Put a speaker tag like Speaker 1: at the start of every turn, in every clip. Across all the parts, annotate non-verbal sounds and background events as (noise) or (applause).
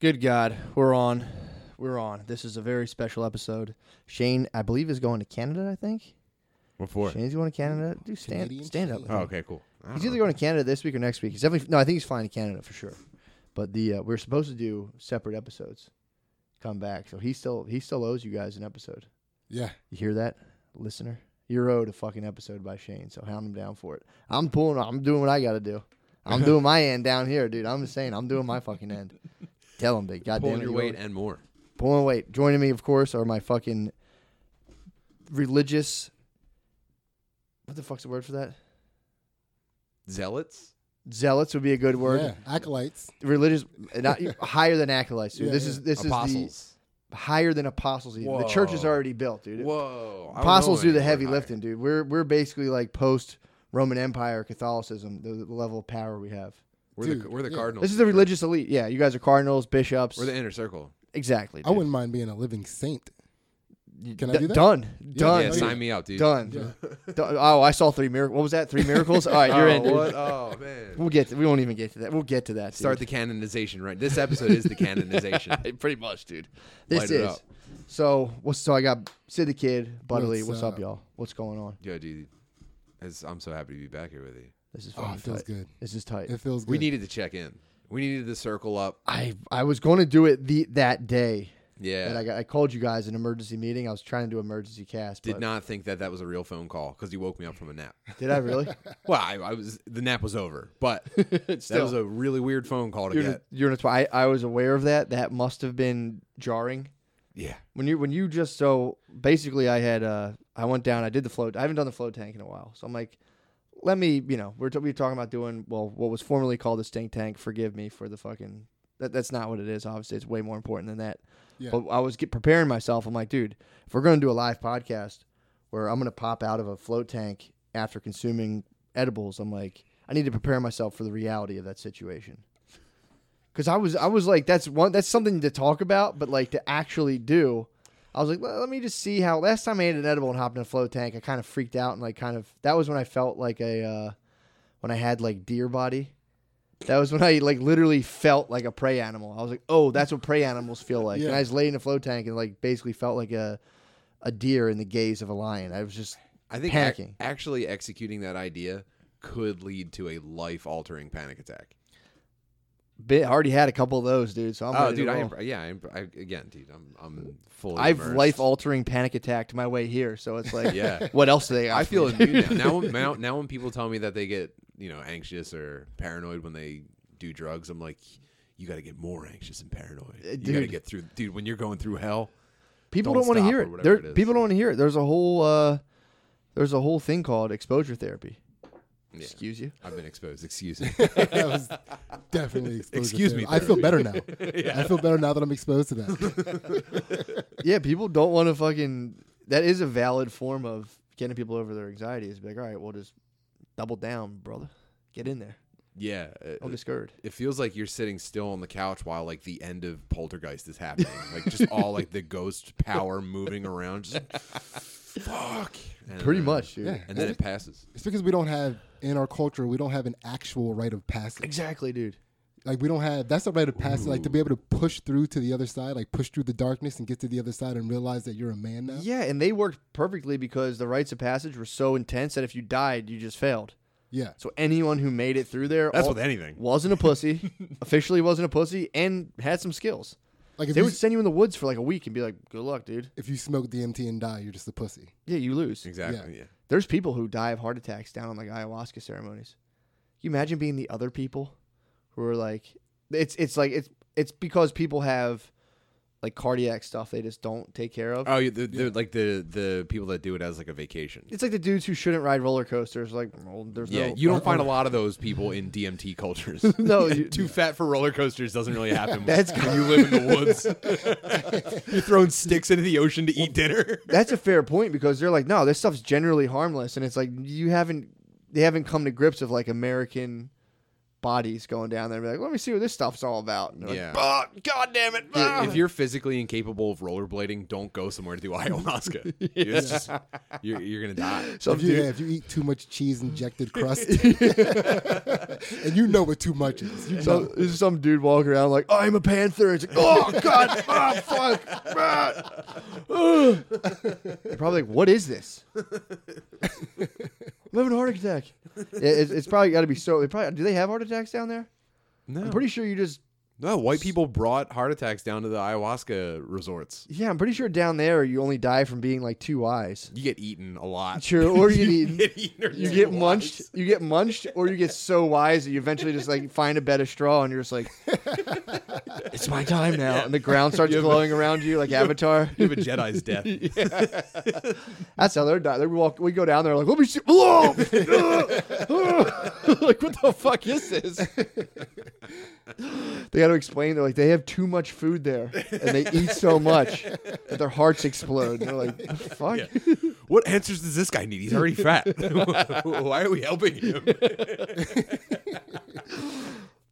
Speaker 1: Good God, we're on. We're on. This is a very special episode. Shane, I believe, is going to Canada. I think
Speaker 2: What for?
Speaker 1: Shane's going to Canada. Do stand
Speaker 3: Canadian
Speaker 1: stand up.
Speaker 3: Shane.
Speaker 2: Oh, okay, cool. I
Speaker 1: He's
Speaker 2: don't
Speaker 1: either
Speaker 2: know.
Speaker 1: going to Canada this week or next week. He's definitely no. I think he's flying to Canada for sure. But the uh, we're supposed to do separate episodes. Come back. So he still he still owes you guys an episode.
Speaker 3: Yeah.
Speaker 1: You hear that, listener? You're owed a fucking episode by Shane. So hound him down for it. I'm pulling. I'm doing what I got to do. I'm doing my end down here, dude. I'm just saying. I'm doing my fucking end. Tell him, big goddamn
Speaker 2: pulling
Speaker 1: it,
Speaker 2: your
Speaker 1: you
Speaker 2: weight
Speaker 1: owe-
Speaker 2: and more.
Speaker 1: Pulling weight. Joining me, of course, are my fucking religious. What the fuck's the word for that?
Speaker 2: Zealots.
Speaker 1: Zealots would be a good word.
Speaker 3: Yeah. Acolytes.
Speaker 1: religious not higher than acolytes dude.
Speaker 3: Yeah,
Speaker 1: this
Speaker 3: yeah.
Speaker 1: is this is
Speaker 2: Apostles.
Speaker 1: the higher than apostles even. the church is
Speaker 2: Whoa.
Speaker 1: already built dude
Speaker 2: Whoa. I don't
Speaker 1: apostles
Speaker 2: know
Speaker 1: do the
Speaker 2: anyone
Speaker 1: heavy
Speaker 2: higher.
Speaker 1: lifting dude we're we're basically like post roman empire catholicism the, the level of power we have
Speaker 2: We're the
Speaker 3: Dude,
Speaker 2: we're the
Speaker 3: yeah.
Speaker 2: cardinals.
Speaker 1: this is the
Speaker 2: for sure.
Speaker 1: religious elite yeah you guys are cardinals bishops
Speaker 2: We're the inner circle.
Speaker 1: exactly
Speaker 3: I wouldn't mind being a living saint.
Speaker 1: dude.
Speaker 3: can I
Speaker 1: D-
Speaker 3: do that?
Speaker 1: done
Speaker 2: yeah,
Speaker 1: done
Speaker 3: no,
Speaker 2: sign me up, dude.
Speaker 1: done (laughs) Done. oh i saw three miracles what was that three miracles all right
Speaker 2: Oh,
Speaker 1: you're in dude.
Speaker 2: what? Oh man.
Speaker 1: we'll get to, we won't even get to that we'll get to that dude.
Speaker 2: (laughs) Start the canonization, right? This
Speaker 1: (laughs)
Speaker 2: episode is the canonization.
Speaker 1: pretty much dude this
Speaker 2: Light it
Speaker 1: is
Speaker 2: up.
Speaker 1: so what's so i got sid the kid buddy what's,
Speaker 3: What's
Speaker 1: what's up
Speaker 3: up?
Speaker 1: y'all what's going on
Speaker 2: Yo, dude. it's- I'm so happy to be back here with you.
Speaker 1: This is
Speaker 3: Oh,
Speaker 1: fucking
Speaker 3: it feels
Speaker 1: tight.
Speaker 3: good.
Speaker 1: This is tight.
Speaker 3: It feels good.
Speaker 2: We needed to check in. We needed to circle up.
Speaker 1: I I was going to do it the that day, and I
Speaker 2: Yeah.
Speaker 1: got, I called you guys an emergency meeting. I was trying to do emergency cast.
Speaker 2: Did
Speaker 1: but-
Speaker 2: not think that that was a real phone call because you woke me up from a nap.
Speaker 1: Did I really?
Speaker 2: Well, I, I was the nap was over,
Speaker 1: (laughs)
Speaker 2: but (laughs) that was a really weird phone call to
Speaker 1: you're,
Speaker 2: get.
Speaker 1: you're in a tw- I, I was aware of that. That must have been jarring.
Speaker 2: Yeah.
Speaker 1: When you when you just so basically I had uh I went down I did the float I haven't done the float tank in a while so I'm like let me you know we're, t- we're talking about doing well what was formerly called the stink tank forgive me for the fucking that, that's not what it is obviously it's way more important than that
Speaker 3: Yeah.
Speaker 1: but I was get preparing myself I'm like dude if we're gonna do a live podcast where I'm gonna pop out of a float tank after consuming edibles I'm like I need to prepare myself for the reality of that situation because I was I was like that's one that's something to talk about, but like to actually do, I was like "Well, let me just see how. Last time I ate an edible and hopped in a float tank, I kind of freaked out and like kind of that was when I felt like a uh, when I had like deer body. That was when I like literally felt like a prey animal. I was like, oh, that's what prey animals feel like. And
Speaker 3: Yeah.
Speaker 1: I just laid in a float tank and like basically felt like a a deer in the gaze of a lion. I was just
Speaker 2: I think ac-
Speaker 1: panicking.
Speaker 2: actually executing that idea could lead to a life altering panic attack.
Speaker 1: bit, I already had a couple of those, dude. So I'm
Speaker 2: oh,
Speaker 1: ready to
Speaker 2: dude, I
Speaker 1: roll.
Speaker 2: am, yeah, I am, I, again, dude, I'm I'm fully.
Speaker 1: I've
Speaker 2: immersed.
Speaker 1: life altering panic attacked my way here, so it's like, (laughs)
Speaker 2: (laughs) Yeah.
Speaker 1: what else do they? Got
Speaker 2: I
Speaker 1: for
Speaker 2: feel
Speaker 1: me? (laughs)
Speaker 2: immune now. Now, when- now. now when people tell me that they get you know anxious or paranoid when they do drugs, I'm like, you got to get more anxious and paranoid. You got to
Speaker 1: Uh, dude.
Speaker 2: get through, dude. When you're going through hell,
Speaker 1: people don't,
Speaker 2: Don't
Speaker 1: want to
Speaker 2: stop
Speaker 1: hear
Speaker 2: or
Speaker 1: it.
Speaker 2: whatever
Speaker 1: There,
Speaker 2: it is.
Speaker 1: people don't want to hear it. There's a whole uh, there's a whole thing called exposure therapy.
Speaker 2: Yeah.
Speaker 1: Excuse you.
Speaker 2: I've been exposed.
Speaker 1: (laughs)
Speaker 2: Excuse me.
Speaker 3: (laughs) that was definitely exposure
Speaker 2: Excuse
Speaker 3: therapy.
Speaker 2: me,
Speaker 3: I feel better now. I feel better now that I'm exposed to that.
Speaker 1: yeah, people don't want to fucking. That is a valid form of getting people over their anxieties. Be like, all right, we'll just double down, brother. Get in there.
Speaker 2: yeah, uh,
Speaker 1: Don't be scared.
Speaker 2: it feels like you're sitting still on the couch while like the end of Poltergeist is happening. like just all like the ghost power moving around. Just like, fuck. And,
Speaker 1: Pretty
Speaker 2: uh,
Speaker 1: much, dude.
Speaker 3: Yeah.
Speaker 2: And then it passes.
Speaker 3: It's because we don't have in our culture we don't have an actual rite of passage.
Speaker 1: Exactly, dude.
Speaker 3: Like we don't have that's a rite of passage. Like to be able to push through to the other side, like push through the darkness and get to the other side and realize that you're a man now.
Speaker 1: Yeah, and they worked perfectly because the rites of passage were so intense that if you died, you just failed.
Speaker 3: Yeah.
Speaker 1: So anyone who made it through there,
Speaker 2: That's
Speaker 1: all-
Speaker 2: with anything.
Speaker 1: wasn't a
Speaker 2: (laughs)
Speaker 1: pussy, officially wasn't a pussy, and had some skills.
Speaker 3: Like if
Speaker 1: they
Speaker 3: you,
Speaker 1: would send you in the woods for like a week and be like, "Good luck, dude."
Speaker 3: if you smoke DMT and die, you're just a pussy.
Speaker 1: Yeah, you lose.
Speaker 2: Exactly. Yeah.
Speaker 1: There's people who die of heart attacks down on like ayahuasca ceremonies. Can you imagine being the other people who are like, it's it's like it's it's because people have like cardiac stuff they just don't take care of.
Speaker 2: Oh, yeah, the, the, like the the people that do it as like a vacation.
Speaker 1: it's like the dudes who shouldn't ride roller coasters. Like, well, there's
Speaker 2: Yeah,
Speaker 1: no.
Speaker 2: you don't find a lot of those people in DMT cultures.
Speaker 1: (laughs) No, you-
Speaker 2: (laughs) too fat for roller coasters doesn't really happen.
Speaker 1: (laughs) That's-
Speaker 2: when you
Speaker 1: (laughs)
Speaker 2: live in the woods. (laughs) You're throwing sticks into the ocean to eat dinner.
Speaker 1: that's a fair point because they're like, no, this stuff's generally harmless, and it's like you haven't they haven't come to grips with like American bodies going down there and be like, let me see what this stuff's all about. And they're
Speaker 2: Yeah.
Speaker 1: like, "Ah, God damn it. ah."
Speaker 2: Dude, if you're physically incapable of rollerblading, don't go somewhere to
Speaker 1: (laughs)
Speaker 2: do (laughs) ayahuasca. It's just- you're, you're gonna die.
Speaker 1: Some
Speaker 3: if you,
Speaker 1: dude-
Speaker 3: yeah, if you eat too much cheese injected crust, (laughs) and you know what too much is. You know.
Speaker 1: Some, there's some dude walking around like, I'm a panther. It's like, (laughs) oh, God, ah, fuck. ah, ugh." You're probably like, what is (laughs) this? I'm having a heart attack. It, it's, it's probably got to be so. It probably, do they have heart attacks down there?
Speaker 2: No,
Speaker 1: I'm pretty sure you just,
Speaker 2: no. White people brought heart attacks down to the ayahuasca resorts.
Speaker 1: yeah, I'm pretty sure down there you only die from being like two eyes.
Speaker 2: You get eaten a lot.
Speaker 1: Sure, or you
Speaker 2: (laughs) You
Speaker 1: eat.
Speaker 2: get, eaten or
Speaker 1: You
Speaker 2: too
Speaker 1: get
Speaker 2: wise.
Speaker 1: munched, you get munched, or you get so wise that you eventually just like find a bed of straw and you're just like, (laughs) it's my time now, and the (laughs) ground starts glowing around you like (laughs) Avatar.
Speaker 2: You have a
Speaker 1: (laughs)
Speaker 2: Jedi's death.
Speaker 1: That's how they're dying. They walk. We go down there like, let me see. Whoa! (laughs) like, what the fuck is this? they got to explain. They're like, they have too much food there, and they eat so much that their hearts explode. And they're like, fuck.
Speaker 2: Yeah. (laughs) What answers does this guy need? He's already fat. (laughs) Why are we
Speaker 1: (laughs)
Speaker 2: helping him?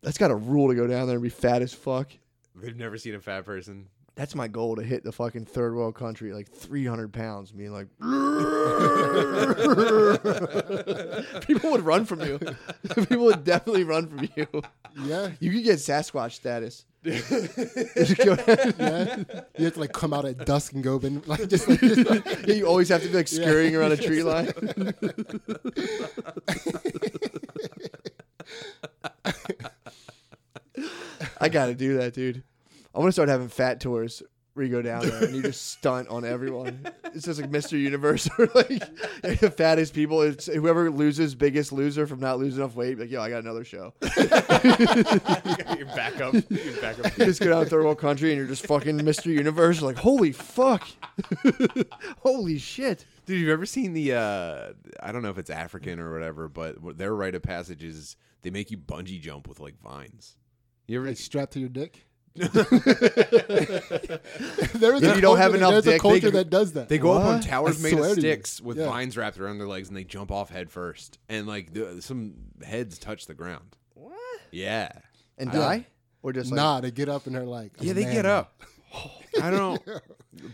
Speaker 1: That's got a rule to go down there and be fat as fuck.
Speaker 2: They've never seen a fat person. (laughs)
Speaker 1: That's my goal to hit the fucking third world country, like 300 pounds, being like, (laughs) people would run from you. people would definitely run from you.
Speaker 3: Yeah,
Speaker 1: You could get Sasquatch status.
Speaker 3: yeah. You have to like come out at dusk and go, and like just like,
Speaker 2: (laughs)
Speaker 3: just,
Speaker 1: Yeah, (laughs) you always have to be like scurrying around a tree line. I gotta do that, dude. I'm gonna start having fat tours where you go down there and you just stunt on everyone. It's just like Mr. Universe (laughs) or like (laughs) the fattest people. It's whoever loses biggest loser from not losing enough weight. Like, yo, I got another show.
Speaker 2: Your backup. Your backup.
Speaker 1: You just go down to third world country and you're just fucking Mr. Universe. Like, holy fuck, (laughs) holy shit.
Speaker 2: Dude, you've ever seen the? uh I don't know if it's African or whatever, but what their rite of passage is they make you bungee jump with like vines. You ever?
Speaker 3: like strapped to
Speaker 2: (laughs)
Speaker 3: your dick. there is
Speaker 1: If
Speaker 3: a
Speaker 1: you don't have
Speaker 3: culture-
Speaker 1: enough
Speaker 3: there's
Speaker 1: dick,
Speaker 3: a
Speaker 1: they
Speaker 3: culture
Speaker 1: could-
Speaker 3: that does that.
Speaker 2: They go up on
Speaker 1: What?
Speaker 2: towers
Speaker 3: I
Speaker 2: made
Speaker 3: swear
Speaker 2: of
Speaker 3: to you.
Speaker 2: sticks with
Speaker 3: Yeah.
Speaker 2: vines wrapped around their legs, and they jump off head first, and like the, some heads touch the ground.
Speaker 1: What?
Speaker 2: Yeah,
Speaker 1: And
Speaker 3: Yeah.
Speaker 1: die or just like,
Speaker 3: nah, they get up and they're like, I'm
Speaker 2: yeah,
Speaker 3: a
Speaker 2: they
Speaker 3: man
Speaker 2: get
Speaker 3: now. (laughs)
Speaker 2: up. I don't.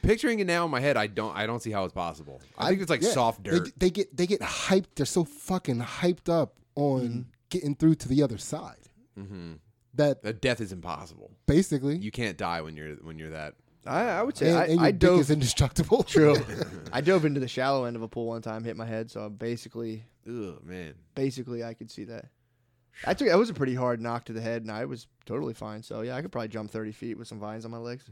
Speaker 2: Picturing it now in my head, I don't. I don't see how it's possible. I, think it's like
Speaker 3: Yeah.
Speaker 2: soft
Speaker 3: They-
Speaker 2: dirt.
Speaker 3: They, get they get hyped. They're so fucking hyped up on
Speaker 2: Mm-hmm.
Speaker 3: getting through to the other side. That
Speaker 2: That death is impossible.
Speaker 3: basically,
Speaker 2: You can't die when you're when you're that.
Speaker 1: I, I would say
Speaker 3: and,
Speaker 1: I,
Speaker 3: and your
Speaker 1: I
Speaker 3: dick
Speaker 1: dove.
Speaker 2: (laughs)
Speaker 3: is indestructible.
Speaker 1: True. (laughs) I dove into the shallow end of a pool one time, hit my head, so I'm basically,
Speaker 2: Ugh, man.
Speaker 1: basically, I could see that. I took that was a pretty hard knock to the head, and I was totally fine. So yeah, I could probably jump thirty feet with some vines on my legs.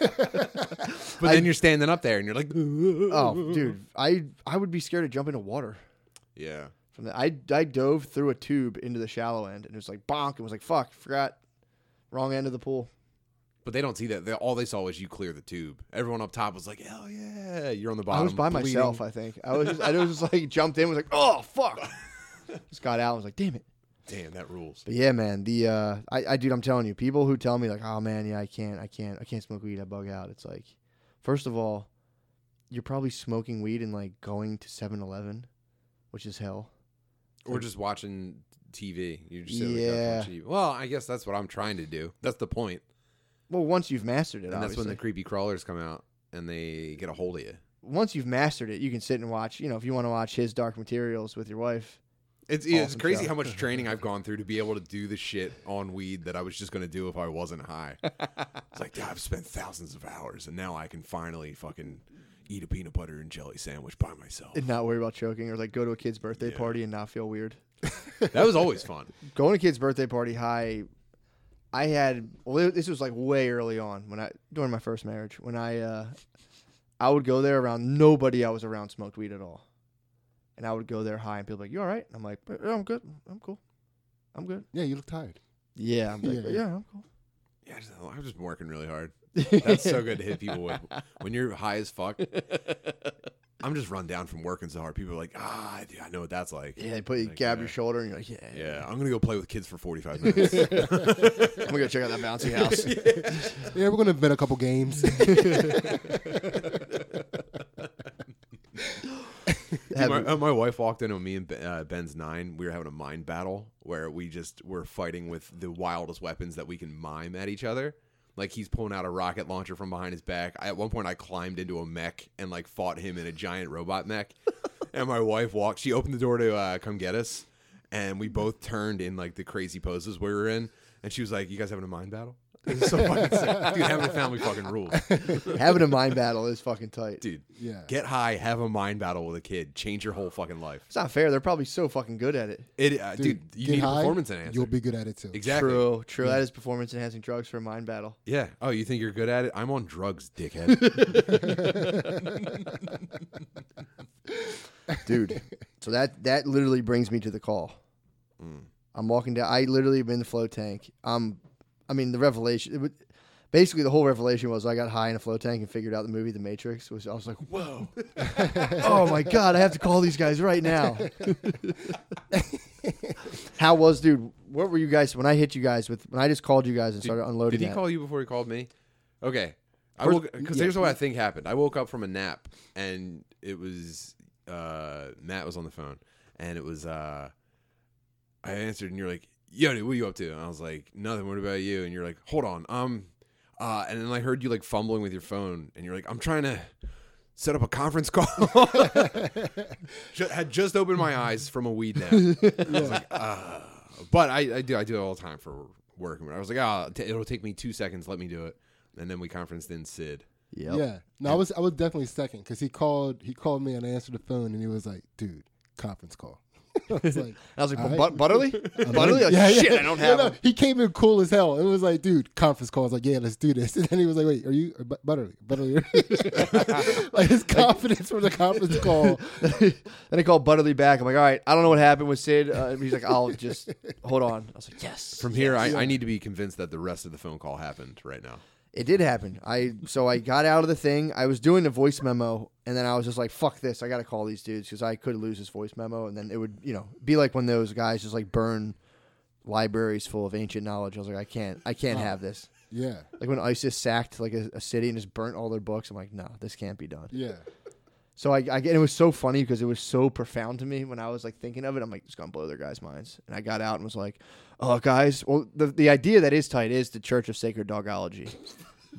Speaker 2: But then you're standing up there and you're like,
Speaker 1: oh, dude, I I would be scared to jump into water.
Speaker 2: (laughs) yeah.
Speaker 1: From the, I I dove through a tube into the shallow end, and it was like bonk, and was like fuck, forgot, wrong end of the pool.
Speaker 2: But they don't see that. They, all they saw was you clear the tube. Everyone up top was like, "Hell yeah!" You're on the bottom.
Speaker 1: I was by
Speaker 2: bleeding.
Speaker 1: myself, I think. I was just, I was just (laughs) like jumped in, was like, oh fuck, just got out, and was like, damn it.
Speaker 2: Damn, that rules.
Speaker 1: But yeah, man, the uh, I, I, dude, I'm telling you, people who tell me like, oh man, yeah, I can't, I can't, I can't smoke weed, I bug out. It's like, first of all, you're probably smoking weed and like going to 7-Eleven, which is hell.
Speaker 2: Or just watching TV. You're just sitting
Speaker 1: Yeah.
Speaker 2: yeah. watching TV. Well, I guess that's what I'm trying to do. That's the point.
Speaker 1: Well, once you've mastered it,
Speaker 2: And that's when the
Speaker 1: obviously.
Speaker 2: creepy crawlers come out and they get a hold of you.
Speaker 1: once you've mastered it, you can sit and watch. You know, if you want to watch his Dark Materials with your wife,
Speaker 2: It's, it's
Speaker 1: Awesome
Speaker 2: crazy
Speaker 1: show.
Speaker 2: how much
Speaker 1: (laughs)
Speaker 2: training I've gone through to be able to do the shit on weed that I was just going to do if I wasn't
Speaker 1: (laughs)
Speaker 2: high. it's like, "Yeah, I've spent thousands of hours and now I can finally fucking eat a peanut butter and jelly sandwich by
Speaker 1: (laughs)
Speaker 2: myself.
Speaker 1: and not worry about choking, or like go to a kid's birthday
Speaker 2: Yeah.
Speaker 1: party and not feel weird.
Speaker 2: that was always fun.
Speaker 1: going to kids' birthday party high. I had well, this was like way early on when I during my first marriage when I uh, I would go there around nobody I was around smoked weed at all, and I would go there high and people were like you all right? And I'm like "Yeah, I'm good, I'm cool, I'm good.
Speaker 3: (laughs) Yeah, you look tired.
Speaker 1: Yeah, I'm like,
Speaker 3: Yeah.
Speaker 1: yeah. I'm cool.
Speaker 2: Yeah, I just- I've just been working really hard. That's so good to hit people with. When you're high as fuck, I'm just run down from working so hard. People are like, ah, dude, I know what that's like.
Speaker 1: (laughs) Yeah, they put you
Speaker 2: Like,
Speaker 1: gab
Speaker 2: yeah.
Speaker 1: your shoulder and you're like yeah,
Speaker 2: Yeah, I'm gonna go play with kids for 45
Speaker 1: (laughs)
Speaker 2: minutes.
Speaker 1: I'm gonna go check out that
Speaker 2: (laughs)
Speaker 1: bouncy house.
Speaker 3: Yeah, we're gonna invent a couple games.
Speaker 1: Have-
Speaker 2: Dude, my- uh, my wife walked in on me and Ben- uh, Ben's nine. We were having a mind battle where we just were fighting with the wildest weapons that we can mime at each other. Like he's pulling out a rocket launcher from behind his back. I, at one point, I climbed into a mech and like fought him in a giant robot mech. and my wife walked. She opened the door to uh, come get us, and we both turned in like the crazy poses we were in. And she was like, "You guys having a mind battle?" It was so fucking sick, dude. Having a family fucking rules,
Speaker 1: Having a mind battle is fucking tight.
Speaker 2: dude.
Speaker 3: Yeah.
Speaker 2: Get high, have a mind battle with a kid, change your whole fucking life.
Speaker 1: It's not fair. They're probably so fucking good at it.
Speaker 2: It, uh, dude, you
Speaker 3: get
Speaker 2: need
Speaker 3: high,
Speaker 2: a performance enhancer.
Speaker 3: You'll be good at it too.
Speaker 2: exactly.
Speaker 1: True, true. That is performance enhancing drugs for a mind battle.
Speaker 2: Yeah. Oh, you think you're good at it? I'm on drugs,
Speaker 3: (laughs)
Speaker 2: dickhead.
Speaker 1: Dude. (laughs) so that that literally brings me to the call. I'm walking down I literally am in the float tank. I'm I mean the revelation it would, basically the whole revelation was I got high in a float tank and figured out the movie The Matrix, which I was like, Whoa. oh my god, I have to call these guys right now. How was dude, what were you guys when I hit you guys with when I just called you guys and started unloading
Speaker 2: Did he
Speaker 1: that?
Speaker 2: call you before he called me? Okay. I
Speaker 1: First-
Speaker 2: woke because here's what I think happened. I woke up from a nap and it was uh, Matt was on the phone and it was uh, I answered and you're like, "Yo, dude, what are you up to?" And I was like, "Nothing. What about you?" And you're like, "Hold on, um," uh, and then I heard you like fumbling with your phone and you're like, "I'm trying to." Set up a conference call. (laughs) Ju- had just opened my eyes from a weed nap. I was like, uh, but I, I do I do it all the time for work. I was like, ah, t- it'll take me two seconds. Let me do it. And then we conferenced in Sid.
Speaker 1: Yep.
Speaker 3: Yeah. No, I was I was definitely second because he called he called me and I answered the phone and he was like, "Dude, conference call." (laughs) I
Speaker 1: (laughs)
Speaker 3: was like,
Speaker 1: I was like,
Speaker 3: "All
Speaker 1: but
Speaker 3: right."
Speaker 1: but- Butterly?
Speaker 3: (laughs)
Speaker 1: Butterly? Like,
Speaker 3: Yeah, yeah.
Speaker 1: Shit, I don't
Speaker 3: Yeah,
Speaker 1: have
Speaker 3: no,
Speaker 1: him.
Speaker 3: He came in cool as hell. It was like, dude, conference call. I was like, yeah, let's do this. (laughs) And then he was like, wait, are you or, Bu- Butterly? Butterly? (laughs)
Speaker 1: (laughs)
Speaker 3: like his confidence from the conference call.
Speaker 1: then I called Butterly back. I'm like, all right, I don't know what happened with Sid. Uh, he's like, I'll just hold on. I was like, yes.
Speaker 2: From here, I, I need to be convinced that the rest of the phone call happened right now.
Speaker 1: It did happen. I so I got out of the thing. I was doing a voice memo, and then I was just like, "Fuck this! I gotta call these dudes because I could lose this voice memo." And then it would, you know, be like when those guys just like burn libraries full of ancient knowledge. I was like, "I can't, I can't have this."
Speaker 3: Yeah,
Speaker 1: Like when ISIS sacked like a, a city and just burnt all their books. I'm like, "No, this can't be done."
Speaker 3: yeah.
Speaker 1: So I, I and it was so funny because it was so profound to me when I was like thinking of it. I'm like, it's gonna blow their guys' minds. And I got out and was like, oh guys, well the the idea that is tight is the Church of Sacred Dogology.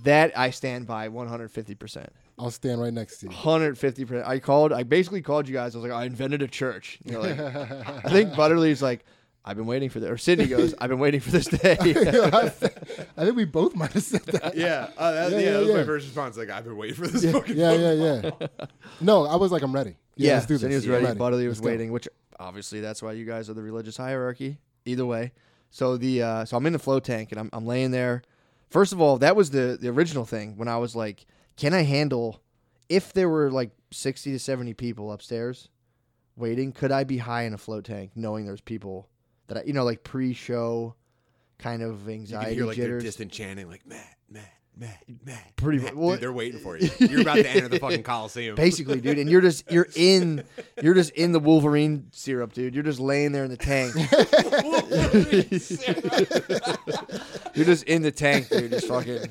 Speaker 1: that I stand by 150 percent.
Speaker 3: I'll stand right next to you. (laughs)
Speaker 1: 150 percent. I called. I basically called you guys. I was like, I invented a church. And you're like, I think Butterly's like. I've been waiting for this, or Sydney goes. I've been waiting for this
Speaker 3: (laughs)
Speaker 1: day. (laughs)
Speaker 3: I think we both might have said that.
Speaker 2: Yeah, uh, (laughs) that,
Speaker 3: Yeah, yeah, yeah, that was my yeah.
Speaker 2: first response. Like I've been waiting for this fucking.
Speaker 3: Yeah, yeah, yeah. No, I was like, I'm ready. Yeah,
Speaker 1: yeah,
Speaker 3: let's do this.
Speaker 1: Sydney was
Speaker 3: I'm
Speaker 1: ready. Butterly was
Speaker 3: Let's go.
Speaker 1: waiting, which obviously that's why you guys are the religious hierarchy. Either way, so the uh, so I'm in the flow tank and I'm I'm laying there. First of all, that was the the original thing when I was like, can I handle if there were like sixty to seventy people upstairs waiting? Could I be high in a float tank knowing there's people that I, you know like pre-show kind of
Speaker 2: You can
Speaker 1: anxiety
Speaker 2: hear like their
Speaker 1: jitters?
Speaker 2: distant chanting, like Matt, Matt, Matt, Matt.
Speaker 1: Pretty
Speaker 2: Matt.
Speaker 1: mu- well-
Speaker 2: Dude, they're waiting
Speaker 1: (laughs)
Speaker 2: for you. You're about to enter the fucking coliseum. (laughs)
Speaker 1: basically, dude. And you're just you're in you're just in the Wolverine syrup, dude. You're just laying there in the tank. you're just in the tank, dude. Just fucking.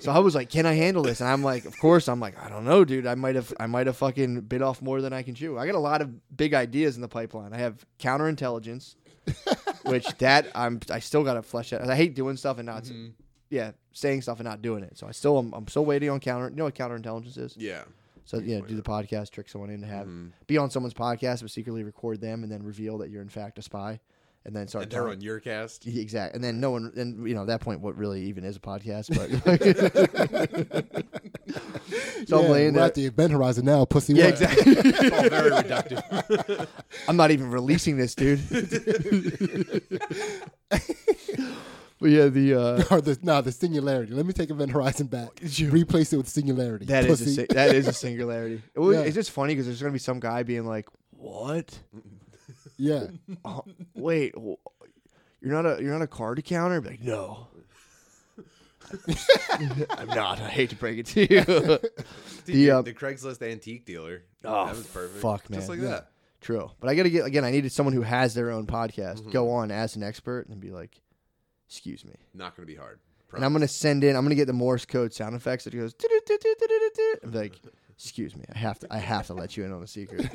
Speaker 1: So I was like, "Can I handle this?" And I'm like, "Of course." I'm like, "I don't know, dude. I might have, I might have fucking bit off more than I can chew. I got a lot of big ideas in the pipeline. I have counterintelligence, which that I'm, I still got to flesh out. I hate doing stuff and not, yeah, saying stuff and not doing it. So I still, am, I'm still waiting on counter. You know what counterintelligence is?
Speaker 2: (laughs) Yeah.
Speaker 1: So yeah, Mm-hmm. do the podcast, trick someone in to have be on someone's podcast, but secretly record them and then reveal that you're in fact a spy, and then start
Speaker 2: And they're
Speaker 1: telling-
Speaker 2: on your cast.
Speaker 1: Yeah, Exact, and then no one, and you know, at that point, what really even is a podcast?
Speaker 3: (laughs)
Speaker 1: But (laughs) so
Speaker 3: Yeah,
Speaker 1: I'm laying
Speaker 3: we're
Speaker 1: there.
Speaker 3: at the event horizon now, pussy.
Speaker 1: yeah,
Speaker 3: What?
Speaker 1: exactly.
Speaker 2: It's all very reductive.
Speaker 1: (laughs) I'm not even releasing this,
Speaker 3: (laughs)
Speaker 1: dude. but yeah, the uh,
Speaker 3: (laughs) or the no, the singularity. Let me take Event
Speaker 1: (laughs)
Speaker 3: Horizon back. Replace it with singularity.
Speaker 1: that is a,
Speaker 3: pussy.
Speaker 1: si- that is a singularity. It was,
Speaker 3: Yeah.
Speaker 1: It's just funny because there's gonna be some guy being like,
Speaker 3: (laughs)
Speaker 1: "What?
Speaker 3: (laughs)
Speaker 1: (laughs)
Speaker 3: yeah.
Speaker 1: Uh, wait, wh- you're not a you're not a card counter? Be like, no. (laughs) I'm not. I hate to break it to you.
Speaker 2: Dude,
Speaker 1: The,
Speaker 2: you're
Speaker 1: uh,
Speaker 2: the Craigslist antique dealer.
Speaker 1: Oh,
Speaker 2: that was perfect.
Speaker 1: fuck, man.
Speaker 2: Just like
Speaker 1: Yeah.
Speaker 2: that.
Speaker 1: True. But I got to get, again, I needed someone who has their own podcast go on as an expert and be like, excuse me.
Speaker 2: Not going to be hard.
Speaker 1: And I'm going to send in, I'm going to get the Morse code sound effects that goes, "Do-do-do-do-do-do-do-do," and be like, Excuse me. I have to. I have to let you in on a secret.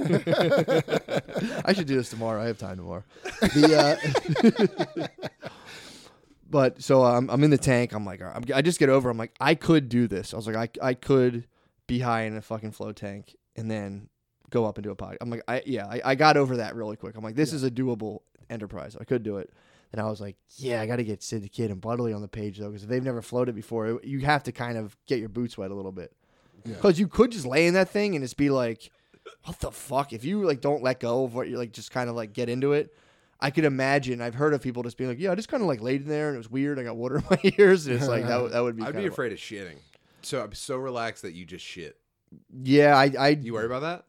Speaker 1: I should do this tomorrow. I have time tomorrow. The, uh, (laughs) but so um, I'm, I'm in the tank. I'm like, all right, I'm, I just get over. I'm like, I could do this. I was like, I, I could be high in a fucking flow tank and then go up and do a podcast. I'm like, I yeah, I, I got over that really quick. I'm like, this is a doable enterprise. I could do it. And I was like, yeah, I got to get Sid the Kid and Butley on the page though, because they've never floated before. It- you have to kind of get your boots wet a little bit, because you could just lay in that thing and just be like, what the fuck? If you like don't let go of what you're like, just kind of like get into it. I could imagine. I've heard of people just being like, "Yeah, I just kind of like laid in there and it was weird. I got water in my (laughs) ears, and it's like
Speaker 2: (laughs)
Speaker 1: that. would- That would be.
Speaker 2: I'd
Speaker 1: kind
Speaker 2: be
Speaker 1: of-
Speaker 2: afraid of shitting. So I'm so relaxed that you just shit.
Speaker 1: Yeah, I, I
Speaker 2: You worry about that?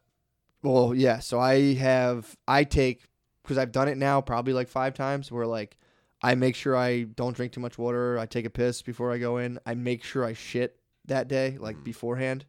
Speaker 1: Well, yeah. So I have I take because I've done it now probably like five times. Where like I make sure I don't drink too much water. I take a piss before I go in. I make sure I shit that day like
Speaker 2: Mm.
Speaker 1: beforehand.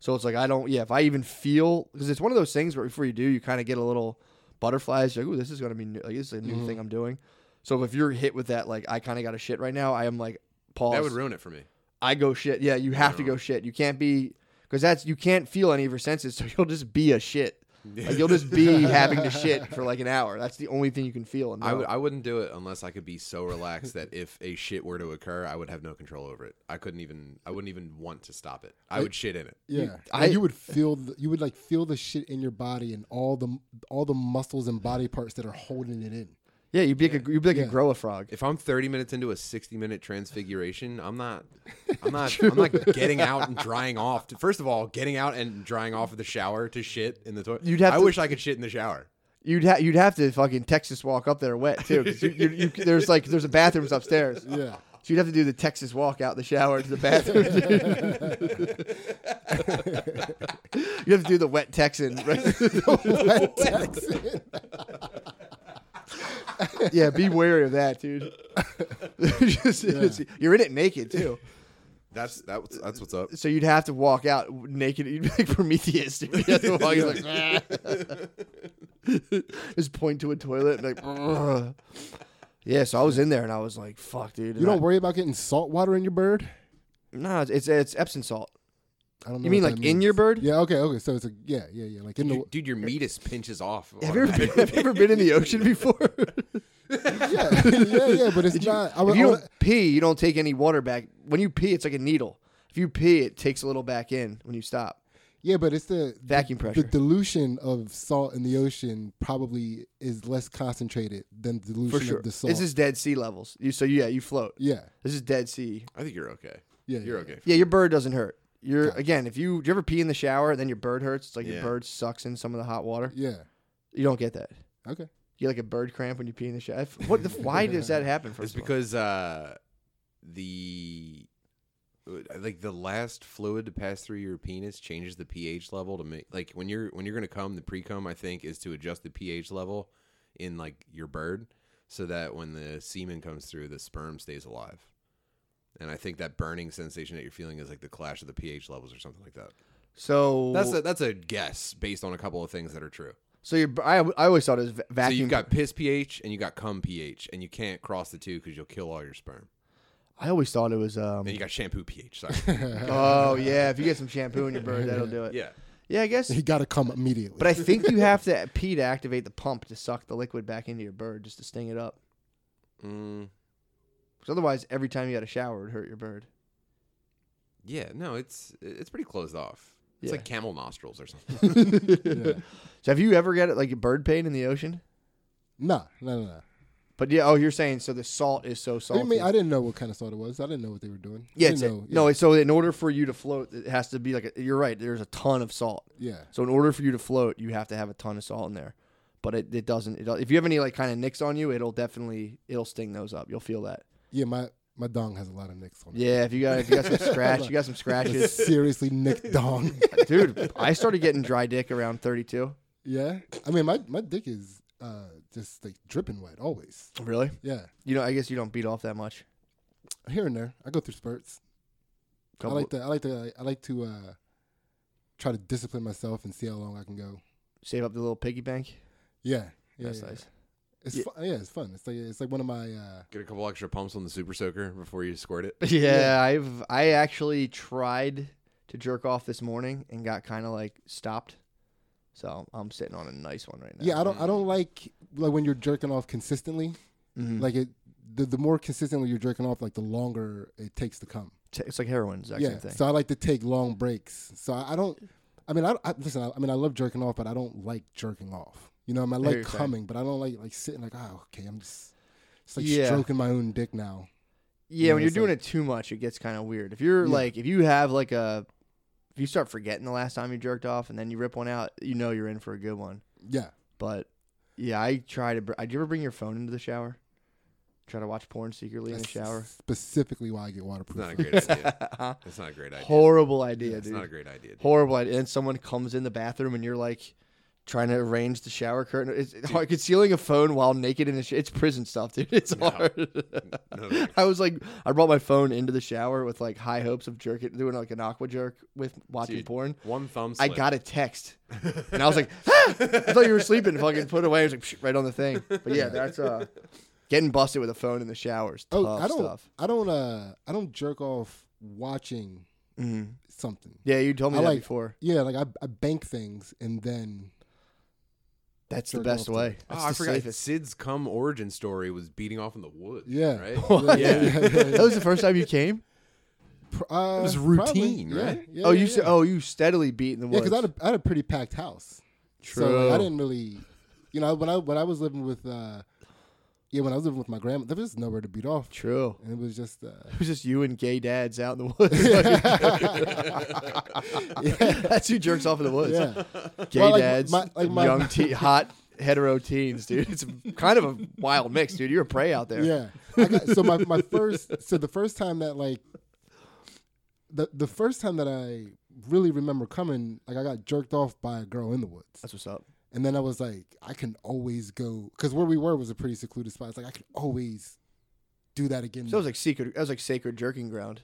Speaker 1: So it's like I don't. Yeah, if I even feel because it's one of those things where before you do, you kind of get a little butterflies. You're like, oh, this is gonna be new. Like, this is a new
Speaker 2: Mm-hmm.
Speaker 1: thing I'm doing. So if you're hit with that, like I kind of got to shit right now. I am like pause.
Speaker 2: That would ruin it for me.
Speaker 1: I go shit. Yeah, you have to go shit. You can't be because that's you can't feel any of your senses, (laughs) so you'll just be a shit. Like you'll just be having to shit for like an hour. That's the only thing you can feel. And
Speaker 2: I
Speaker 1: know.
Speaker 2: would. I wouldn't do it unless I could be so relaxed that if a shit were to occur, I would have no control over it. I couldn't even. I wouldn't even want to stop it. I would shit in it.
Speaker 3: Yeah, Like,
Speaker 1: I-
Speaker 3: you would feel the, you would like feel the shit in your body and all the all the muscles and body parts that are holding
Speaker 1: (laughs)
Speaker 3: it in. (laughs)
Speaker 1: yeah, you'd be like a, you'd be like a grow a frog.
Speaker 2: If I'm 30 minutes into a 60 minute transfiguration, I'm not.
Speaker 1: (laughs)
Speaker 2: I'm not. I'm not getting out and drying off. To, first of all, getting out and drying off of the shower to shit in the toilet.
Speaker 1: You'd have
Speaker 2: I
Speaker 1: to-
Speaker 2: wish I could shit in the shower.
Speaker 1: You'd ha- you'd have to fucking Texas walk up there wet too. 'cause you, you, you, (laughs) there's like there's a bathrooms upstairs.
Speaker 3: Yeah.
Speaker 1: So you'd have to do the Texas walk out the shower to the bathroom. (laughs) you have to do the wet Texan. (laughs) Right?
Speaker 3: What? That's-
Speaker 1: yeah, be wary of that, dude. (laughs) Just- You're in it naked too.
Speaker 2: That's that, was- that's what's up.
Speaker 1: so you'd have to walk out naked. You'd be like Prometheus. Dude. You'd have to walk, you're
Speaker 3: (laughs)
Speaker 1: like, "Ah." (laughs) just point to a toilet and like, "Ugh." yeah. So I was in there and I was like, "Fuck, dude."
Speaker 3: you don't worry about getting salt water in your bird.
Speaker 1: No, nah, it's it's Epsom salt.
Speaker 3: I don't know
Speaker 1: You mean
Speaker 3: what
Speaker 1: like
Speaker 3: that
Speaker 1: in
Speaker 3: means.
Speaker 1: your bird?
Speaker 3: Yeah. Okay. Okay. So it's a yeah, yeah, yeah. Like in the
Speaker 1: (laughs)
Speaker 2: Dude, dude, your meatus pinches off.
Speaker 1: Have you ever been, have you ever been in the ocean before?
Speaker 3: (laughs) yeah, (laughs) yeah, yeah. But it's not. I,
Speaker 1: if
Speaker 3: would-
Speaker 1: you
Speaker 3: I would-
Speaker 1: don't pee, you don't take any water back. When you pee, it's like a needle. If you pee, it takes a little back in when you stop.
Speaker 3: yeah, but it's the
Speaker 1: Vacuum
Speaker 3: the
Speaker 1: pressure.
Speaker 3: dilution of salt in the ocean probably is less concentrated than the dilution
Speaker 1: For sure.
Speaker 3: of the salt.
Speaker 1: This is dead sea levels. You so yeah, you float.
Speaker 3: yeah,
Speaker 1: This is dead sea.
Speaker 2: I think you're okay.
Speaker 3: yeah.
Speaker 2: You're
Speaker 3: yeah.
Speaker 2: okay.
Speaker 1: Yeah, your bird doesn't hurt. You're again, if you do you ever pee in the shower, then your bird hurts. It's like your
Speaker 2: Yeah.
Speaker 1: bird sucks in some of the hot water.
Speaker 3: Yeah.
Speaker 1: You don't get that.
Speaker 3: Okay.
Speaker 1: You get like a bird cramp when you pee in the shower. If- What? The,
Speaker 2: (laughs)
Speaker 1: why does that happen? First
Speaker 2: It's
Speaker 1: of all?
Speaker 2: because uh, the like the last fluid to pass through your penis changes the pH level to make like when you're when you're gonna come the pre cum I think is to adjust the pH level in like your bird so that when the semen comes through the sperm stays alive. And I think that burning sensation that you're feeling is like the clash of the pH levels or something like that.
Speaker 1: so
Speaker 2: That's a, that's a guess based on a couple of things that are true.
Speaker 1: so your I, I always thought it was va-
Speaker 2: So
Speaker 1: vacuum.
Speaker 2: you've got piss pH and you got cum pH, and you can't cross the two because you'll kill all your sperm.
Speaker 1: I always thought it was um.
Speaker 2: And you got shampoo
Speaker 1: (laughs)
Speaker 2: pH. Sorry.
Speaker 1: oh yeah, if you get some shampoo in your bird, that'll do it.
Speaker 2: (laughs) yeah.
Speaker 1: yeah, I
Speaker 2: (laughs)
Speaker 1: guess.
Speaker 3: He got to come immediately.
Speaker 1: But I think
Speaker 3: (laughs)
Speaker 1: you have to pee to activate the pump to suck the liquid back into your bird just to sting it up.
Speaker 2: Mm,
Speaker 1: Because otherwise, every time you had a shower, it would hurt your bird.
Speaker 2: yeah. No, it's it's pretty closed off. It's
Speaker 1: Yeah.
Speaker 2: like camel nostrils or
Speaker 1: (laughs)
Speaker 2: something.
Speaker 1: So have you ever got it like bird pain in the ocean?
Speaker 3: no, no, no, no.
Speaker 1: But yeah, oh, you're saying so the salt is so salty.
Speaker 3: I mean, I didn't know what kind of salt it was. I didn't know what they were doing.
Speaker 1: yeah,
Speaker 3: I
Speaker 1: it's
Speaker 3: didn't know.
Speaker 1: no. it's- So in order for you to float, it has to be like a, you're right. There's a ton of salt.
Speaker 3: yeah.
Speaker 1: So in order for you to float, you have to have a ton of salt in there. But it, it doesn't. It, don't- if you have any like kind of nicks on you, it'll definitely it'll sting those up. You'll feel that.
Speaker 3: Yeah, my my dong has a lot of nicks on it.
Speaker 1: Yeah, if you got if you
Speaker 3: (laughs)
Speaker 1: got some scratch, you got some (laughs)
Speaker 3: It's (laughs)
Speaker 1: scratches,
Speaker 3: seriously nick dong.
Speaker 1: dude. I started getting dry dick around 32.
Speaker 3: yeah. I mean, my my dick is uh just like dripping wet always.
Speaker 1: Really?
Speaker 3: Yeah.
Speaker 1: You know, I guess you don't beat off that much.
Speaker 3: Here and there, I go through spurts. I
Speaker 1: Couple-
Speaker 3: like to I like to I like to uh try to discipline myself and see how long I can go.
Speaker 1: save up the little piggy bank.
Speaker 3: Yeah. Yeah,
Speaker 1: That's
Speaker 3: yeah.
Speaker 1: nice.
Speaker 3: It's
Speaker 1: Yeah.
Speaker 3: Fun. yeah, it's fun. It's like it's like one of my uh
Speaker 2: Get a couple extra pumps on the super soaker before you squirt it.
Speaker 1: Yeah, I've I actually tried to jerk off this morning and got kind of like stopped. So I'm sitting on a nice one right now.
Speaker 3: Yeah, I don't. I don't like like when you're jerking off consistently.
Speaker 1: Mhm.
Speaker 3: Like it, the, the more consistently you're jerking off, like the longer it takes to come.
Speaker 1: T- it's like heroin, exact
Speaker 3: yeah.
Speaker 1: same thing.
Speaker 3: So I like to take long breaks. So I, I don't. I mean, I, I listen. I, I mean, I love jerking off, but I don't like jerking off. You know, I, mean, I
Speaker 1: hear
Speaker 3: like
Speaker 1: you, Frank.
Speaker 3: coming, but I don't like like sitting like, oh, okay, I'm just. It's like
Speaker 1: Yeah.
Speaker 3: stroking my own dick now.
Speaker 1: yeah,
Speaker 3: yeah,
Speaker 1: when you're
Speaker 3: it's
Speaker 1: doing
Speaker 3: like-
Speaker 1: it too much, it gets kind of weird. If you're
Speaker 3: Yeah.
Speaker 1: like, if you have like a, if you start forgetting the last time you jerked off and then you rip one out, you know you're in for a good one.
Speaker 3: Yeah.
Speaker 1: But yeah, I try to. Br- I do you ever bring your phone into the shower? Try to watch porn secretly in the
Speaker 3: That's
Speaker 1: shower.
Speaker 3: Specifically, why I get
Speaker 2: It's not a
Speaker 1: (laughs)
Speaker 3: waterproof.
Speaker 2: great idea. It's not a great idea.
Speaker 1: Horrible idea,
Speaker 2: it's
Speaker 1: dude.
Speaker 2: not a great idea. dude.
Speaker 1: Horrible idea. And someone comes in the bathroom and you're like trying to arrange the shower curtain. It's it's hard. Concealing a phone while naked in a sh- it's prison stuff, dude. It's
Speaker 2: No.
Speaker 1: hard. (laughs)
Speaker 2: No, thanks.
Speaker 1: I was like, I brought my phone into the shower with like high hopes of jerking, doing like an aqua jerk with watching
Speaker 2: Dude,
Speaker 1: porn.
Speaker 2: One thumb.
Speaker 1: I
Speaker 2: slip. (laughs)
Speaker 1: got a text, and I was like, ah! I thought you were sleeping. Fucking put it away. I was like, "Psh," right on the thing. But yeah, that's uh, getting busted with a phone in the showers. Tough
Speaker 3: (laughs) Oh, I don't.
Speaker 1: stuff.
Speaker 3: I don't. Uh, I don't jerk off watching something.
Speaker 1: Mm-hmm. Yeah, you told me
Speaker 3: I
Speaker 1: that
Speaker 3: like-
Speaker 1: before.
Speaker 3: Yeah, like I, I bank things and then
Speaker 1: That's the
Speaker 3: jerk
Speaker 1: best
Speaker 3: off to
Speaker 1: way.
Speaker 3: it.
Speaker 1: That's
Speaker 2: oh, I
Speaker 1: the
Speaker 2: forgot.
Speaker 1: safest.
Speaker 2: Sid's cum origin story was beating off in the woods.
Speaker 3: Yeah.
Speaker 2: Right.
Speaker 1: (laughs) What?
Speaker 2: Yeah.
Speaker 1: that was the first time you came.
Speaker 3: Pr- uh,
Speaker 2: was
Speaker 3: probably,
Speaker 2: routine,
Speaker 3: yeah,
Speaker 2: right?
Speaker 3: Yeah,
Speaker 1: oh,
Speaker 3: yeah,
Speaker 1: you
Speaker 3: yeah.
Speaker 1: said. Oh, you steadily beat in the
Speaker 3: yeah,
Speaker 1: woods.
Speaker 3: because I, had a- I had a pretty packed house. So
Speaker 1: True.
Speaker 3: like, I didn't really, you know, when I when I was living with, uh, yeah, when I was living with my grandma, there was nowhere to beat off,
Speaker 1: True.
Speaker 3: and it was
Speaker 2: (laughs)
Speaker 3: just, uh, (laughs)
Speaker 1: It was just you and gay dads out in the woods.
Speaker 3: (laughs)
Speaker 1: (laughs) That's who jerks off in the woods.
Speaker 3: yeah,
Speaker 1: Gay
Speaker 3: Well, like,
Speaker 1: dads,
Speaker 3: my- like my-
Speaker 1: young,
Speaker 3: (laughs)
Speaker 1: te- hot hetero teens, dude. It's kind of a wild mix, dude. You're a prey out there.
Speaker 3: yeah. I got, so my my first, so the first time that like, the the first time that I really remember coming, like I got jerked off by a girl in the woods.
Speaker 1: That's what's up.
Speaker 3: And then I was like, I can always go because where we were was a pretty secluded spot. It's like I can always do that again.
Speaker 1: So it was like secret. That was like sacred jerking ground.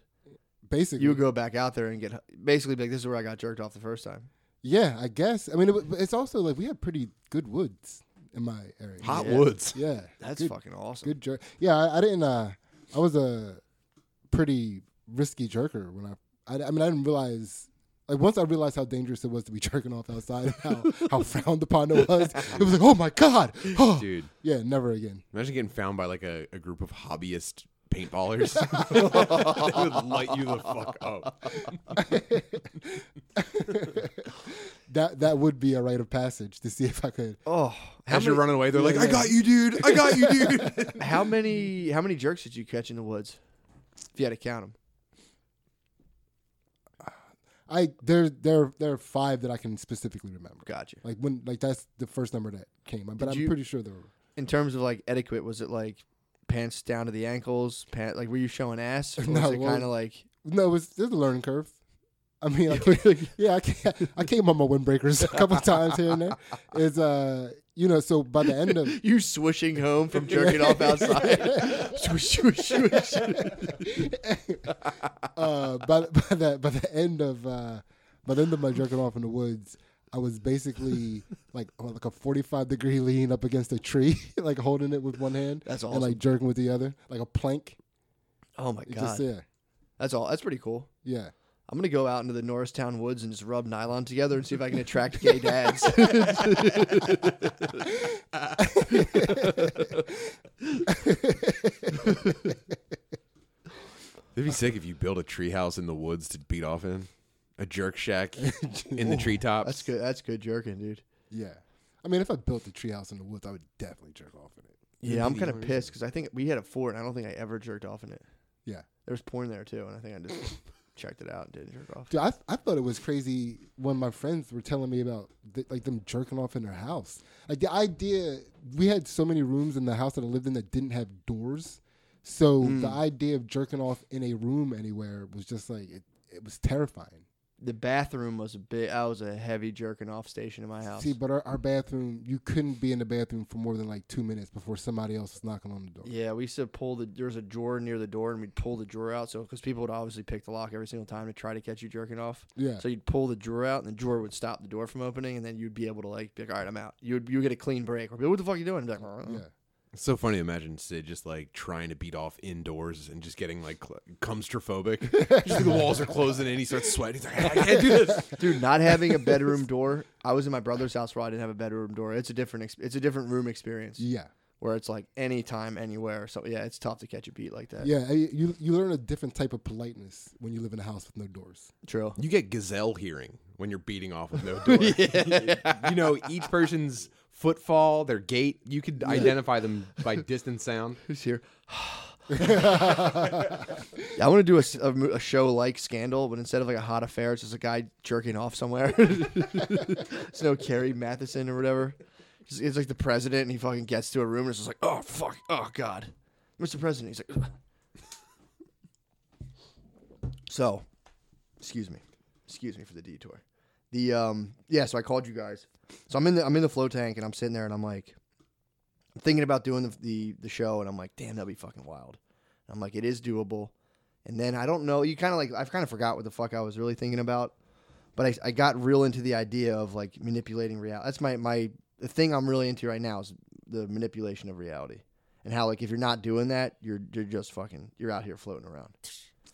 Speaker 3: basically,
Speaker 1: You would go back out there and get basically be like, "This is where I got jerked off the first time."
Speaker 3: yeah, I guess. I mean, it, wa- but it's also like we had pretty good woods in my area.
Speaker 2: Hot
Speaker 1: Yeah.
Speaker 2: woods.
Speaker 3: Yeah,
Speaker 1: That's
Speaker 3: good,
Speaker 1: fucking awesome.
Speaker 3: good jerk. Yeah, I, I didn't. uh I was a pretty risky jerker when I, I. I mean, I didn't realize. Like once I realized how dangerous it was to be (laughs) jerking off outside, and how
Speaker 1: (laughs)
Speaker 3: how frowned upon it was, it was like, oh my god, oh.
Speaker 2: Dude,
Speaker 3: yeah, never again. (laughs)
Speaker 2: imagine getting found by like a, a group of hobbyist paintballers. (laughs) they would light you the fuck up.
Speaker 3: That that would be a rite of passage to see if I could.
Speaker 1: Oh, how
Speaker 2: As you're
Speaker 1: many,
Speaker 2: running away, they're like,
Speaker 3: Yeah,
Speaker 2: "I
Speaker 3: yeah.
Speaker 2: got you, dude! I got you,
Speaker 1: (laughs)
Speaker 2: dude!"
Speaker 1: how many how many jerks did you catch in the woods? If you had to count them,
Speaker 3: I there there there are five that I can specifically remember.
Speaker 1: gotcha.
Speaker 3: Like when like that's the first number that came, but
Speaker 1: Did
Speaker 3: I'm
Speaker 1: you-
Speaker 3: pretty sure there were.
Speaker 1: In terms of like etiquette, was it like pants down to the ankles? Pant like were you showing ass? Or
Speaker 3: No,
Speaker 1: was it
Speaker 3: well-
Speaker 1: kind of like
Speaker 3: No, it was there's a learning curve.
Speaker 1: (laughs)
Speaker 3: I mean, I came, yeah, I, came, I came on my windbreakers a couple times here and there. Is uh, you know, so by the end of
Speaker 1: (laughs)
Speaker 3: (laughs)
Speaker 1: you swishing home from jerking off
Speaker 3: (laughs)
Speaker 1: outside? Swish, swish, swish.
Speaker 3: uh, by by the by the end of uh, by the end of my jerking off in the woods, I was basically like on like a forty five degree lean up against a tree, (laughs) like holding it with one hand
Speaker 1: That's
Speaker 3: and
Speaker 1: awesome.
Speaker 3: like jerking with the other, like a plank.
Speaker 1: Oh my
Speaker 3: It just
Speaker 1: god,
Speaker 3: yeah,
Speaker 1: that's all. That's pretty cool.
Speaker 3: yeah.
Speaker 1: I'm gonna go out into the Norristown woods and just rub nylon together and see if I can attract gay
Speaker 3: (laughs)
Speaker 1: dads.
Speaker 2: It'd be sick if you built a treehouse in the woods to beat off in, a
Speaker 1: (laughs)
Speaker 2: jerk shack in the treetops.
Speaker 1: that's good. That's good jerking, dude.
Speaker 3: Yeah. I mean, if I built a treehouse in the woods, I would definitely jerk off in it.
Speaker 1: Yeah, I'm kind of pissed because I think we had a fort and I don't think I ever jerked off in it.
Speaker 3: Yeah.
Speaker 1: There was porn there too, and I think I just
Speaker 3: (laughs)
Speaker 1: checked it out and didn't jerk off.
Speaker 3: Dude, I, I thought it was crazy when my friends were telling me about th- like them jerking off in their house. Like the idea, we had so many rooms in the house that I lived in that didn't have doors, so
Speaker 1: Hmm.
Speaker 3: the idea of jerking off in a room anywhere was just like it. It was terrifying.
Speaker 1: The bathroom was a bit. I was a heavy jerking off station in my house.
Speaker 3: See, but our, our bathroom, you couldn't be in the bathroom for more than like two minutes before somebody else was knocking on the door.
Speaker 1: yeah, we used to pull the. There was a drawer near the door, and we'd pull the drawer out. So because people would obviously pick the lock every single time to try to catch you jerking off.
Speaker 3: Yeah.
Speaker 1: So you'd pull the drawer out, and the drawer would stop the door from opening, and then you'd be able to like, be like all right, I'm out. You would you would get a clean break. Or be like, what the fuck you doing? And be like, "Uh-uh."
Speaker 3: Yeah.
Speaker 2: It's so funny. to Imagine Sid just like trying to beat off indoors and just getting like cl- cumstrophobic. just like, the walls are closing in. He starts sweating. He's like, I can't do this.
Speaker 1: Dude, not having a
Speaker 3: (laughs)
Speaker 1: bedroom door. I was in my brother's house where I didn't have a bedroom door. It's a different. Ex- it's a different room experience
Speaker 3: Yeah.
Speaker 1: where it's like anytime, anywhere. So yeah, it's tough to catch a beat like that.
Speaker 3: Yeah, I- you you learn a different type of politeness when you live in a house with no doors.
Speaker 1: True.
Speaker 2: You get gazelle hearing when you're beating off with no (laughs) door. You know, each person's footfall, their gait, you could identify them by distant sound.
Speaker 1: Who's here? I want to do a s- a, mo- a show like Scandal, but instead of like a hot affair, it's just a guy jerking off somewhere. (laughs) it's no Carrie Matheson or whatever. It's, it's like the president, and he fucking gets to a room and it's just like, oh fuck, oh god, Mr. President. He's like, so, excuse me, excuse me for the detour. The um, yeah. So I called you guys. So I'm in the I'm in the flow tank, and I'm sitting there, and I'm like, I'm thinking about doing the, the the show, and I'm like, damn, that'd be fucking wild. And I'm like, it is doable. And then I don't know. You kind of like I've kind of forgot what the fuck I was really thinking about, but I, I got real into the idea of like manipulating reality. That's my my the thing I'm really into right now is the manipulation of reality and how like if you're not doing that, you're you're just fucking you're out here floating around.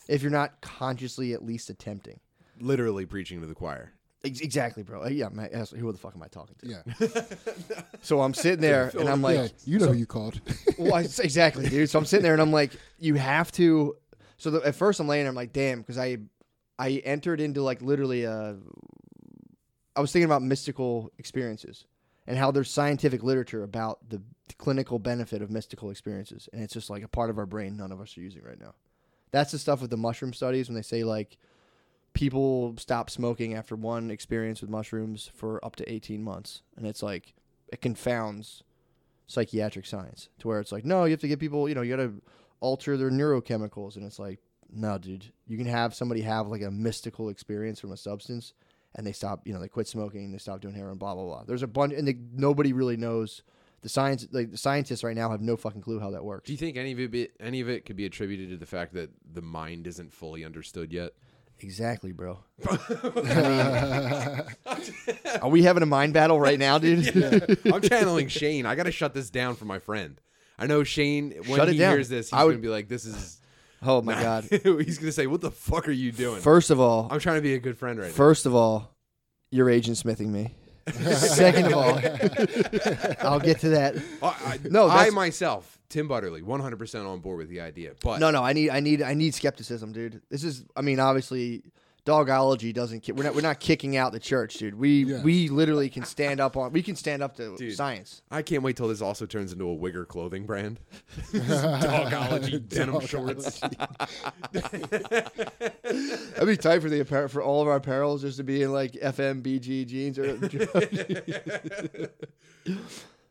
Speaker 1: If you're not consciously at least attempting.
Speaker 2: Literally preaching to the choir.
Speaker 1: Ex- Exactly, bro. Uh, Yeah, my, that's- who the fuck am I talking to?
Speaker 3: Yeah,
Speaker 1: So I'm
Speaker 3: (laughs)
Speaker 1: sitting there and I'm like,
Speaker 3: yeah, you know who you called. (laughs)
Speaker 1: well, I, exactly, dude. So I'm sitting there and I'm like, you have to. So the, at first I'm laying there, I'm like, damn, because I, I entered into like literally a. I was thinking about mystical experiences and how there's scientific literature about the clinical benefit of mystical experiences, and it's just like a part of our brain none of us are using right now. That's the stuff with the mushroom studies when they say like people stop smoking after one experience with mushrooms for up to 18 months, and it's like it confounds psychiatric science to where it's like, no, you have to get people, you know, you got to alter their neurochemicals. And it's like, no, dude, you can have somebody have like a mystical experience from a substance and they stop, you know, they quit smoking, they stop doing heroin, blah, blah, blah. There's a bunch, and they, nobody really knows the science, like the scientists right now have no fucking clue how that works.
Speaker 2: Do you think any of it be, any of it could be attributed to the fact that the mind isn't fully understood yet?
Speaker 1: Exactly, bro. Are we having a mind battle right now, dude?
Speaker 2: I'm channeling Shane. I got to shut this down for my friend. I know Shane when
Speaker 1: Shut it
Speaker 2: he
Speaker 1: down.
Speaker 2: hears this, he's
Speaker 1: I would-
Speaker 2: going to be like this (laughs) is
Speaker 1: (laughs) Oh my God.
Speaker 2: (laughs) he's going to say what the fuck are you doing?
Speaker 1: First of all,
Speaker 2: I'm trying to be a good friend right
Speaker 1: First of all, your agent smithing me. Second of all, (laughs) I'll get to that.
Speaker 2: now. I, I,
Speaker 1: No,
Speaker 2: I
Speaker 1: that's-
Speaker 2: myself, Tim Butterly, 100% on board with the idea. But
Speaker 1: No, no, I need, I need, I need skepticism, dude. This is, I mean, obviously, dogology doesn't. Ki- we're not, we're not kicking out the church, dude. We,
Speaker 3: Yeah.
Speaker 1: we literally can stand up on. We can stand up to science.
Speaker 2: I can't wait till this also turns into a Wigger clothing
Speaker 1: (laughs)
Speaker 2: brand.
Speaker 3: (laughs)
Speaker 2: Dogology denim shorts.
Speaker 1: That'd be tight for the apparel for all of our apparels just to be in like FMBG jeans or.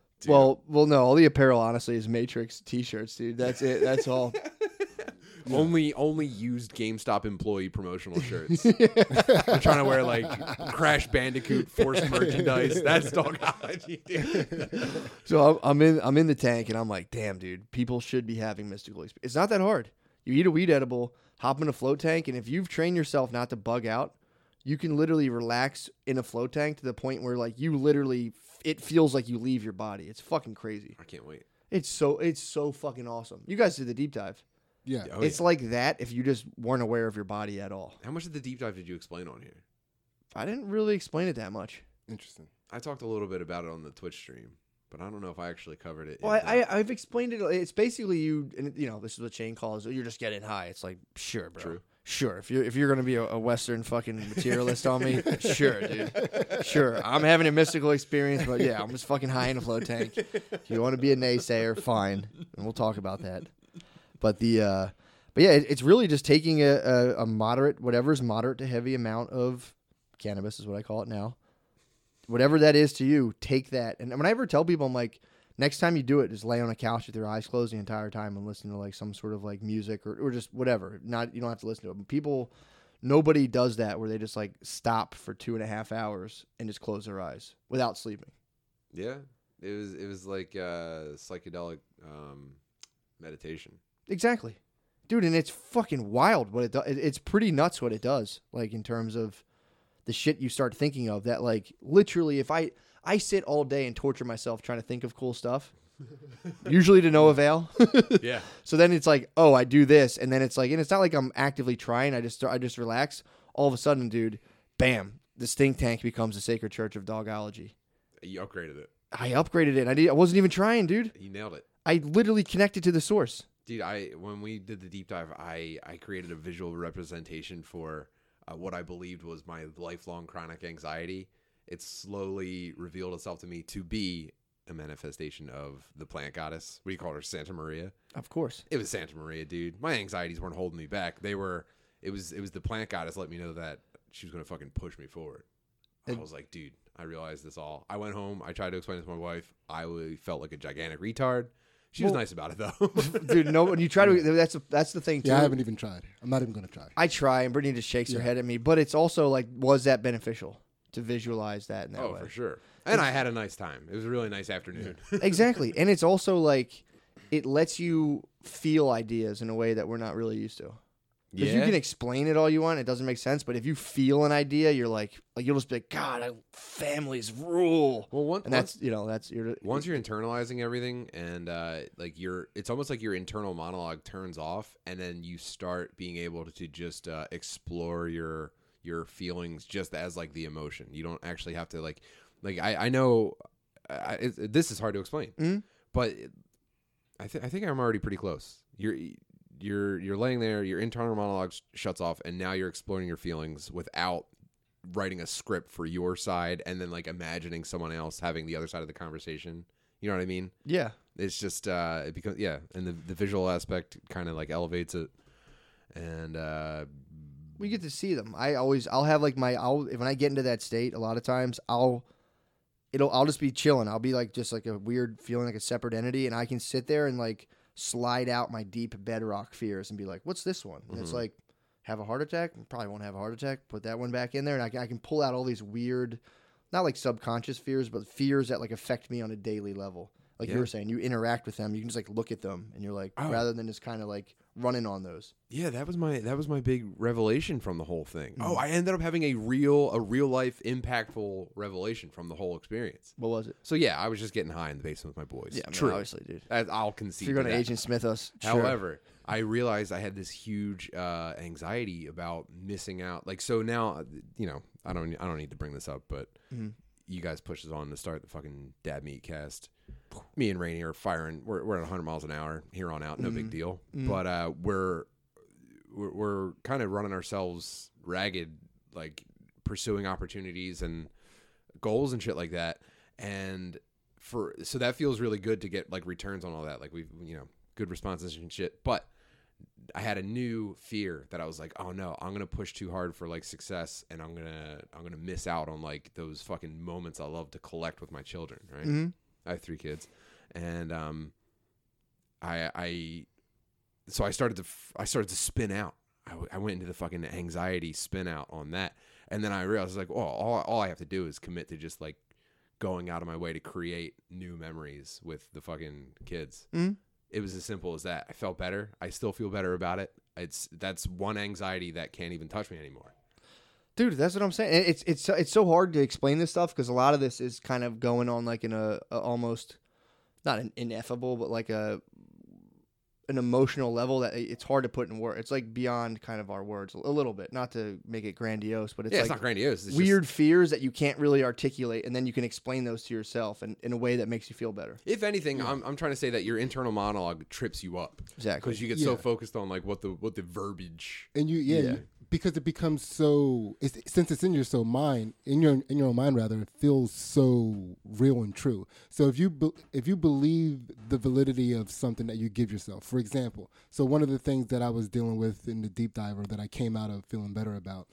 Speaker 1: (laughs) well, well, no. All the apparel, honestly, is Matrix T-shirts, dude. That's it. That's all.
Speaker 2: Only only used GameStop
Speaker 1: (laughs)
Speaker 2: employee promotional shirts. I'm trying to wear like Crash Bandicoot forced merchandise. That's
Speaker 1: (laughs)
Speaker 2: Dogology, dude.
Speaker 1: So I'm, I'm in I'm in the tank and I'm like, damn, dude, people should be having mystical experience. It's not that hard. You eat a weed edible, hop in a float tank, and if you've trained yourself not to bug out, you can literally relax in a float tank to the point where like you literally it feels like you leave your body. It's fucking crazy.
Speaker 2: I can't wait.
Speaker 1: It's so it's so fucking awesome. You guys did the deep dive.
Speaker 3: yeah,
Speaker 2: Oh,
Speaker 1: it's
Speaker 2: yeah.
Speaker 1: like that if you just weren't aware of your body at all.
Speaker 2: How much of the deep dive did you explain on here?
Speaker 1: I didn't really explain it that much.
Speaker 3: interesting.
Speaker 2: I talked a little bit about it on the Twitch stream, but I don't know if I actually covered it. uh, in
Speaker 1: Well, I,
Speaker 2: depth.
Speaker 1: I, I've explained it. It's basically you, and you know, this is what Shane calls. You're just getting high. It's like, sure, bro,
Speaker 2: True.
Speaker 1: sure. If you're if you're gonna be a, a Western fucking materialist on
Speaker 2: (laughs)
Speaker 1: me, sure, dude, sure. I'm having a mystical experience, but yeah, I'm just fucking high in a float tank. If you want to be a naysayer, fine, and we'll talk about that. But the, uh, but yeah, it, it's really just taking a, a, a moderate, whatever's moderate to heavy amount of cannabis is what I call it now. Whatever that is to you, take that. And when I ever tell people, I'm like, next time you do it, just lay on a couch with your eyes closed the entire time and listen to like some sort of like music or, or just whatever. Not you don't have to listen to it. But people, nobody does that where they just like stop for two and a half hours and just close their eyes without sleeping.
Speaker 2: Yeah, it was it was like uh, psychedelic um, meditation.
Speaker 1: (laughs) Exactly, dude. And it's fucking wild what it does. It's pretty nuts what it does. Like in terms of the shit you start (laughs) thinking of that. Like literally, if I I sit all day and torture myself trying to think of cool stuff, usually to no avail. (laughs)
Speaker 2: Yeah.
Speaker 1: So then it's like, oh, I do this, and then it's like, and it's not like I'm actively trying. I just I just relax. All of a sudden, dude, bam, this think tank becomes a sacred church of dogology.
Speaker 2: You upgraded it.
Speaker 1: I upgraded it. I did. I wasn't even trying, dude.
Speaker 2: You nailed it.
Speaker 1: I literally connected to the source.
Speaker 2: Dude, I when we did the deep dive, I I created a visual representation for uh, what I believed was my lifelong chronic anxiety. It slowly revealed itself to me to be a manifestation of the plant goddess. We called her Santa Maria.
Speaker 1: Of course.
Speaker 2: It was Santa Maria, dude. My anxieties weren't holding me back. They were. It was. It was the plant goddess let me know that she was gonna fucking push me forward. I was like, dude, I realized this all. I went home. I tried to explain it to my wife. I wa- felt like a gigantic retard. She was nice about it though.
Speaker 1: (laughs)
Speaker 2: (laughs)
Speaker 1: Dude, no. When you try to, that's a, that's the thing too.
Speaker 3: Yeah, I haven't even tried. I'm not even going to try.
Speaker 1: I try, and Brittany just shakes her head at me. But it's also like, was that beneficial to visualize that in that
Speaker 2: oh,
Speaker 1: way?
Speaker 2: for sure. And I had a nice time. It was a really nice afternoon.
Speaker 1: (laughs) exactly, and it's also like, it lets you feel ideas in a way that we're not really used to. Because you
Speaker 2: Yeah.
Speaker 1: can explain it all you want, it doesn't make sense. But if you feel an idea, you're like, like you'll just be like, God, I, families rule.
Speaker 2: (laughs) well, one,
Speaker 1: and that's you know that's your
Speaker 2: once you're internalizing everything and uh, like your it's almost like your internal monologue turns off and then you start being able to just uh, explore your your feelings just as like the emotion you don't actually have to like like i, I know I, it, this is hard to explain
Speaker 1: Mm.
Speaker 2: but it- I, th- I think i'm already pretty close you're you're you're laying there your internal monologue sh- shuts off and now you're exploring your feelings without writing a script for your side and then like imagining someone else having the other side of the conversation you know what I mean?
Speaker 1: yeah.
Speaker 2: It's just uh, it becomes yeah, and the the visual aspect kind of like elevates it, and uh,
Speaker 1: We get to see them. I always I'll have like my I'll when I get into that state a lot of times I'll it'll I'll just be chilling. I'll be like just like a weird feeling like a separate entity and I can sit there and like slide out my deep bedrock fears and be like, what's this one? And it's like have a heart attack, probably won't have a heart attack, put that one back in there and I, can- I can pull out all these weird not like subconscious fears, but fears that like affect me on a daily level. Like you
Speaker 2: Yeah.
Speaker 1: were saying, you interact with them, you can just like look at them and you're like
Speaker 2: Oh.
Speaker 1: rather than just kind of like running on those.
Speaker 2: yeah, that was my that was my big revelation from the whole thing.
Speaker 1: Mm.
Speaker 2: Oh, I ended up having a real a real life impactful revelation from the whole experience.
Speaker 1: What was it?
Speaker 2: So yeah, I was just getting high in the basement with my boys.
Speaker 1: Yeah, I mean,
Speaker 2: true.
Speaker 1: obviously, dude.
Speaker 2: I, I'll
Speaker 1: If
Speaker 2: concede.
Speaker 1: you're going to
Speaker 2: that.
Speaker 1: Agent Smith us, sure.
Speaker 2: However, I realized I had this huge uh, anxiety about missing out. Like so now, uh, you know, I don't I don't need to bring this up, but you guys push us on to start the fucking dad meat cast. Me and Rainey are firing. We're we're at 100 miles an hour here on out. No big deal. But uh, we're we're, we're kind of running ourselves ragged, like pursuing opportunities and goals and shit like that. And for so that feels really good to get like returns on all that. Like we've you know good responses and shit. But I had a new fear that I was like, oh no, I'm gonna push too hard for like success, and I'm gonna I'm gonna miss out on like those fucking moments I love to collect with my children. Right?
Speaker 1: Mhm.
Speaker 2: I have three kids, and um, I I so I started to f- I started to spin out. I, w- I went into the fucking anxiety spin out on that, and then I realized like, oh, all all I have to do is commit to just like going out of my way to create new memories with the fucking kids.
Speaker 1: Mhm.
Speaker 2: It was as simple as that. I felt better. I still feel better about it. It's that's one anxiety that can't even touch me anymore.
Speaker 1: dude, that's what I'm saying. And It's it's it's so hard to explain this stuff because a lot of this is kind of going on like in a, a almost not an ineffable, but like a an emotional level that it's hard to put in words. It's like beyond kind of our words a little bit. Not to make it grandiose, but it's
Speaker 2: yeah,
Speaker 1: like
Speaker 2: it's not grandiose. It's
Speaker 1: weird fears that you can't really articulate, and then you can explain those to yourself and in a way that makes you feel better.
Speaker 2: Just, if anything, I'm, I'm trying to say that your internal monologue trips you up
Speaker 1: Exactly.
Speaker 2: because you get so
Speaker 3: Yeah.
Speaker 2: focused on like what the what the verbiage.
Speaker 3: and you yeah, You, because it becomes so it's, since it's in your so mind in your in your own mind rather it feels so real and true so if you be, if you believe the validity of something that you give yourself for example so one of the things that i was dealing with in the deep diver that i came out of feeling better about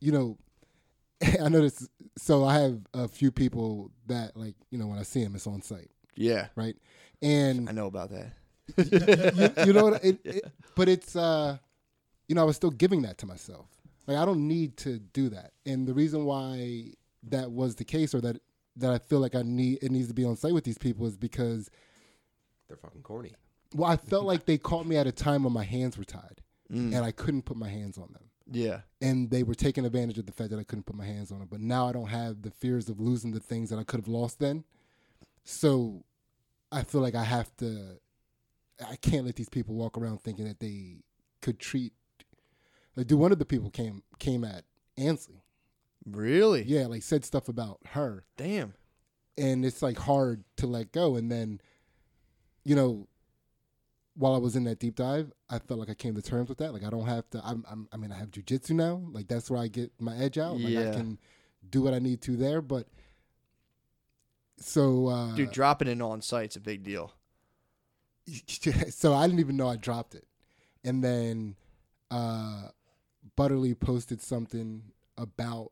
Speaker 3: you know (laughs) i noticed so i have a few people that like you know when i see them it's on site
Speaker 1: yeah,
Speaker 3: right and
Speaker 1: I know about that.
Speaker 3: you, you know what it, it- but it's uh you know i was still giving that to myself like i don't need to do that and the reason why that was the case or that that i feel like i need it needs to be on site with these people is because
Speaker 2: They're fucking corny.
Speaker 3: well i felt like they caught me at a time when my hands were tied
Speaker 1: Hmm.
Speaker 3: and i couldn't put my hands on them
Speaker 1: Mm. Yeah,
Speaker 3: and they were taking advantage of the fact that i couldn't put my hands on them but now i don't have the fears of losing the things that i could have lost then so I feel like I have to. I can't let these people walk around thinking that they could treat. Like, dude, one of the people came came at Ansley.
Speaker 1: Really?
Speaker 3: Yeah, like said stuff about her,
Speaker 1: Damn.
Speaker 3: and it's like hard to let go. And then, you know, while I was in that deep dive, I felt like I came to terms with that. Like I don't have to. I'm. I'm I mean, I have jujitsu now. Like that's where I get my edge out. Like I
Speaker 1: Yeah.
Speaker 3: can do what I need to there. But so, uh,
Speaker 1: Dude, dropping it on site's a big deal.
Speaker 3: (laughs) so I didn't even know I dropped it. And then uh, Butterly posted something about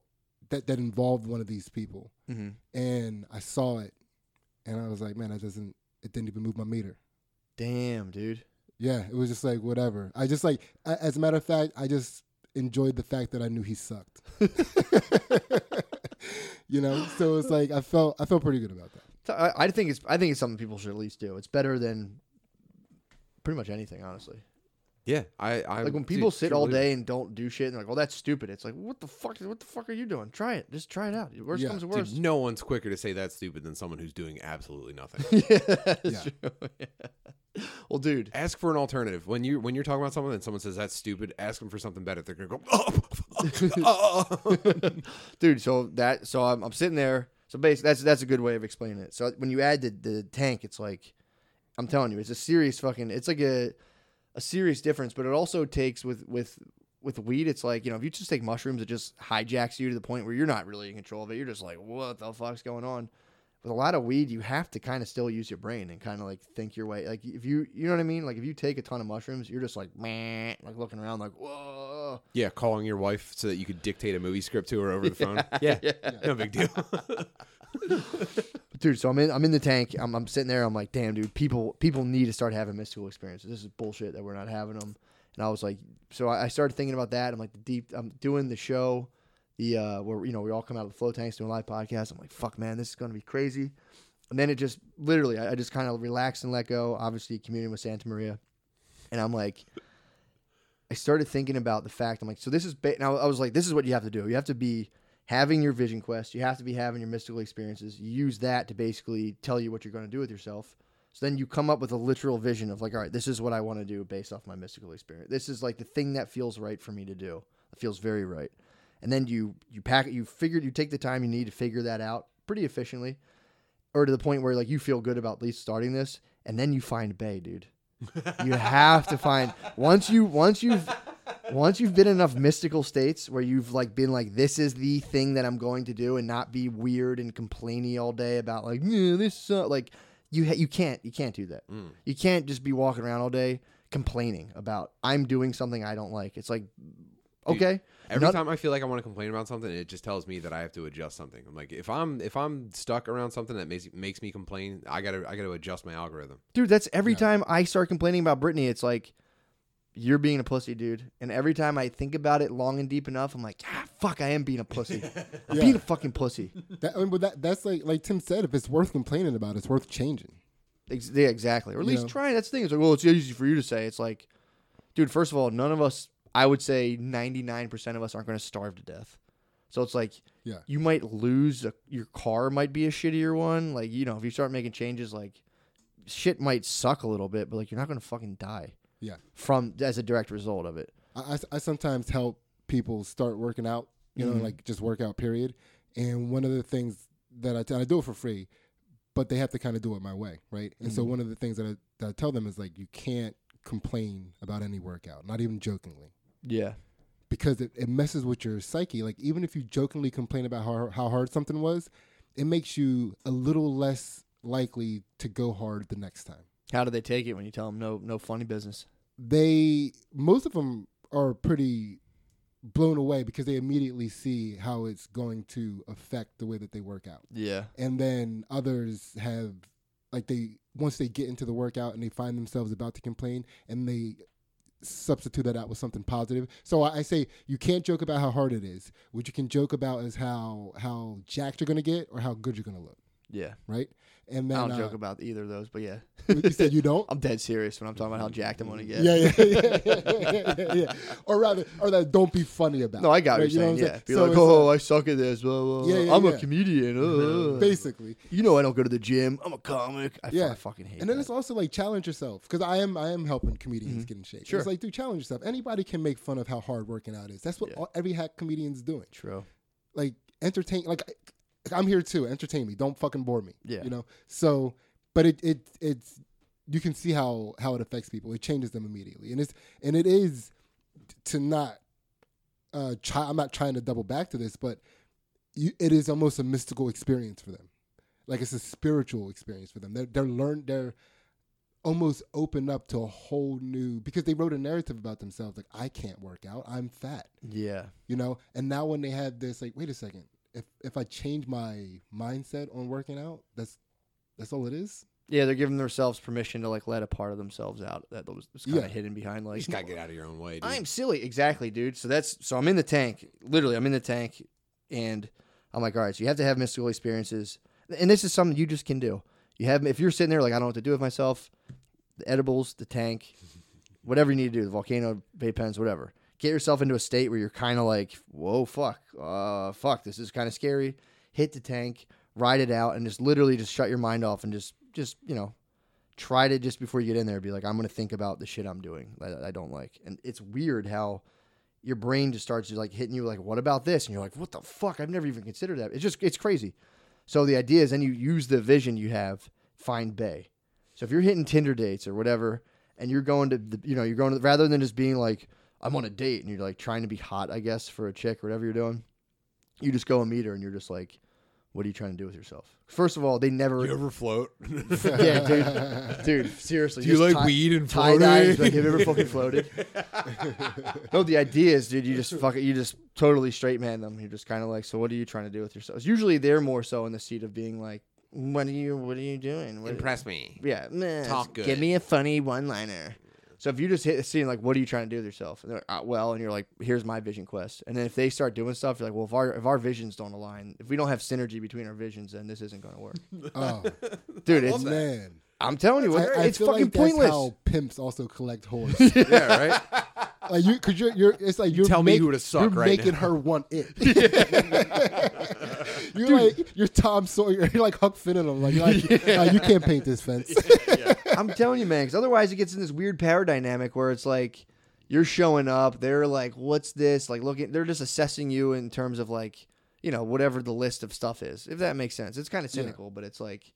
Speaker 3: that that involved one of these people,
Speaker 1: Mm-hmm.
Speaker 3: and I saw it, and I was like, man, that doesn't. It didn't even move my meter.
Speaker 1: Damn, dude.
Speaker 3: Yeah, it was just like whatever. I just like, a- as a matter of fact, I just enjoyed the fact that I knew he sucked. (laughs) you know, so it's like I felt I felt pretty good about that.
Speaker 1: So I, I think it's I think it's something people should at least do. It's better than pretty much anything, honestly.
Speaker 2: Yeah, I, I
Speaker 1: Like when
Speaker 2: dude,
Speaker 1: people sit
Speaker 2: can't
Speaker 1: all
Speaker 2: believe it.
Speaker 1: day and don't do shit and they're like, "Well, that's stupid." It's like, "What the fuck? What the fuck are you doing? Try it. Just try it out. Worst
Speaker 3: Yeah,
Speaker 1: comes to
Speaker 2: Dude, (laughs)
Speaker 1: worst." (laughs)
Speaker 2: no one's quicker to say that's stupid than someone who's doing absolutely nothing.
Speaker 1: (laughs) yeah, that's
Speaker 3: Yeah.
Speaker 1: true. (laughs) Yeah. Well, dude,
Speaker 2: ask for an alternative when you when you're talking about something and someone says that's stupid. Ask them for something better. They're gonna go. Oh, (laughs) fuck, oh."
Speaker 1: (laughs) dude. So that so I'm, I'm sitting there. So basically, that's that's a good way of explaining it. So when you add the, the tank, it's like I'm telling you, it's a serious fucking. It's like a a serious difference. But it also takes with with with weed. It's like you know, if you just take mushrooms, it just hijacks you to the point where you're not really in control of it. You're just like, what the fuck's going on? With a lot of weed, you have to kind of still use your brain and kind of like think your way. Like if you, you know what I mean. Like if you take a ton of mushrooms, you're just like, meh, like looking around, like, whoa.
Speaker 2: yeah, calling your wife so that you could dictate a movie script to her over the phone. Yeah, no big (laughs) deal.
Speaker 1: dude. So I'm in. I'm in the tank. I'm, I'm sitting there. I'm like, damn, dude. People people need to start having mystical experiences. This is bullshit that we're not having them. And I was like, so I, I started thinking about that. I'm like, the deep. I'm doing the show, the uh, where you know we all come out of the flow tanks doing live podcasts. I'm like, fuck, man, this is gonna be crazy. And then it just literally, I, I just kind of relaxed and let go. Obviously, communing with Santa Maria, and I'm like. I started thinking about the fact I'm like, so this is ba- now I was like, this is what you have to do. You have to be having your vision quest. You have to be having your mystical experiences. You use that to basically tell you what you're going to do with yourself. So then you come up with a literal vision of like, all right, this is what I want to do based off my mystical experience. This is like the thing that feels right for me to do. It feels very right. And then you you pack it. You figure you take the time you need to figure that out pretty efficiently, or to the point where like you feel good about at least starting this. And then you find Bay, dude. You have to find once you once you've once you've been in enough mystical states where you've like been like this is the thing that I'm going to do and not be weird and complainy all day about like "Yeah, this suck." like you ha- you can't you can't do that. You can't just be walking around all day complaining about I'm doing something I don't like. It's like okay,
Speaker 2: Every
Speaker 1: Not-
Speaker 2: time I feel like I want to complain about something, it just tells me that I have to adjust something. I'm like, if I'm if I'm stuck around something that makes makes me complain, I gotta I gotta adjust my algorithm.
Speaker 1: dude, that's every time I start complaining about Brittany, it's like you're being a pussy, dude. And every time I think about it long and deep enough, I'm like, ah, fuck, I am being a pussy. I'm
Speaker 3: Yeah.
Speaker 1: being a fucking pussy.
Speaker 3: That, I mean, but that that's like like Tim said, if it's worth complaining about, it's worth changing.
Speaker 1: Ex- yeah, exactly. Or at
Speaker 3: You
Speaker 1: least
Speaker 3: know?
Speaker 1: try. That's the thing. It's like, well, it's easy for you to say. It's like, dude, first of all, none of us, I would say 99% of us aren't going to starve to death. So it's like,
Speaker 3: Yeah.
Speaker 1: you might lose, a, your car might be a shittier one. Like, you know, if you start making changes, like, shit might suck a little bit, but like, you're not going to fucking die
Speaker 3: Yeah.
Speaker 1: from, as a direct result of it.
Speaker 3: I, I- I sometimes help people start working out, you know, like just workout period. And one of the things that I, t- and I do it for free, but they have to kind of do it my way, right? And so one of the things that I, that I tell them is like, you can't complain about any workout, not even jokingly,
Speaker 1: Yeah.
Speaker 3: because it, it messes with your psyche. Like, even if you jokingly complain about how, how hard something was, it makes you a little less likely to go hard the next time.
Speaker 1: How do they take it when you tell them no, no funny business?
Speaker 3: they most of them are pretty blown away because they immediately see how it's going to affect the way that they work out
Speaker 1: Yeah.
Speaker 3: and then others have like they once they get into the workout and they find themselves about to complain and they substitute that out with something positive so i I say you can't joke about how hard it is what you can joke about is how how jacked you're going to get or how good you're going to look
Speaker 1: Yeah.
Speaker 3: right? And then
Speaker 1: I don't
Speaker 3: uh,
Speaker 1: joke about either of those, but yeah.
Speaker 3: (laughs) you said you don't.
Speaker 1: (laughs) I'm dead serious when I'm talking about how jacked I'm gonna get.
Speaker 3: Yeah, yeah, yeah, yeah, yeah, yeah. Or rather, or that don't be funny about.
Speaker 1: No, I got
Speaker 3: right?
Speaker 1: what you're
Speaker 3: know
Speaker 1: saying.
Speaker 3: what
Speaker 1: yeah.
Speaker 3: I'm
Speaker 1: Be
Speaker 3: So
Speaker 1: like,
Speaker 3: it's,
Speaker 1: oh, I suck at this. Blah, blah, blah.
Speaker 3: Yeah, yeah,
Speaker 1: I'm
Speaker 3: yeah.
Speaker 1: a comedian.
Speaker 3: uh,
Speaker 1: Uh,
Speaker 3: basically,
Speaker 1: You know I don't go to the gym. I'm a comic. I, fu-
Speaker 3: Yeah.
Speaker 1: I fucking hate
Speaker 3: and then
Speaker 1: that.
Speaker 3: it's also like challenge yourself because I am I am helping comedians get in shape.
Speaker 1: Mm-hmm. Sure.
Speaker 3: It's like, dude, challenge yourself. Anybody can make fun of how hard working out is. That's what
Speaker 1: Yeah.
Speaker 3: all, every hack comedian's doing.
Speaker 1: True.
Speaker 3: Like entertain. Like I- I'm here too. Entertain me. Don't fucking bore me.
Speaker 1: Yeah.
Speaker 3: You know. So, but it it it's you can see how how it affects people. It changes them immediately, and it's and it is to not. Uh, try, I'm not trying to double back to this, but you, it is almost a mystical experience for them. Like it's a spiritual experience for them. They're they're learn they're almost open up to a whole new because they wrote a narrative about themselves like I can't work out. I'm fat
Speaker 1: Yeah.
Speaker 3: you know and now when they have this like wait a second if if i change my mindset on working out that's that's all it
Speaker 2: (laughs)
Speaker 3: is
Speaker 1: Yeah, they're giving themselves permission to like let a part of themselves out that was, was kind
Speaker 3: Yeah.
Speaker 1: of hidden behind
Speaker 2: You
Speaker 1: like
Speaker 2: just gotta get out of your own way. Dude.
Speaker 1: I'm silly. Exactly, dude. So that's so I'm in the tank. Literally, I'm in the tank, and I'm like, all right. So you have to have mystical experiences, and this is something you just can do. You have if you're sitting there like I don't know what to do with myself, the edibles, the tank, whatever you need to do, the volcano vape pens, whatever. Get yourself into a state where you're kind of like, whoa, fuck, uh, fuck, this is kind of scary. Hit the tank, ride it out, and just literally just shut your mind off and just, just you know, try to just before you get in there be like i'm gonna think about the shit i'm doing that i don't like and it's weird how your brain just starts just like hitting you like what about this and you're like what the fuck i've never even considered that it's just it's crazy so the idea is then you use the vision you have find bay so if you're hitting tinder dates or whatever and you're going to the, you know you're going to rather than just being like i'm on a date and you're like trying to be hot i guess for a chick or whatever you're doing you just go and meet her and you're just like what are you trying to do with yourself first of all they never
Speaker 2: (laughs) you ever float?
Speaker 1: yeah, dude. (laughs) Dude, seriously.
Speaker 2: Do you
Speaker 1: just
Speaker 2: like weed and
Speaker 1: tie dyes?
Speaker 2: floating?
Speaker 1: Like, have you ever fucking floated?
Speaker 2: (laughs)
Speaker 1: no, the idea is, dude, you just fucking, you just totally straight man them. You're just kind of like, so what are you trying to do with yourself? Usually they're more so in the seat of being like, what are you, what are you doing? What
Speaker 2: me.
Speaker 1: yeah, meh,
Speaker 2: Talk
Speaker 1: just
Speaker 2: good.
Speaker 1: Give me a funny one liner. So if you just hit a scene like, what are you trying to do with yourself? And they're like, "Ah, well, and you're like, here's my vision quest. And then if they start doing stuff, you're like, well, if our if our visions don't align, if we don't have synergy between our visions, then this isn't going to
Speaker 2: (laughs)
Speaker 1: work,
Speaker 3: oh
Speaker 1: dude. It's,
Speaker 3: man
Speaker 1: I'm telling you,
Speaker 3: I, I
Speaker 1: it's
Speaker 3: feel
Speaker 1: fucking
Speaker 3: like that's
Speaker 1: pointless.
Speaker 3: how pimps also collect
Speaker 2: (laughs) (laughs)
Speaker 3: whores
Speaker 2: Yeah, right.
Speaker 3: like you because you're, you're it's like you're
Speaker 2: Tell me
Speaker 3: make-
Speaker 2: who to suck
Speaker 3: you're
Speaker 2: right
Speaker 3: making
Speaker 2: now.
Speaker 3: her want
Speaker 2: (laughs)
Speaker 3: it (laughs) you're like you're tom sawyer (laughs) you're like huck finn and i'm like,
Speaker 2: (laughs)
Speaker 3: you're like "Nah, you can't paint this fence
Speaker 1: (laughs) I'm telling you, man, because otherwise it gets in this weird power dynamic where it's like you're showing up, they're like, "What's this?" Like looking, they're just assessing you in terms of like, you know, whatever the list of stuff is. If that makes sense, it's kind of cynical, but it's like,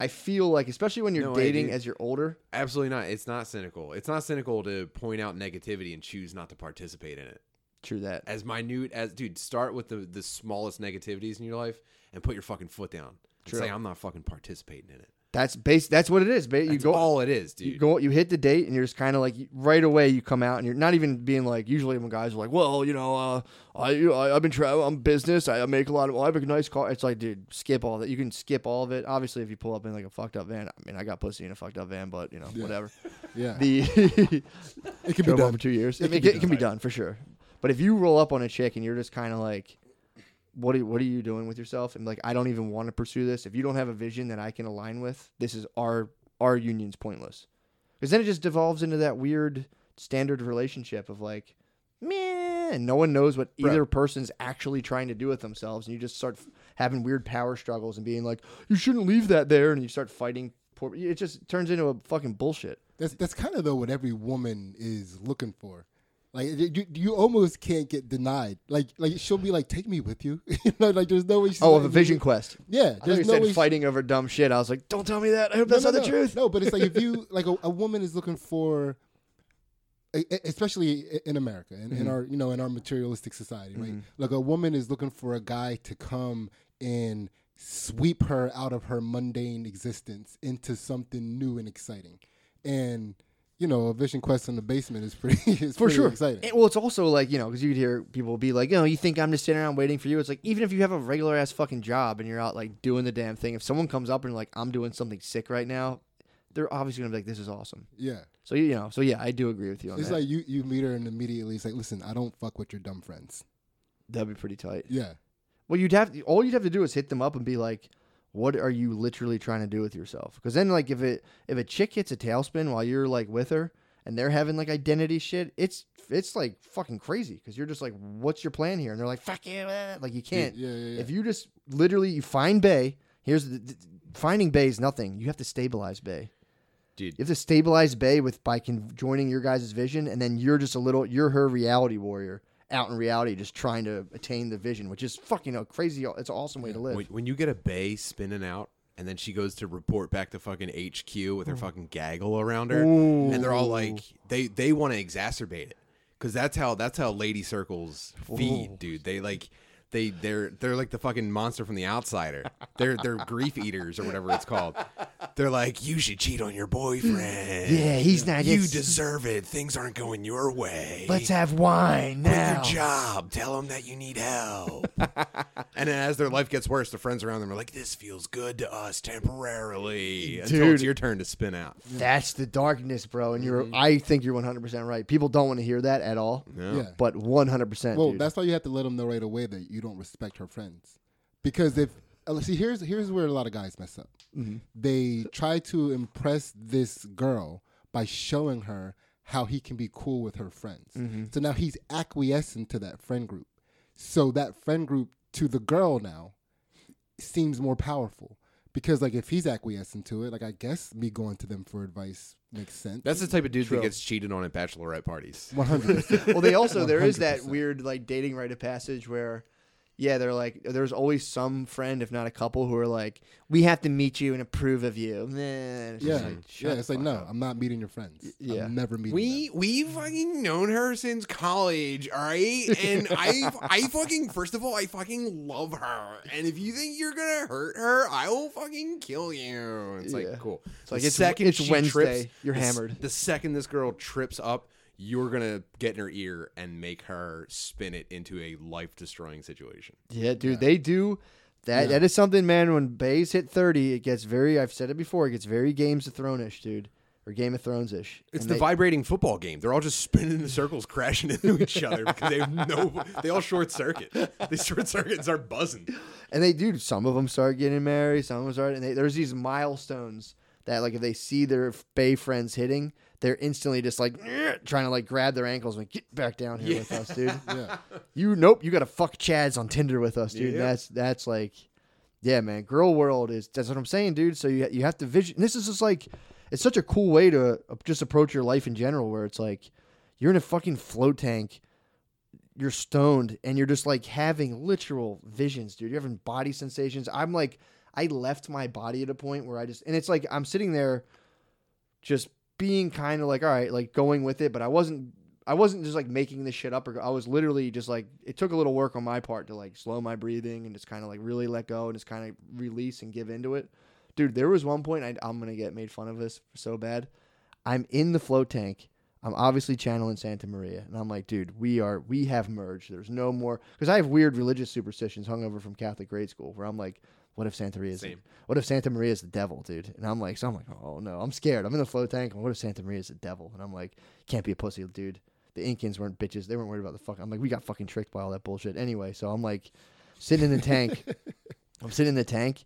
Speaker 1: I feel like, especially when you're
Speaker 2: No, I
Speaker 1: dating
Speaker 2: do.
Speaker 1: as you're older,
Speaker 2: Absolutely not. It's not cynical. It's not cynical to point out negativity and choose not to participate in it.
Speaker 1: true that.
Speaker 2: As minute as dude, start with the the smallest negativities in your life and put your fucking foot down. And
Speaker 1: True.
Speaker 2: say I'm not fucking participating in it.
Speaker 1: That's base. That's what it is. Ba- you
Speaker 2: That's
Speaker 1: go
Speaker 2: all it is, dude.
Speaker 1: you go you hit the date and you're just kind of like right away you come out and you're not even being like usually when guys are like well you know uh, I, you- I I've been traveling I'm business I, I make a lot of I have a nice car it's like dude skip all that you can skip all of it obviously if you pull up in like a fucked up van I mean I got pussy in a fucked up van but you know whatever (laughs)
Speaker 3: (laughs) yeah
Speaker 1: the
Speaker 3: it can be
Speaker 1: drove
Speaker 3: done
Speaker 1: over two years
Speaker 3: It
Speaker 1: it,
Speaker 3: can
Speaker 1: it
Speaker 3: be
Speaker 1: can be done for sure but if you roll up on a chick and you're just kind of like what are, what are you doing with yourself and like I don't even want to pursue this if you don't have a vision that I can align with this is our our union's pointless because then it just devolves into that weird standard relationship of like, meh, and no one knows what either person's actually trying to do with themselves, and you just start f- having weird power struggles and being like, you shouldn't leave that there, and you start fighting. Poor, it just turns into a fucking bullshit.
Speaker 3: That's that's kind of though what every woman is looking for. Like you, you- you almost can't get denied. Like like she'll be like, "Take me with you." (laughs) you know, like there's no way. She's
Speaker 1: Oh,
Speaker 3: like,
Speaker 1: of a vision quest.
Speaker 3: Yeah,
Speaker 1: I thought you
Speaker 3: there's no
Speaker 1: said
Speaker 3: way. she-
Speaker 1: fighting over dumb shit. I was like, don't tell me that. I hope
Speaker 3: no,
Speaker 1: that's
Speaker 3: no,
Speaker 1: not
Speaker 3: no.
Speaker 1: the truth.
Speaker 3: No, but it's like
Speaker 1: (laughs)
Speaker 3: if you like a, a woman is looking for, e- e- especially i- in America and
Speaker 1: Mm-hmm.
Speaker 3: in our you know in our materialistic society, right? Like a woman is looking for a guy to come and sweep her out of her mundane existence into something new and exciting, and. You know, a vision quest in the basement is pretty. (laughs) Is
Speaker 1: for
Speaker 3: pretty
Speaker 1: sure.
Speaker 3: exciting.
Speaker 1: And- well, it's also like you know because you could hear people be like, "Oh, you think I'm just sitting around waiting for you?" It's like even if you have a regular ass fucking job and you're out like doing the damn thing, if someone comes up and like I'm doing something sick right now, they're obviously gonna be like, "This is awesome."
Speaker 3: Yeah.
Speaker 1: So you know, so yeah, I do agree with you on
Speaker 3: It's
Speaker 1: that.
Speaker 3: like you, you meet her and immediately it's like, listen, I don't fuck with your dumb friends.
Speaker 1: That'd be pretty tight.
Speaker 3: Yeah.
Speaker 1: Well, you'd have all you'd have to do is hit them up and be like, what are you literally trying to do with yourself? Because then, like, if it if a chick hits a tailspin while you're like with her and they're having like identity shit, it's it's like fucking crazy because you're just like, what's your plan here? And they're like, fuck you, eh," like you can't.
Speaker 3: yeah, yeah, yeah.
Speaker 1: If you just literally you find Bay, here's the, th- finding Bay is nothing. You have to stabilize Bay.
Speaker 2: Dude.
Speaker 1: you have to stabilize Bay with by con- joining your guys' vision, and then you're just a little you're her reality warrior out in reality, just trying to attain the vision, which is fucking a crazy. It's an awesome way to live.
Speaker 2: When, when you get a bay spinning out, and then she goes to report back to fucking HQ with her fucking gaggle around her, and they're all like, they they want to exacerbate it, because that's how that's how lady circles feed, dude. They like. They they're they're like the fucking monster from The Outsider. They're they're grief eaters or whatever it's called. They're like you should cheat on your boyfriend.
Speaker 1: Yeah, he's not-
Speaker 2: You
Speaker 1: it's-
Speaker 2: deserve it. Things aren't going your way.
Speaker 1: have wine
Speaker 2: Quit your job. Tell them that you need help. (laughs) and then as their life gets worse, the friends around them are like, "This feels good to us temporarily." Until
Speaker 1: Dude.
Speaker 2: it's your turn to spin out.
Speaker 1: That's the darkness, bro. And you're, I think you're 100 percent right. People don't want to hear that at all,
Speaker 3: yeah.
Speaker 1: but 100. percent
Speaker 3: Well, that's why you have to let them know right away that you don't respect her friends, because if uh, see here's here's where a lot of guys mess up.
Speaker 1: Mm-hmm.
Speaker 3: They try to impress this girl by showing her how he can be cool with her friends.
Speaker 1: Mm-hmm.
Speaker 3: So now he's acquiescent to that friend group. So that friend group to the girl now seems more powerful because like if he's acquiescent to it, like I guess me going to them for advice makes sense.
Speaker 2: That's the type of dude
Speaker 1: True.
Speaker 2: that gets cheated on at bachelorette parties.
Speaker 3: One hundred
Speaker 1: (laughs)
Speaker 3: percent.
Speaker 1: well, they
Speaker 3: (laughs)
Speaker 1: also there is that
Speaker 3: 100%.
Speaker 1: weird like dating rite of passage where, yeah, they're like there's always some friend, if not a couple, who are like, we have to meet you and approve of you. Nah, it's
Speaker 3: Yeah,
Speaker 1: just like, shut
Speaker 3: yeah. It's
Speaker 1: the
Speaker 3: like
Speaker 1: fuck
Speaker 3: no,
Speaker 1: up.
Speaker 3: I'm not meeting your friends.
Speaker 1: yeah.
Speaker 3: I'm never meeting. them.
Speaker 2: We we fucking known her since college, all right. (laughs) And I I fucking first of all I fucking love her. And if you think you're gonna hurt her, I will fucking kill you. It's
Speaker 1: Yeah.
Speaker 2: like cool. It's
Speaker 1: like, it's- it's Wednesday. You're hammered.
Speaker 2: The second this girl trips up, you're gonna get in her ear and make her spin it into a life destroying situation.
Speaker 1: Yeah, dude, they do. That that is something, man. When Bays hit thirty, it gets very. I've said it before. It gets very Games of Thrones-ish, dude, or Game of Thrones ish.
Speaker 2: It's the vibrating football game. They're all just spinning in circles, (laughs) crashing into each other because they have no. They all short circuit. They short circuits are buzzing.
Speaker 1: And they do. Some of them start getting married. Some of them start. And they, there's these milestones that, like, if they see their f- bay friends hitting, they're instantly just like (clears throat) "Grr," trying to like grab their ankles and like, get back down here with us, dude.
Speaker 3: Yeah.
Speaker 1: You nope. You got to fuck Chads on Tinder with us, dude.
Speaker 2: Yeah.
Speaker 1: That's that's like, yeah, man. Girl world is that's what I'm saying, dude. So you you have to vision. This is just like, it's such a cool way to uh, just approach your life in general, where it's like, you're in a fucking float tank. You're stoned and you're just like having literal visions, dude. You're having body sensations. I'm like, I left my body at a point where I just, and it's like I'm sitting there just being kind of like all right like going with it but i wasn't i wasn't just like making this shit up or i was literally just like it took a little work on my part to like slow my breathing and just kind of like really let go and just kind of release and give into it dude there was one point I, i'm gonna get made fun of this so bad i'm in the float tank i'm obviously channeling santa maria and i'm like dude we are we have merged there's no more because i have weird religious superstitions hung over from catholic grade school where i'm like what if santa maria is
Speaker 2: Same.
Speaker 1: what if Santa Maria is the devil, dude? And I'm like, so I'm like, oh no, I'm scared. I'm in the float tank. and What if Santa Maria is the devil? And I'm like, can't be a pussy, dude. The Incans weren't bitches. They weren't worried about the fuck. I'm like, we got fucking tricked by all that bullshit anyway. So I'm like, sitting in the tank. I'm sitting in the tank,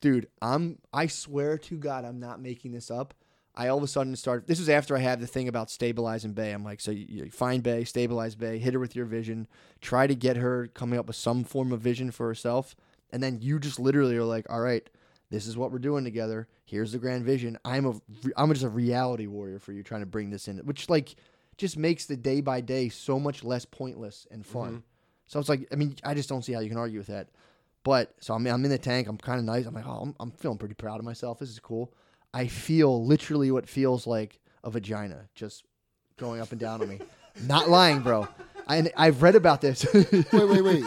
Speaker 1: dude. I'm. I swear to God, I'm not making this up. I all of a sudden started. This was after I had the thing about stabilizing Bay. I'm like, so you, you find Bay, stabilize Bay, hit her with your vision, try to get her coming up with some form of vision for herself, and then you just literally are like, all right, this is what we're doing together. Here's the grand vision. I'm a, I'm just a reality warrior for you, trying to bring this in, which like just makes the day by day so much less pointless and fun. So it's like, I mean, I just don't see how you can argue with that. But so I'm, I'm in the tank. I'm kind of nice. I'm like, oh, I'm, I'm feeling pretty proud of myself. This is cool. I feel literally what feels like a vagina just going up and down
Speaker 2: (laughs)
Speaker 1: on me. Not lying, bro. I, and I've read about this. (laughs)
Speaker 3: wait, wait, wait.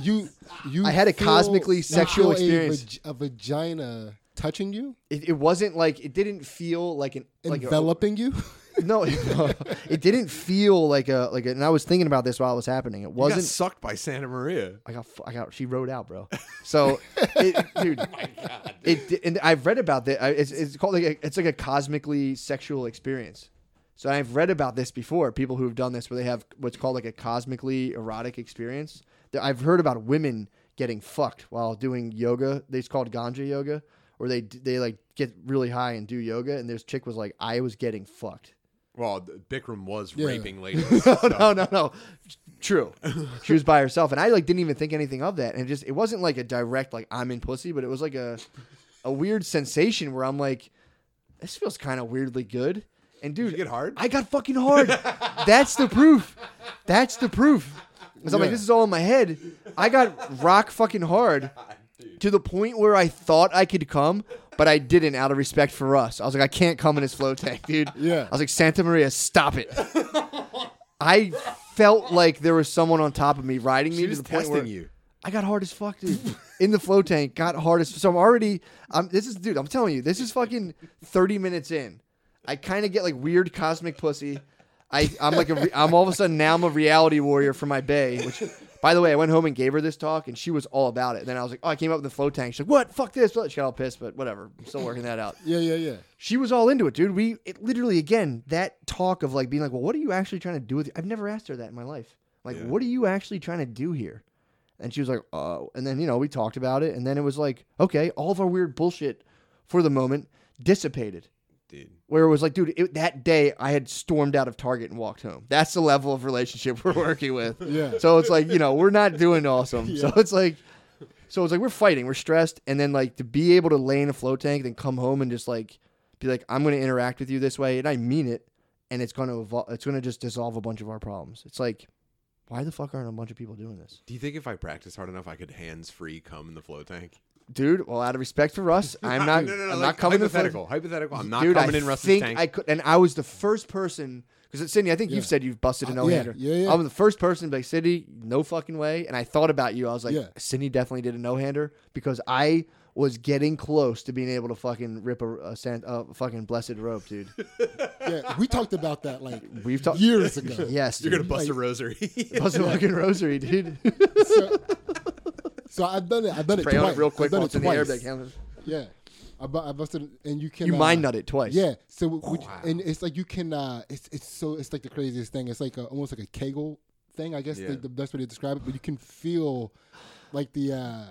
Speaker 3: You, you.
Speaker 1: I had a
Speaker 3: feel-
Speaker 1: cosmically
Speaker 3: you
Speaker 1: sexual
Speaker 3: feel a
Speaker 1: experience.
Speaker 3: vag- A, vagina touching you,
Speaker 1: it, it wasn't like it didn't feel like an like a, (laughs)
Speaker 3: enveloping you.
Speaker 1: no, it didn't feel like a like. A, and I was thinking about this while it was happening. It
Speaker 2: You got
Speaker 1: wasn't
Speaker 2: sucked by Santa Maria.
Speaker 1: I got, fu- I got, she rode out, bro. So, it, dude, it, di- and I've read about this. It's, it's called like a, it's like a cosmically sexual experience. So I've read about this before. People who have done this, where they have what's called like a cosmically erotic experience. That I've heard about women getting fucked while doing yoga. They- It's called ganja yoga, or they they like get really high and do yoga. And this chick was like, I was getting fucked.
Speaker 2: Well, th- Bikram was
Speaker 1: (laughs)
Speaker 3: Yeah.
Speaker 2: raping ladies. so-
Speaker 1: no, no, no. True. She was by herself, and I like didn't even think anything of that. And it just it wasn't like a direct like I'm in pussy, but it was like a a weird sensation where I'm like, this feels kind of weirdly good. And dude,
Speaker 2: you get hard?
Speaker 1: I got fucking hard. That's the proof. That's the proof. 'Cause I'm like,
Speaker 3: Yeah.
Speaker 1: this is all in my head. I got rock fucking hard to the point where I thought I could come, but I didn't out of respect for us. I was like, I can't come in his flow tank, dude.
Speaker 3: Yeah.
Speaker 1: I was like, Santa Maria, stop it. I felt like there was someone on top of me riding me
Speaker 2: She
Speaker 1: to
Speaker 2: was
Speaker 1: the point
Speaker 2: testing
Speaker 1: where
Speaker 2: you.
Speaker 1: I got hard as fuck, dude. In the flow tank, got hard as so. I'm already. I'm this is dude. I'm telling you, this is fucking thirty minutes in. I kind of get like weird cosmic pussy. I I'm like a re- I'm all of a sudden now I'm a reality warrior for my bay. Which, by the way, I went home and gave her this talk, and she was all about it. And then I was like, oh, I came up with the flow tank. She's like, what? Fuck this. She got all pissed, but whatever. I'm still working that out
Speaker 3: Yeah, yeah, yeah.
Speaker 1: she was all into it, dude. We it literally again that talk of like being like, well, what are you actually trying to do with? I've never asked her that in my life. Like,
Speaker 2: Yeah.
Speaker 1: what are you actually trying to do here? And she was like, oh. And then you know we talked about it, and then it was like, okay, all of our weird bullshit for the moment dissipated.
Speaker 2: Dude.
Speaker 1: Where it was like, dude, it, that day I had stormed out of Target and walked home. That's the level of relationship we're working with.
Speaker 3: Yeah.
Speaker 1: So it's like, you know, we're not doing awesome. So it's like, so it's like we're fighting, we're stressed, and then like to be able to lay in a flow tank, then come home and just like be like, I'm going to interact with you this way, and I mean it, and it's going to evolve. It's going to just dissolve a bunch of our problems. It's like, why the fuck aren't a bunch of people doing this,
Speaker 2: Do you think if I practiced hard enough, I could hands free come in the flow tank?
Speaker 1: dude? Well, out of respect for (laughs) Russ, I'm not.
Speaker 2: Ah, No, no, no,
Speaker 1: I'm
Speaker 2: like,
Speaker 1: not coming to the flow-
Speaker 2: hypothetical. hypothetical. I'm not
Speaker 1: dude,
Speaker 2: coming
Speaker 1: I
Speaker 2: in Rusty's
Speaker 1: think
Speaker 2: tank.
Speaker 1: I could, and I was the first person because Sydney, I think you've said you've busted a
Speaker 3: Uh,
Speaker 1: no hander.
Speaker 3: yeah, yeah, yeah.
Speaker 1: I'm the first person to be like Sydney, no fucking way. And I thought about you. I was like,
Speaker 3: Yeah.
Speaker 1: Sydney definitely did a no hander because I was getting close to being able to fucking rip a, a, san- a fucking blessed rope,
Speaker 3: (laughs)
Speaker 1: dude.
Speaker 3: Yeah, we talked about that like
Speaker 1: We've talked
Speaker 3: years ago.
Speaker 1: (laughs) Yes,
Speaker 2: You're
Speaker 1: dude.
Speaker 2: gonna bust
Speaker 1: (laughs)
Speaker 2: a rosary.
Speaker 1: bust a fucking rosary, dude.
Speaker 3: So, so I've done it. I've done it
Speaker 1: Pray on
Speaker 3: twice.
Speaker 1: it real quick
Speaker 3: I've done
Speaker 1: while
Speaker 3: it
Speaker 1: it's in the air. like,
Speaker 3: twice.
Speaker 1: hell,
Speaker 3: Yeah, I, bu- I busted, and you can
Speaker 1: You mind nut it twice.
Speaker 3: Yeah, so w- would-
Speaker 2: Wow.
Speaker 3: and it's like you can. Uh, it's it's so it's like the craziest thing. It's like a, almost like a Kegel thing. I guess
Speaker 2: Yeah.
Speaker 3: the, the best way to describe it. But you can feel like the uh,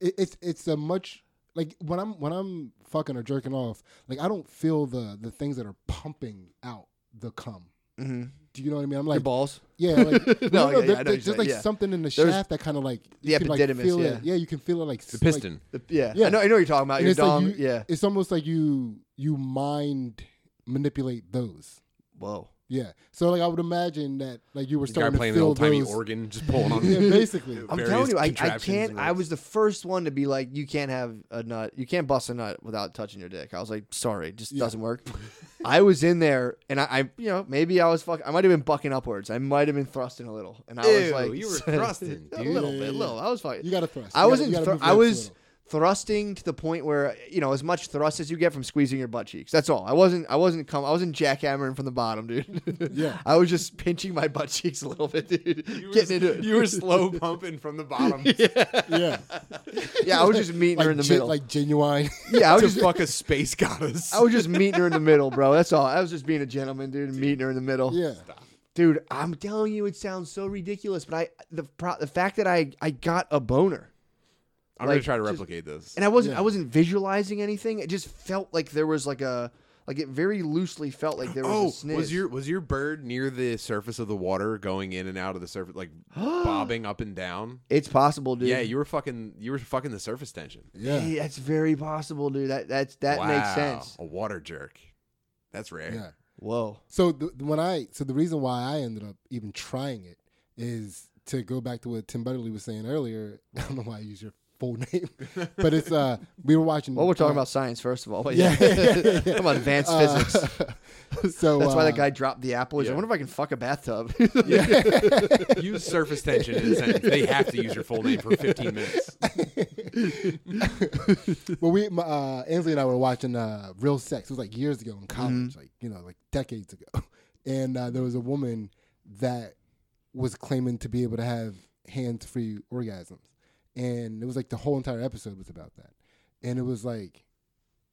Speaker 3: it, it's it's a much like when I'm when I'm fucking or jerking off. Like I don't feel the the things that are pumping out the cum.
Speaker 1: hmm
Speaker 3: Do you know what I mean? I'm
Speaker 1: Your
Speaker 3: like
Speaker 1: balls. (laughs)
Speaker 3: yeah, like,
Speaker 1: No,
Speaker 3: no,
Speaker 1: yeah, yeah, I
Speaker 3: no,
Speaker 1: know
Speaker 3: there-
Speaker 1: what
Speaker 3: there's
Speaker 1: you're
Speaker 3: just like
Speaker 1: saying, yeah.
Speaker 3: something in the
Speaker 1: There's-
Speaker 3: shaft that kind of like
Speaker 1: the
Speaker 3: you can, like,
Speaker 1: epididymis,
Speaker 3: feel
Speaker 1: yeah.
Speaker 3: it. Yeah, you can feel it like
Speaker 2: the
Speaker 3: s- like-
Speaker 2: piston.
Speaker 1: The- yeah.
Speaker 3: Yeah.
Speaker 1: I know. I know what you're talking about.
Speaker 3: and
Speaker 1: Your
Speaker 3: it's like
Speaker 1: dong.
Speaker 3: you-
Speaker 1: yeah.
Speaker 3: it's almost like you you mind manipulate those.
Speaker 1: Whoa.
Speaker 3: Yeah. So like I would imagine that like you were
Speaker 2: The guy
Speaker 3: starting
Speaker 2: playing
Speaker 3: to
Speaker 2: the
Speaker 3: feel
Speaker 2: old timey
Speaker 3: those.
Speaker 2: organ, just pulling
Speaker 1: (laughs)
Speaker 2: on.
Speaker 3: yeah, basically.
Speaker 1: I'm
Speaker 2: various
Speaker 1: telling you, I, I
Speaker 2: contraptions
Speaker 1: can't.
Speaker 2: and
Speaker 1: I
Speaker 2: ropes.
Speaker 1: was the first one to be like, you can't have a nut. You can't bust a nut without touching your dick. I was like, sorry, it just
Speaker 3: Yeah.
Speaker 1: doesn't
Speaker 2: (laughs)
Speaker 1: work. I was in there, and I, I, you know, maybe I was fuck. I might have been bucking upwards. I might have been thrusting a little, and I was
Speaker 2: Ew,
Speaker 1: like,
Speaker 2: you were thrusting,
Speaker 1: (laughs) a
Speaker 2: dude.
Speaker 1: little
Speaker 3: Yeah,
Speaker 1: bit,
Speaker 3: yeah,
Speaker 1: a little. I was fucking.
Speaker 3: You gotta thrust.
Speaker 1: I
Speaker 3: You gotta-
Speaker 1: wasn't.
Speaker 3: you gotta
Speaker 1: Thr-
Speaker 3: move your
Speaker 1: I
Speaker 3: hips a
Speaker 1: was
Speaker 3: little.
Speaker 1: thrusting to the point where you know as much thrust as you get from squeezing your butt cheeks. That's all. I wasn't. I wasn't. Come. I wasn't jackhammering from the bottom, dude.
Speaker 3: Yeah.
Speaker 1: (laughs) I was just pinching my butt cheeks a little bit, dude.
Speaker 2: You
Speaker 1: (laughs)
Speaker 2: were,
Speaker 1: Getting into it.
Speaker 2: you were slow pumping from
Speaker 1: (laughs)
Speaker 2: the bottom.
Speaker 3: Yeah.
Speaker 1: yeah, I was just meeting
Speaker 3: like,
Speaker 1: her in the
Speaker 3: gen-
Speaker 1: middle.
Speaker 3: like
Speaker 1: (laughs)
Speaker 3: genuine. (laughs)
Speaker 1: yeah, I was
Speaker 2: to
Speaker 1: just
Speaker 2: fuck a space goddess.
Speaker 1: I was just meeting her in the middle, bro. That's all. I was just being a gentleman, dude, and meeting her in the middle.
Speaker 3: yeah.
Speaker 1: Dude, I'm telling you, it sounds so ridiculous, but I the pro, the fact that I I got a boner
Speaker 2: I'm
Speaker 1: like,
Speaker 2: gonna try to
Speaker 1: just-
Speaker 2: replicate this.
Speaker 1: and I wasn't
Speaker 3: Yeah.
Speaker 1: I wasn't visualizing anything. It just felt like there was like a like it very loosely felt like there was a
Speaker 2: Oh,
Speaker 1: sniz.
Speaker 2: was your was your bird near the surface of the water, going in and out of the surface,
Speaker 3: (gasps)
Speaker 2: like bobbing up and down?
Speaker 1: It's possible, dude.
Speaker 2: Yeah, you were fucking. You were fucking the surface tension.
Speaker 3: Yeah.
Speaker 1: Hey, that's very possible, dude. That that's that makes
Speaker 2: Wow,
Speaker 1: sense.
Speaker 2: A water jerk. That's rare.
Speaker 3: Yeah.
Speaker 1: Whoa.
Speaker 3: So the, the- when I so the reason why I ended up even trying it is to go back to what Tim Butterly was saying earlier. (laughs) I don't know why I use your full name, but it's uh we were watching.
Speaker 1: Well, we're talking
Speaker 3: uh,
Speaker 1: about science first of all. But (laughs) yeah,
Speaker 3: (laughs) Yeah, Uh, yeah, yeah, yeah.
Speaker 1: talking about advanced physics.
Speaker 3: (laughs) So
Speaker 1: That's why
Speaker 3: uh,
Speaker 1: that guy dropped the apple. He's like, I
Speaker 2: yeah.
Speaker 1: wonder if I can fuck a bathtub. (laughs)
Speaker 3: (laughs)
Speaker 2: Use surface tension in a sentence. They have to use your full name for
Speaker 3: (laughs)
Speaker 2: 15 minutes.
Speaker 3: well, we my, uh, Ansley and I were watching uh, Real Sex. It was like years ago in college,
Speaker 2: Mm-hmm.
Speaker 3: like you know, like decades ago. (laughs) And uh, there was a woman that was claiming to be able to have hands-free orgasms, and it was like the whole entire episode was about that. And it was like,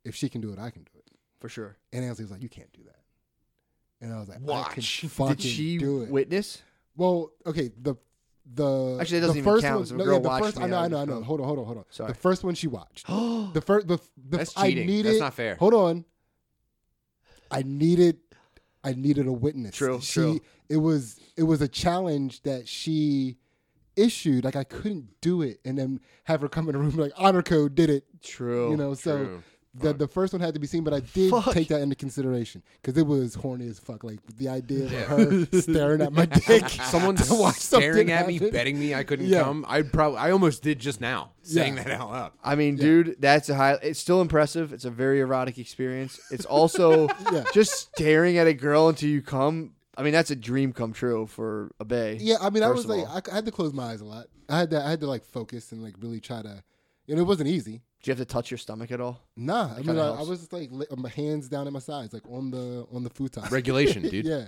Speaker 3: if she can do it, I can do it.
Speaker 1: For sure.
Speaker 3: And Ansley was like, "You can't do that." And I was like, "I
Speaker 2: Watch.
Speaker 3: can
Speaker 2: Did
Speaker 3: fucking
Speaker 1: Did she
Speaker 3: do it."
Speaker 1: witness?
Speaker 3: Well, okay, the the
Speaker 1: Actually, that
Speaker 3: the
Speaker 1: doesn't even
Speaker 3: first
Speaker 1: count,
Speaker 3: One,
Speaker 1: so the girl
Speaker 3: the
Speaker 1: watched
Speaker 3: first,
Speaker 1: me,
Speaker 3: I know,
Speaker 1: I
Speaker 3: I know, I
Speaker 1: was
Speaker 3: know.
Speaker 1: drunk.
Speaker 3: Hold on, hold on, hold on.
Speaker 1: Sorry.
Speaker 3: the first one
Speaker 1: (gasps)
Speaker 3: she watched. the first, the, the
Speaker 2: That's
Speaker 3: I
Speaker 2: cheating.
Speaker 3: needed.
Speaker 2: That's not fair.
Speaker 3: Hold on. I needed, I needed a witness.
Speaker 1: True,
Speaker 3: She-
Speaker 1: true.
Speaker 3: It was, it was a challenge that she issued. Like I couldn't do it, and then have her come in the room like honor code did it.
Speaker 1: True.
Speaker 3: you know, so
Speaker 2: true.
Speaker 3: the the first one had to be seen, but I did
Speaker 1: Fuck.
Speaker 3: take that into consideration because it was horny as fuck. Like the idea of
Speaker 2: Yeah.
Speaker 1: (laughs)
Speaker 3: her staring at my dick,
Speaker 2: Someone
Speaker 3: to watch something
Speaker 2: staring at me,
Speaker 3: happen.
Speaker 2: betting me I couldn't
Speaker 3: Yeah.
Speaker 2: come. I probably, I almost did just now, saying
Speaker 3: Yeah.
Speaker 2: that out loud.
Speaker 1: I mean, dude, that's a high. It's still impressive. It's a very erotic experience. It's also
Speaker 3: (laughs) Yeah.
Speaker 1: just staring at a girl until you come. I mean, that's a dream come true for a bay.
Speaker 3: Yeah, I mean, I
Speaker 1: First
Speaker 3: was
Speaker 1: of
Speaker 3: like,
Speaker 1: all.
Speaker 3: I, c- I had to close my eyes a lot. I had to, I had to like focus and like really try to, and it wasn't easy.
Speaker 1: Do you have to touch your stomach at all?
Speaker 3: Nah, I mean,
Speaker 1: kinda
Speaker 3: I, I
Speaker 1: helps.
Speaker 3: was just like li- my hands down at my sides, like on the on the futon.
Speaker 2: Regulation, dude.
Speaker 3: (laughs) yeah,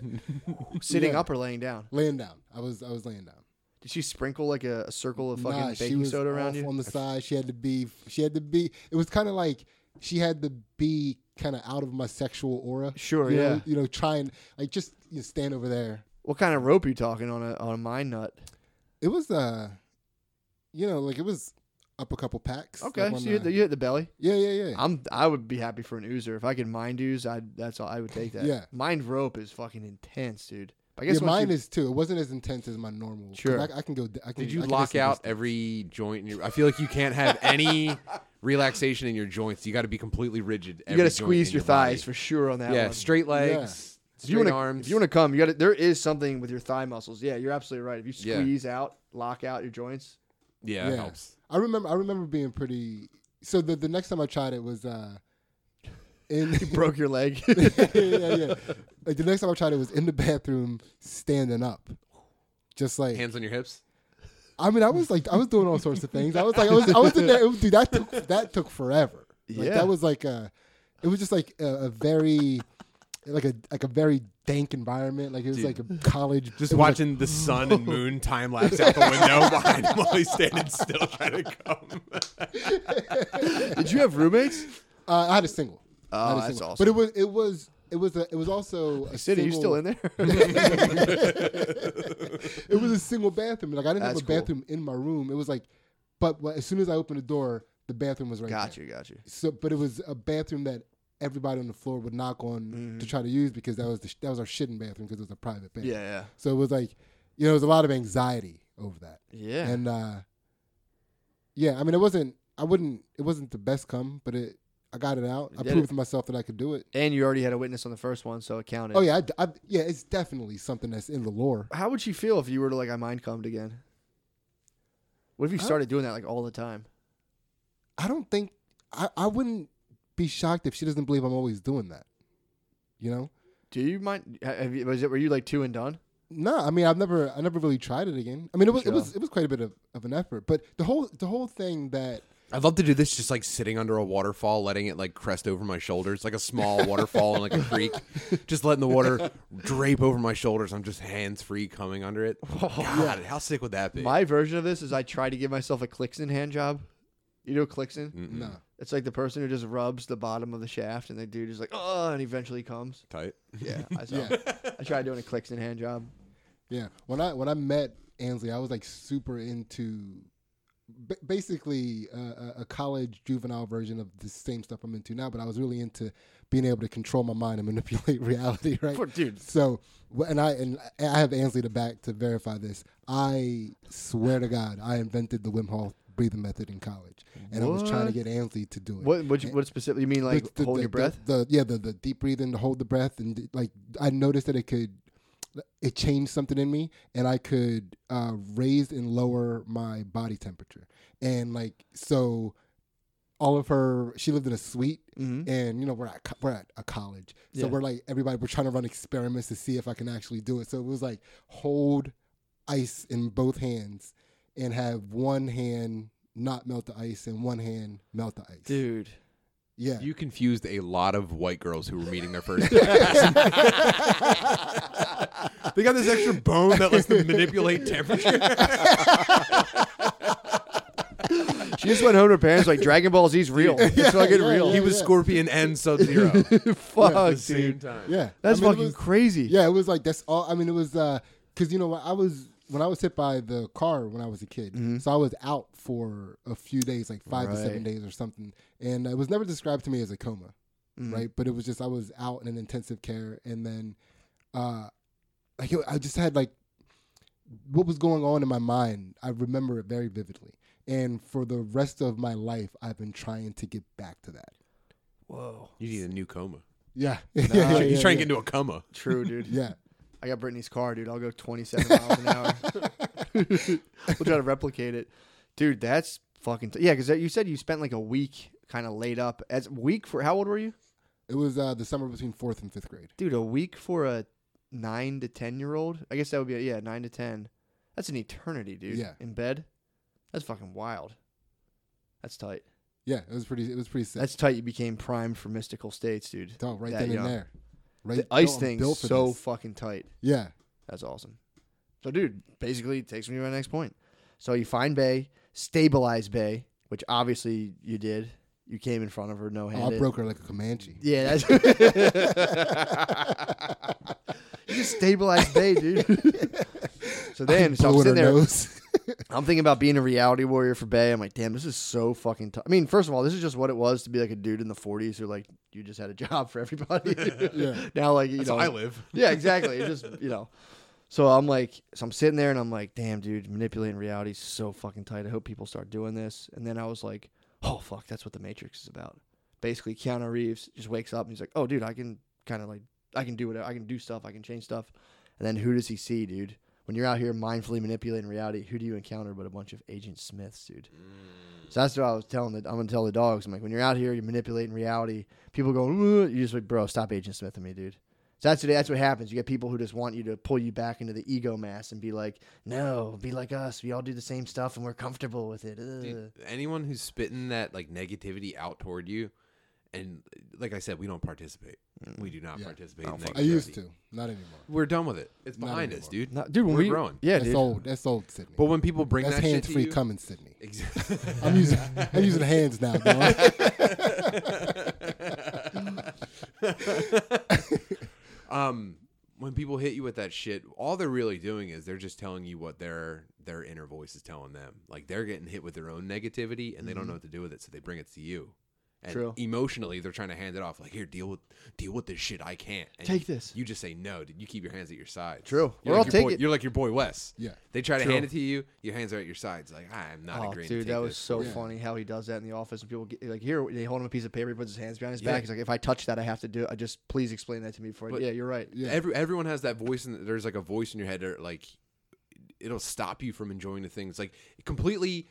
Speaker 1: Sitting
Speaker 3: Yeah.
Speaker 1: up or laying down?
Speaker 3: laying down. I was, I was laying down.
Speaker 1: Did she sprinkle like a, a circle of fucking
Speaker 3: nah, she
Speaker 1: baking
Speaker 3: was
Speaker 1: soda around
Speaker 3: off
Speaker 1: you?
Speaker 3: on the side. She had to be, she had to be. It was kind of like she had to be kind of out of my sexual aura.
Speaker 1: Sure,
Speaker 3: you know,
Speaker 1: yeah.
Speaker 3: you know, try and like just you know, stand over there.
Speaker 1: What kind of rope you talking on a on a mine nut?
Speaker 3: It was, uh, you know, like it was up a couple packs. like,
Speaker 1: Okay,
Speaker 3: on
Speaker 1: so you hit,
Speaker 3: the-
Speaker 1: the, you hit the belly.
Speaker 3: yeah, yeah, yeah.
Speaker 1: I'm I would be happy for an oozer if I could mind ooze. I that's all I would take that.
Speaker 3: Yeah.
Speaker 1: mind rope is fucking intense, dude. I
Speaker 3: Yeah,
Speaker 1: guess once
Speaker 3: mine
Speaker 1: you-
Speaker 3: is too. It wasn't as intense as my normal. 'cause
Speaker 1: Sure.
Speaker 3: I, I can go. d- I can,
Speaker 2: Did you
Speaker 3: I can
Speaker 2: lock
Speaker 3: go
Speaker 2: out
Speaker 3: some
Speaker 2: every joint? In your, I feel like you can't have
Speaker 1: (laughs)
Speaker 2: any relaxation in your joints. You got to be completely rigid.
Speaker 1: you
Speaker 2: got to
Speaker 1: squeeze your thighs for sure on that
Speaker 2: yeah,
Speaker 1: one.
Speaker 2: straight legs,
Speaker 1: If
Speaker 2: straight
Speaker 1: you want to,
Speaker 2: arms.
Speaker 1: if you want to come, you got to. There is something with your thigh muscles. Yeah, you're absolutely right. If you
Speaker 2: Yeah.
Speaker 1: squeeze out, lock out your joints. (laughs)
Speaker 2: yeah,
Speaker 3: distance.
Speaker 2: It
Speaker 3: Yeah.
Speaker 2: helps.
Speaker 3: I remember. I remember being pretty. So the the next time I tried it was uh,
Speaker 2: (laughs)
Speaker 3: in (laughs)
Speaker 1: You broke your leg. (laughs)
Speaker 3: yeah, yeah. Like the next time I tried it was in the bathroom standing up. Just like
Speaker 2: Hands on your hips.
Speaker 3: I mean, I was like I was doing all sorts of things. I was like I was I was in there. It was, dude, that took that took forever. Like,
Speaker 1: Yeah.
Speaker 3: that was like a. It was just like a, a very. Like a like a very dank environment, like it was
Speaker 2: Dude.
Speaker 3: like a college.
Speaker 2: Just
Speaker 3: it was like
Speaker 2: watching the sun
Speaker 1: (laughs)
Speaker 2: and moon time lapse out the window (laughs) behind him while he's standing still trying to come.
Speaker 1: Did you have roommates?
Speaker 3: Uh, I had (laughs) a single.
Speaker 1: Oh,
Speaker 3: I had a
Speaker 1: that's
Speaker 3: single.
Speaker 1: awesome.
Speaker 3: But it was it was it was a, it was also a
Speaker 1: Sid, are you still
Speaker 3: single-
Speaker 1: in
Speaker 3: (laughs)
Speaker 1: there? (laughs)
Speaker 3: It was a single bathroom. Like I didn't
Speaker 1: That's
Speaker 3: have a
Speaker 1: cool.
Speaker 3: bathroom in my room. It was like, but well, as soon as I opened the door, the bathroom was right
Speaker 1: got
Speaker 3: there.
Speaker 1: you, got you.
Speaker 3: So, but it was a bathroom that everybody on the floor would knock on to try to use because that was the, sh- that was our shitting bathroom because it was a private bathroom.
Speaker 1: Mm-hmm. Yeah, yeah,
Speaker 3: So it was like, you know, it was a lot of anxiety over that.
Speaker 1: yeah.
Speaker 3: And uh yeah, I mean, it wasn't. I wouldn't. It wasn't the best come, but it. I got it out. I
Speaker 1: did
Speaker 3: proved
Speaker 1: it.
Speaker 3: to myself that I could do it.
Speaker 1: And you already had a witness on the first one, so it counted.
Speaker 3: Oh yeah, I d I yeah, it's definitely something that's in the lore.
Speaker 1: How would you feel if you were to like I mind cummed again? What if you
Speaker 3: Huh?
Speaker 1: started doing that like all the time?
Speaker 3: I don't think I, I wouldn't be shocked if she doesn't believe I'm always doing that. You know?
Speaker 1: Do you mind? ha- Have you, was it were you like two and done?
Speaker 3: No, I mean I've never I never really tried it again. I mean it was
Speaker 1: Sure.
Speaker 3: it was it was quite a bit of, of an effort, but the whole the whole thing that
Speaker 2: I'd love to do this just like sitting under a waterfall, letting it like crest over my shoulders, like
Speaker 1: (laughs)
Speaker 2: a small waterfall in like a creek. Just letting the water drape over my shoulders. I'm just hands free coming under it. (laughs)
Speaker 1: Oh,
Speaker 2: God, how sick would that be?
Speaker 1: My version of this is I try to give myself a Clixon hand job. You know Clixon?
Speaker 2: Mm.
Speaker 3: no.
Speaker 1: It's like the person who just rubs the bottom of the shaft, and the dude is like, oh, and eventually comes.
Speaker 2: Tight. (laughs)
Speaker 1: Yeah, I saw. I tried doing a Clixon hand job.
Speaker 3: Yeah. When I when I met Ansley, I was like super into ba- basically uh, a, a college juvenile version of the same stuff I'm into now, but I was really into being able to control my mind and (laughs) manipulate reality, (laughs) right?
Speaker 1: For- dude.
Speaker 3: So, wh- and I and I have Ansley to back to verify this. I swear to God, I invented the Wim Hof breathing method in college, and I was trying to
Speaker 1: What?
Speaker 3: get Ansley to do it.
Speaker 1: What? What, you, what specifically? You mean like
Speaker 3: the-
Speaker 1: holding
Speaker 3: the-
Speaker 1: your breath?
Speaker 3: The, the- yeah, the, the deep breathing, to hold the breath, and the- like I noticed that it could, it changed something in me, and I could uh, raise and lower my body temperature, and like so, all of her. She lived in a suite,
Speaker 1: Mm-hmm.
Speaker 3: (laughs) and you know we're at co- we're at a college, so
Speaker 1: Yeah.
Speaker 3: we're like everybody. We're trying to run experiments to see if I can actually do it. So it was like hold ice in both hands, and have one hand. Not melt the ice and one hand melt the ice.
Speaker 1: Dude,
Speaker 3: yeah,
Speaker 2: You confused a lot of white girls who were meeting their first. they got this extra bone that lets them manipulate temperature.
Speaker 1: she just went home to her parents like Dragon Ball Z's real. It's fucking
Speaker 3: (laughs) yeah,
Speaker 1: real.
Speaker 2: He was Scorpion and Sub Zero at the
Speaker 1: (laughs) Fuck, dude.
Speaker 2: same time.
Speaker 3: Yeah,
Speaker 1: That's
Speaker 3: I mean, it
Speaker 1: fucking
Speaker 3: was-
Speaker 1: crazy.
Speaker 3: Yeah, it was like that's all. I mean, it was because uh, you know what I was when I was hit by the car when I was a kid, so I was out for a few days, like five to seven
Speaker 1: Right.
Speaker 3: days or something, and it was never described to me as a coma,
Speaker 1: Mhm.
Speaker 3: right? But it was just I was out in an intensive care, and then, uh, like it- I just had like what was going on in my mind. I remember it very vividly, and for the rest of my life, I've been trying to get back to that.
Speaker 1: Whoa.
Speaker 2: You need a new coma.
Speaker 3: (laughs) Yeah,
Speaker 1: Nah,
Speaker 2: you
Speaker 1: yeah,
Speaker 2: try and get into a coma.
Speaker 1: True, dude.
Speaker 3: yeah.
Speaker 1: I got Brittany's car, dude. I'll go 27 miles an (laughs) hour. we'll
Speaker 3: (laughs)
Speaker 1: try to replicate it, dude. That's fucking t- yeah. Because you said you spent like a week kind of laid up. As week for how old were you,
Speaker 3: It was uh, the summer between fourth and fifth grade.
Speaker 1: dude? A week for a nine to ten year old. I guess that would be yeah, nine to ten. That's an eternity, dude.
Speaker 3: Yeah.
Speaker 1: In bed. That's fucking wild. That's tight.
Speaker 3: Yeah, it was pretty. It was pretty sick.
Speaker 1: That's tight. You became primed for mystical states, dude.
Speaker 3: Oh, right
Speaker 1: that
Speaker 3: then
Speaker 1: young.
Speaker 3: and there. Right.
Speaker 1: The ice
Speaker 3: oh, I'm
Speaker 1: thing's
Speaker 3: built for
Speaker 1: so
Speaker 3: this.
Speaker 1: fucking tight.
Speaker 3: yeah.
Speaker 1: That's awesome. So, dude, basically it takes me to my next point. So you find Bay, stabilize Bay, which obviously you did. You came in front of her, no
Speaker 3: Oh, I
Speaker 1: handed.
Speaker 3: broke her like a Comanche. (laughs)
Speaker 1: Yeah, that's. you just stabilized Bay,
Speaker 3: (laughs)
Speaker 1: dude. so (laughs) then, so I'm
Speaker 3: Blew in
Speaker 1: sitting there.
Speaker 3: her
Speaker 1: (laughs)
Speaker 3: nose.
Speaker 1: I'm thinking about being a reality warrior for Bay. I'm like, damn, this is so fucking tough. I mean, first of all, this is just what it was to be like a dude in the 40s who like you just had a (laughs) job for everybody.
Speaker 3: (laughs) Yeah.
Speaker 1: Now, like you
Speaker 2: That's
Speaker 1: know,
Speaker 2: how I live.
Speaker 1: yeah, exactly.
Speaker 2: (laughs)
Speaker 1: It's just you know. So I'm like, so I'm sitting there and I'm like, damn, dude, manipulating reality is so fucking tight. I hope people start doing this. And then I was like, oh fuck, that's what the Matrix is about. Basically, Keanu Reeves just wakes up and he's like, oh dude, I can kind of like, I can do whatever, I can do stuff, I can change stuff. And then who does he see, dude? When you're out here mindfully manipulating reality, who do you encounter but a bunch of Agent Smiths, dude? So that's what I was telling the I'm gonna tell the dogs. I'm like, when you're out here, you're manipulating reality. People go, "Ooh," you just like, bro, stop Agent Smith and me, dude. So that's what, that's what happens. You get people who just want you to pull you back into the ego mass and be like, no, be like us. We all do the same stuff and we're comfortable with it. Ugh."
Speaker 2: Dude, anyone who's spitting that like negativity out toward you, and like I said, we don't participate. We do not
Speaker 3: Yeah.
Speaker 2: participate. in
Speaker 3: I
Speaker 2: negativity.
Speaker 3: used to. Not anymore.
Speaker 2: We're done with it. It's
Speaker 3: Not
Speaker 2: behind us, dude.
Speaker 1: No, dude, when
Speaker 2: We're
Speaker 1: we
Speaker 2: growing.
Speaker 1: yeah,
Speaker 3: That's
Speaker 1: dude.
Speaker 3: old. That's old Sydney.
Speaker 2: But when people bring
Speaker 3: That's
Speaker 2: that shit
Speaker 3: hands
Speaker 2: to
Speaker 3: free
Speaker 2: you-
Speaker 1: (laughs)
Speaker 3: coming, Sydney.
Speaker 2: Exactly.
Speaker 3: I'm using I'm using hands now. Dog.
Speaker 2: (laughs) um, when people hit you with that shit, all they're really doing is they're just telling you what their their inner voice is telling them. Like they're getting hit with their own negativity and they don't know what to do with it, so they bring it to you. And
Speaker 1: Mm-hmm. True.
Speaker 2: emotionally, they're trying to hand it off. Like, here, deal with deal with this shit. I can't And
Speaker 1: Take
Speaker 2: you-
Speaker 1: this.
Speaker 2: You just say no, dude. You keep your hands at your sides.
Speaker 1: True.
Speaker 2: You're
Speaker 1: Or
Speaker 2: like
Speaker 1: I'll
Speaker 2: your
Speaker 1: take
Speaker 2: boy-
Speaker 1: it.
Speaker 2: You're like your boy Wes.
Speaker 3: Yeah.
Speaker 2: They try to
Speaker 1: True.
Speaker 2: hand it to you. Your hands are at your sides. Like, I am not
Speaker 1: Oh,
Speaker 2: agreeing.
Speaker 1: dude,
Speaker 2: to take
Speaker 1: that was
Speaker 2: this.
Speaker 1: so
Speaker 3: Yeah.
Speaker 1: funny how he does that in the office. And people get like, here, they hold him a piece of paper, he puts his hands behind his
Speaker 2: Yeah.
Speaker 1: back. He's like, if I touch that, I have to do it. I just please explain that to me before. I
Speaker 2: But-
Speaker 1: yeah, you're right.
Speaker 3: Yeah.
Speaker 2: Every everyone has that voice, and there's like a voice in your head that like it'll stop you from enjoying the things. Like completely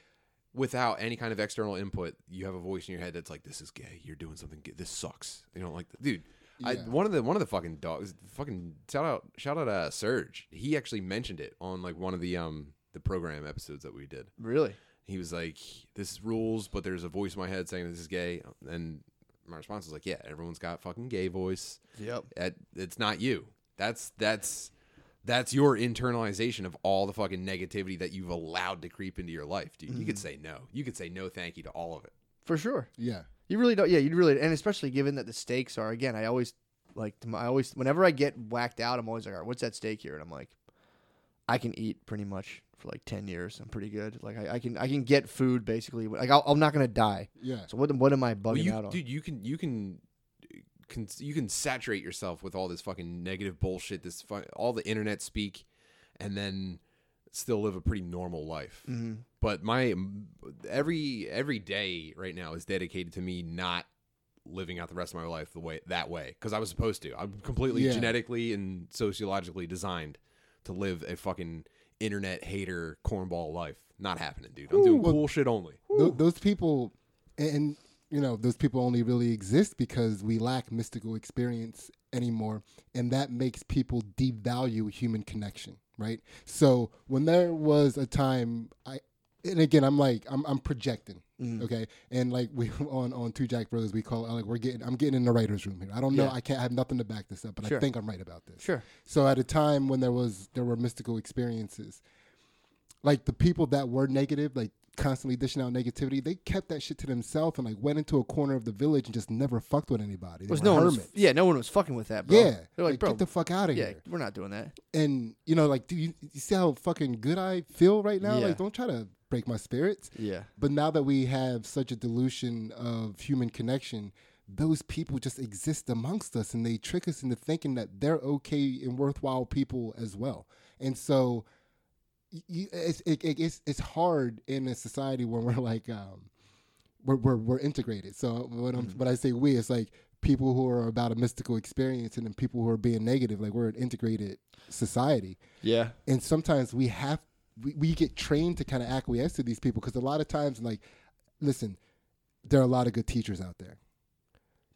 Speaker 2: without any kind of external input, you have a voice in your head that's like, "This is gay. You're doing something. Gay. This sucks. You don't like that, dude." I,
Speaker 3: Yeah.
Speaker 2: one of the one of the fucking dogs, fucking shout out shout out uh, Serge. He actually mentioned it on like one of the um the program episodes that we did
Speaker 1: Really?
Speaker 2: he was like, "This is rules," but there's a voice in my head saying this is gay, and my response was like, "Yeah, everyone's got fucking gay voice.
Speaker 1: Yep.
Speaker 2: That it's not you. That's that's that's your internalization of all the fucking negativity that you've allowed to creep into your life, dude. You could say no. You could say no, thank you to all of it.
Speaker 1: For sure.
Speaker 3: Yeah.
Speaker 1: You really don't. Yeah, you really, and especially given that the stakes are again. I always like. to my- I always whenever I get whacked out, I'm always like, all right, what's that stake here? And I'm like, I can eat pretty much for like ten years. I'm pretty good. Like I, I can I can get food basically. Like I'll, I'm not gonna die.
Speaker 3: Yeah.
Speaker 1: So what what am I bugging
Speaker 2: Well, you,
Speaker 1: out on?
Speaker 2: dude, you can you can. Can, you can saturate yourself with all this fucking negative bullshit, this fu- all the internet speak, and then still live a pretty normal life.
Speaker 1: Mhm.
Speaker 2: but my every every day right now is dedicated to me not living out the rest of my life the way that way because I was supposed to. I'm completely
Speaker 3: Yeah.
Speaker 2: genetically and sociologically designed to live a fucking internet hater cornball life. Not happening, dude. I'm doing
Speaker 3: Well-
Speaker 2: cool
Speaker 1: (laughs)
Speaker 2: shit only.
Speaker 3: Th- those people, and- and you know, those people only really exist because we lack mystical experience anymore, and that makes people devalue human connection, right? So when there was a time, I, and again, I'm like, I'm, I'm projecting,
Speaker 1: Mm-hmm.
Speaker 3: okay, and like we (laughs) on on Two Jack Brothers, we call it like we're getting, I'm getting in the writers' room here. I don't know,
Speaker 1: Yeah.
Speaker 3: I can't I have nothing to back this up, but
Speaker 1: Sure.
Speaker 3: I think I'm right about this.
Speaker 1: Sure.
Speaker 3: So at a time when there was there were mystical experiences, like the people that were negative, like constantly dishing out negativity, they kept that shit to themselves and like went into a corner of the village and just never fucked with anybody. They
Speaker 1: Was
Speaker 3: were
Speaker 1: no one was,
Speaker 3: hermits.
Speaker 1: yeah, no one was fucking with that, bro.
Speaker 3: yeah,
Speaker 1: They're like, bro,
Speaker 3: get the fuck out of
Speaker 1: yeah,
Speaker 3: here.
Speaker 1: we're not doing that.
Speaker 3: And you know, like, dude, you, you see how fucking good I feel right now?
Speaker 1: Yeah.
Speaker 3: Like, don't try to break my spirits.
Speaker 1: Yeah.
Speaker 3: But now that we have such a dilution of human connection, those people just exist amongst us and they trick us into thinking that they're okay and worthwhile people as well. And so y- y- it's, it, it- it's, it's hard in a society where we're like, um, we're, we're, we're integrated. So when, I'm, when I say we, it's like people who are about a mystical experience and then people who are being negative, like we're an integrated society
Speaker 1: Yeah.
Speaker 3: and sometimes we have we, we get trained to kind of acquiesce to these people because a lot of times like listen there are a lot of good teachers out there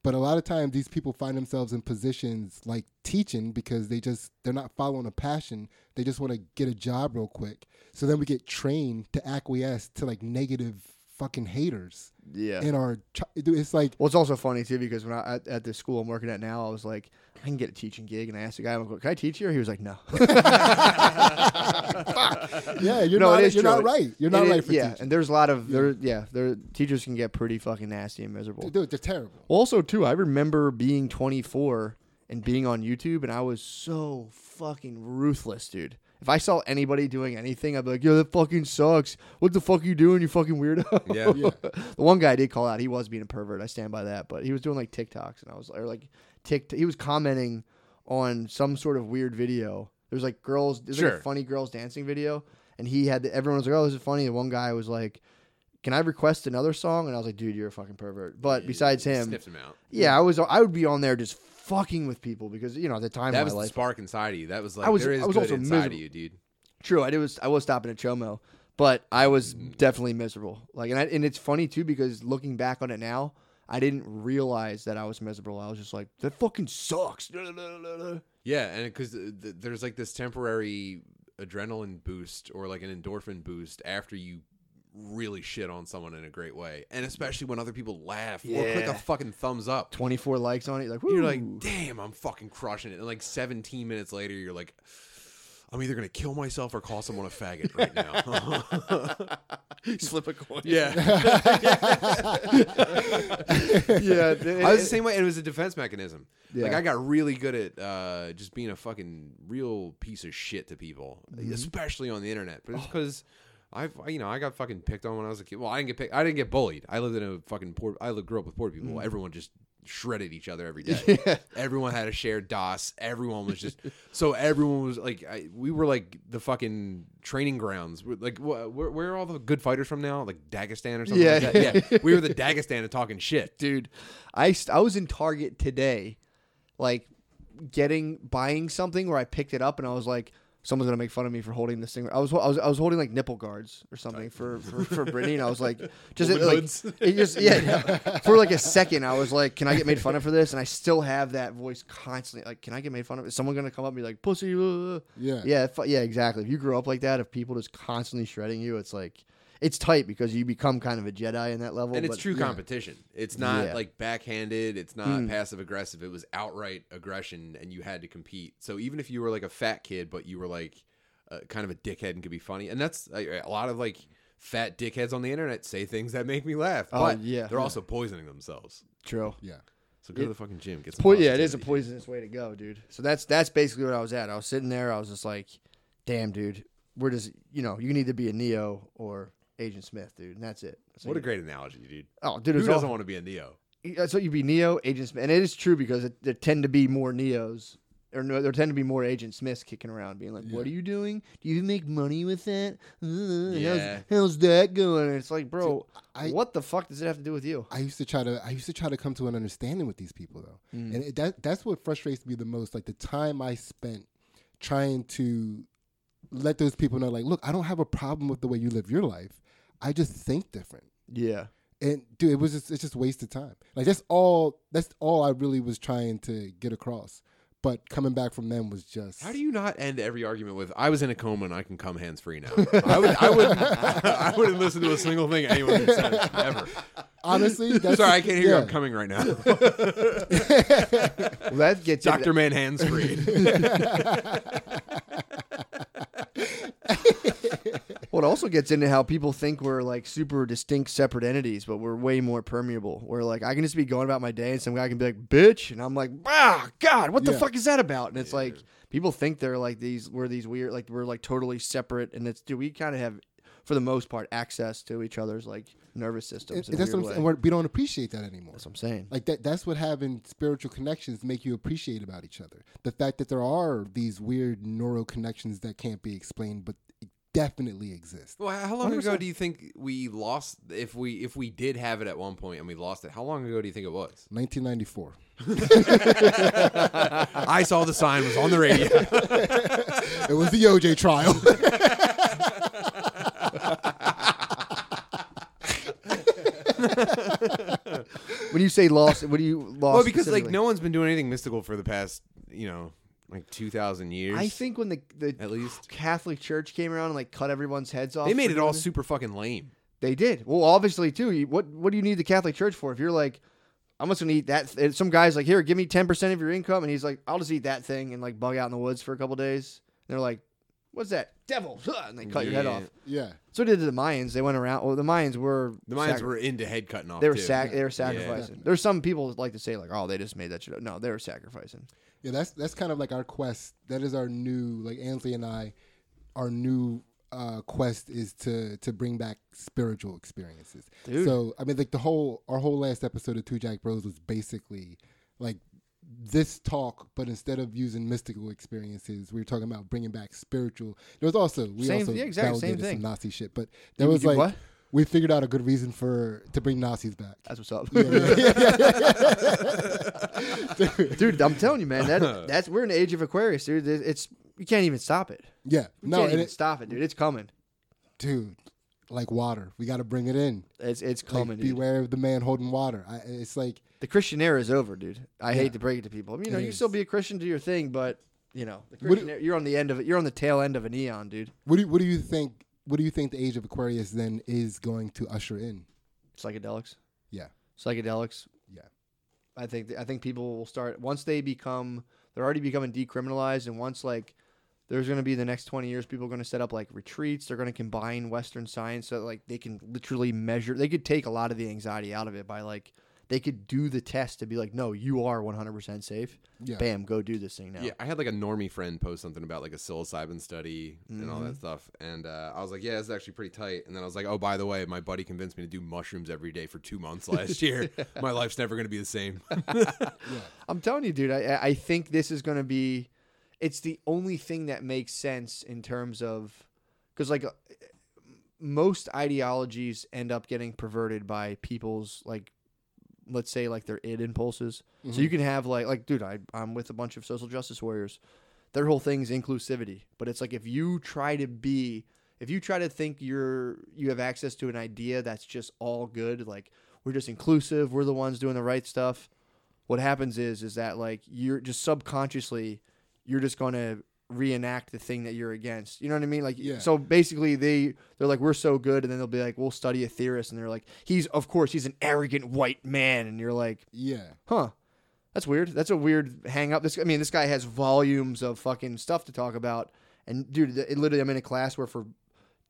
Speaker 3: but a lot of times these people find themselves in positions like teaching because they just they're not following a passion they just want to get a job real quick so then we get trained to acquiesce to like negative fucking haters
Speaker 1: Yeah.
Speaker 3: in our chi- dude, it's
Speaker 1: (laughs)
Speaker 3: like
Speaker 1: Well, it's also funny too because when I at, at this school I'm working at now, I was like, I can get a teaching gig, and I asked the guy, I'm like, "Can I teach here?" He was like, "No."
Speaker 3: yeah
Speaker 1: (laughs)
Speaker 3: you're
Speaker 1: No, it
Speaker 3: not
Speaker 1: is
Speaker 3: you're not
Speaker 1: true.
Speaker 3: right you're not
Speaker 1: It is-
Speaker 3: right for
Speaker 1: yeah,
Speaker 3: teaching
Speaker 1: and there's a lot of there. Yeah, there teachers can get pretty fucking nasty and miserable.
Speaker 3: dude they're terrible
Speaker 1: Also, too, I remember being 24 and being on YouTube, and I was so fucking ruthless, dude. If I saw anybody doing anything, I'd be like, "Yo, that fucking sucks. What the fuck you doing, you fucking weirdo?" (laughs)
Speaker 2: Yeah. (laughs) Yeah.
Speaker 1: the one guy I did call out, he was being a pervert. I stand by that, but he was doing like TikToks, and I was or like tick. He was commenting on some sort of weird video. There's like girls, there's like
Speaker 2: Sure.
Speaker 1: a funny girls dancing video, and he had the, everyone was like, "Oh, this is funny." And one guy was like. Can I request another song? And I was like, dude, you're a fucking pervert. But besides him,
Speaker 2: sniffed him out.
Speaker 1: yeah, I was. I would be on there just fucking with people because you know at the time
Speaker 2: That
Speaker 1: of my
Speaker 2: was the
Speaker 1: life.
Speaker 2: spark inside of you. That was like
Speaker 1: I was-
Speaker 2: there is
Speaker 1: I was
Speaker 2: good
Speaker 1: also
Speaker 2: inside
Speaker 1: miserable.
Speaker 2: of you, dude.
Speaker 1: True, I did was I was stopping at Chomo, but I was definitely miserable. Like, and I, and it's funny too because looking back on it now, I didn't realize that I was miserable. I was just like, that fucking sucks.
Speaker 2: Yeah, and because th- th- there's like this temporary adrenaline boost or like an endorphin boost after you really shit on someone in a great way, and especially when other people laugh or click
Speaker 1: Yeah.
Speaker 2: a fucking thumbs up.
Speaker 1: Twenty four likes on it, like "Woo."
Speaker 2: You're like, damn, I'm fucking crushing it. And like 17 minutes later, you're like, I'm either gonna kill myself or call someone a faggot right
Speaker 1: (laughs)
Speaker 2: now. (laughs)
Speaker 1: slip a coin.
Speaker 2: yeah,
Speaker 1: yeah,
Speaker 2: I was the same way, and it was a defense mechanism. Like
Speaker 1: Yeah.
Speaker 2: I got really good at uh, just being a fucking real piece of shit to people,
Speaker 1: Mm-hmm.
Speaker 2: especially on the internet. But
Speaker 1: Oh.
Speaker 2: it's because I've you know I got fucking picked on when I was a kid. Well, I didn't get picked. I didn't get bullied. I lived in a fucking poor. I lived, grew up with poor people.
Speaker 1: Mm-hmm.
Speaker 2: Everyone just shredded each other
Speaker 1: (laughs)
Speaker 2: every day. Everyone had a shared DOS. Everyone was just so everyone was like I, we were like the fucking training grounds. We're, like wh- where, where are all the good fighters from now? Like Dagestan or something.
Speaker 1: Yeah.
Speaker 2: like
Speaker 1: (laughs)
Speaker 2: that? yeah. We were the Dagestan of talking shit.
Speaker 1: dude. I st- I was in Target today, like getting buying something where I picked it up and I was like, someone's gonna make fun of me for holding this thing. I was ho- I was, I was holding like nipple guards or something for for, for Brittany and I was like, (laughs) just it,
Speaker 2: Woman
Speaker 1: like
Speaker 2: hoods.
Speaker 1: it just yeah, yeah. for like a second I was like, can I get made fun of for this? And I still have that voice constantly like, can I get made fun of? Is someone gonna come up and be like, pussy? uh, uh?"
Speaker 3: Yeah.
Speaker 1: yeah, fu- yeah, exactly. If you grow up like that, if people just constantly shredding you, it's like. It's tight because you become kind of a Jedi in that level.
Speaker 2: and it's
Speaker 1: but-
Speaker 2: true competition. It's not
Speaker 1: Yeah. Hmm.
Speaker 2: like backhanded. It's not passive aggressive. It was outright aggression, and you had to compete. So even if you were like a fat kid, but you were like uh, kind of a dickhead and could be funny, and that's uh, a lot of like fat dickheads on the internet say things that make me laugh.
Speaker 1: Oh,
Speaker 2: but
Speaker 1: yeah.
Speaker 2: they're
Speaker 1: Yeah.
Speaker 2: also poisoning themselves.
Speaker 1: True.
Speaker 3: yeah
Speaker 2: So go to the fucking gym. Get some
Speaker 1: Po- yeah, it is a
Speaker 2: positivity.
Speaker 1: poisonous way to go, dude. So that's that's basically what I was at. I was sitting there. I was just like, "Damn, dude, we're just you know you need to be a Neo or Agent Smith, dude, and that's it." So
Speaker 2: What a
Speaker 1: you-
Speaker 2: great analogy, dude.
Speaker 1: oh, dude, it
Speaker 2: Who
Speaker 1: was
Speaker 2: doesn't
Speaker 1: all,
Speaker 2: want to be a neo?
Speaker 1: that's what you'd be Neo, Agent Smith, and it is true because it, there tend to be more Neos. Or no, there tend to be more Agent Smiths kicking around, being like, "What are you doing? Do you make money with that? Uh,
Speaker 2: Yeah.
Speaker 1: how's, how's that going?" And it's like, bro,
Speaker 3: I-
Speaker 1: what the fuck does it have to do with you?
Speaker 3: I used to try to I used to try to come to an understanding with these people though, and it, that that's what frustrates me the most. Like the time I spent trying to let those people know, like, look, I don't have a problem with the way you live your life. I just think different,
Speaker 1: Yeah,
Speaker 3: and dude, it was just it's just wasted time. Like that's all that's all I really was trying to get across. But coming back from them was just
Speaker 2: How do you not end every argument with "I was in a coma and I can come hands free
Speaker 1: (laughs)
Speaker 2: now"? I would, I would, (laughs) I wouldn't listen to a single thing anyone said ever. (laughs)
Speaker 3: honestly. That's
Speaker 2: Sorry, I can't hear you.
Speaker 3: yeah.
Speaker 2: I'm coming
Speaker 1: (laughs)
Speaker 2: right now.
Speaker 1: well, that
Speaker 2: (laughs)
Speaker 1: gets into-
Speaker 2: Dr. Man
Speaker 1: (laughs)
Speaker 2: hands free.
Speaker 1: Well, it also gets into how people think we're like super distinct, separate entities, but we're way more permeable. Where like I can just be going about my day, and some guy can be like, "Bitch," and I'm like, "Ah, God, what the
Speaker 3: Yeah.
Speaker 1: fuck is that about?" And it's like people think they're like these, we're these weird, like we're like totally separate, and it's do we kind of have, for the most part, access to each other's like nervous systems?
Speaker 3: And-
Speaker 1: in a
Speaker 3: and that's
Speaker 1: weird
Speaker 3: what I'm
Speaker 1: way.
Speaker 3: saying. We're- We don't appreciate that anymore.
Speaker 1: That's what I'm saying.
Speaker 3: Like that that's what having spiritual connections make you appreciate about each other. The fact that there are these weird neural connections that can't be explained but definitely exist.
Speaker 2: Well, how long ago
Speaker 1: 100%.
Speaker 2: do you think we lost? If we if we did have it at one point and we lost it, how long ago do you think it was?
Speaker 3: 1994.
Speaker 2: I saw the sign was on
Speaker 1: (laughs)
Speaker 2: the radio.
Speaker 3: It was the OJ trial. (laughs)
Speaker 1: when you say lost, what do you lost?
Speaker 2: well, Oh, because like
Speaker 1: specifically?
Speaker 2: no one's been doing anything mystical for the past you know like two thousand years.
Speaker 1: I think when the, the
Speaker 2: At least.
Speaker 1: Catholic Church came around and like cut everyone's heads off,
Speaker 2: they made
Speaker 1: for
Speaker 2: it all
Speaker 1: doing it.
Speaker 2: super fucking lame.
Speaker 1: They did. Well, obviously too. You, what what do you need the Catholic Church for? If you're like, I'm just gonna eat that. Th-. and Some guy's like, here, give me ten percent of your income, and he's like, I'll just eat that thing and like bug out in the woods for a couple days. And they're like, what's that? Devil! (laughs) And they cut your head
Speaker 2: Yeah.
Speaker 1: off.
Speaker 3: yeah.
Speaker 1: So did the Mayans. They went around. Well, the Mayans were
Speaker 2: The Mayans
Speaker 1: sacri-
Speaker 2: were into head cutting off.
Speaker 1: they were
Speaker 2: too.
Speaker 1: sac- they were sacrificing. There's some people that like to say like, oh, they just made that shit up. No, they were sacrificing.
Speaker 3: Yeah, that's that's kind of like our quest. That is our new like Ansley and I, our new uh, quest is to to bring back spiritual experiences.
Speaker 1: Dude.
Speaker 3: So I mean, like the whole our whole last episode of Two Jack Bros was basically like this talk, but instead of using mystical experiences, we were talking about bringing back spiritual. There was also we
Speaker 1: Same-
Speaker 3: also
Speaker 1: yeah, exactly, same
Speaker 3: validated
Speaker 1: thing.
Speaker 3: some Nazi shit, but there
Speaker 1: You-
Speaker 3: was
Speaker 1: you
Speaker 3: like
Speaker 1: what?
Speaker 3: we figured out a good reason for to bring Nazis back.
Speaker 1: That's what's up.
Speaker 3: Dude,
Speaker 1: (laughs) dude. I'm telling you, man. That that's we're in the age of Aquarius, dude. It- It's you can't even stop it.
Speaker 3: yeah,
Speaker 1: You
Speaker 3: no,
Speaker 1: can't
Speaker 3: and
Speaker 1: even
Speaker 3: it,
Speaker 1: stop it, dude. It's coming.
Speaker 3: dude, like water, we got to bring it in.
Speaker 1: It's it's
Speaker 3: Like,
Speaker 1: coming. dude.
Speaker 3: beware of the man holding water. I, it's like
Speaker 1: The Christian era is over, dude. I
Speaker 3: Yeah.
Speaker 1: hate to break it to people. I mean, you know,
Speaker 3: It
Speaker 1: you still
Speaker 3: is.
Speaker 1: be a Christian, do your thing, but you know, the
Speaker 3: What
Speaker 1: Christian
Speaker 3: do-
Speaker 1: era, you're on the end of it. You're on the tail end of an eon, dude.
Speaker 3: what do you, what do you think? What do you think the age of Aquarius then is going to usher in?
Speaker 1: Psychedelics,
Speaker 3: Yeah,
Speaker 1: psychedelics.
Speaker 3: Yeah.
Speaker 1: I think I think people will start once they become they're already becoming decriminalized, and once like there's going to be the next 20 years people are going to set up like retreats they're going to combine western science so that, like they can literally measure they could take a lot of the anxiety out of it by like they could do the test to be like no you are 100% safe
Speaker 3: Yeah.
Speaker 1: bam go do this thing now
Speaker 2: Yeah, I had like a normie friend post something about like a psilocybin study and all that stuff, and uh, I was like, "Yeah, this is actually pretty tight." And then I was like, "Oh, by the way, my buddy convinced me to do mushrooms every day for two months last (laughs) year. My life's never going to be the same."
Speaker 1: I'm telling you, dude. I I- I think this is going to be. It's the only thing that makes sense in terms of, because like uh, most ideologies end up getting perverted by people's like, let's say like their id impulses. So you can have like like dude, I I'm with a bunch of social justice warriors. Their whole thing's inclusivity, but it's like if you try to be, if you try to think you're you have access to an idea that's just all good, like we're just inclusive, we're the ones doing the right stuff what happens is is that like you're just subconsciously you're just going to reenact the thing that you're against you know what i mean like
Speaker 3: Yeah.
Speaker 1: so basically they they're like we're so good and then they'll be like we'll study a theorist and they're like he's of course he's an arrogant white man and you're like
Speaker 3: yeah.
Speaker 1: huh that's weird that's a weird hang up this i mean this guy has volumes of fucking stuff to talk about and dude it literally i'm in a class where for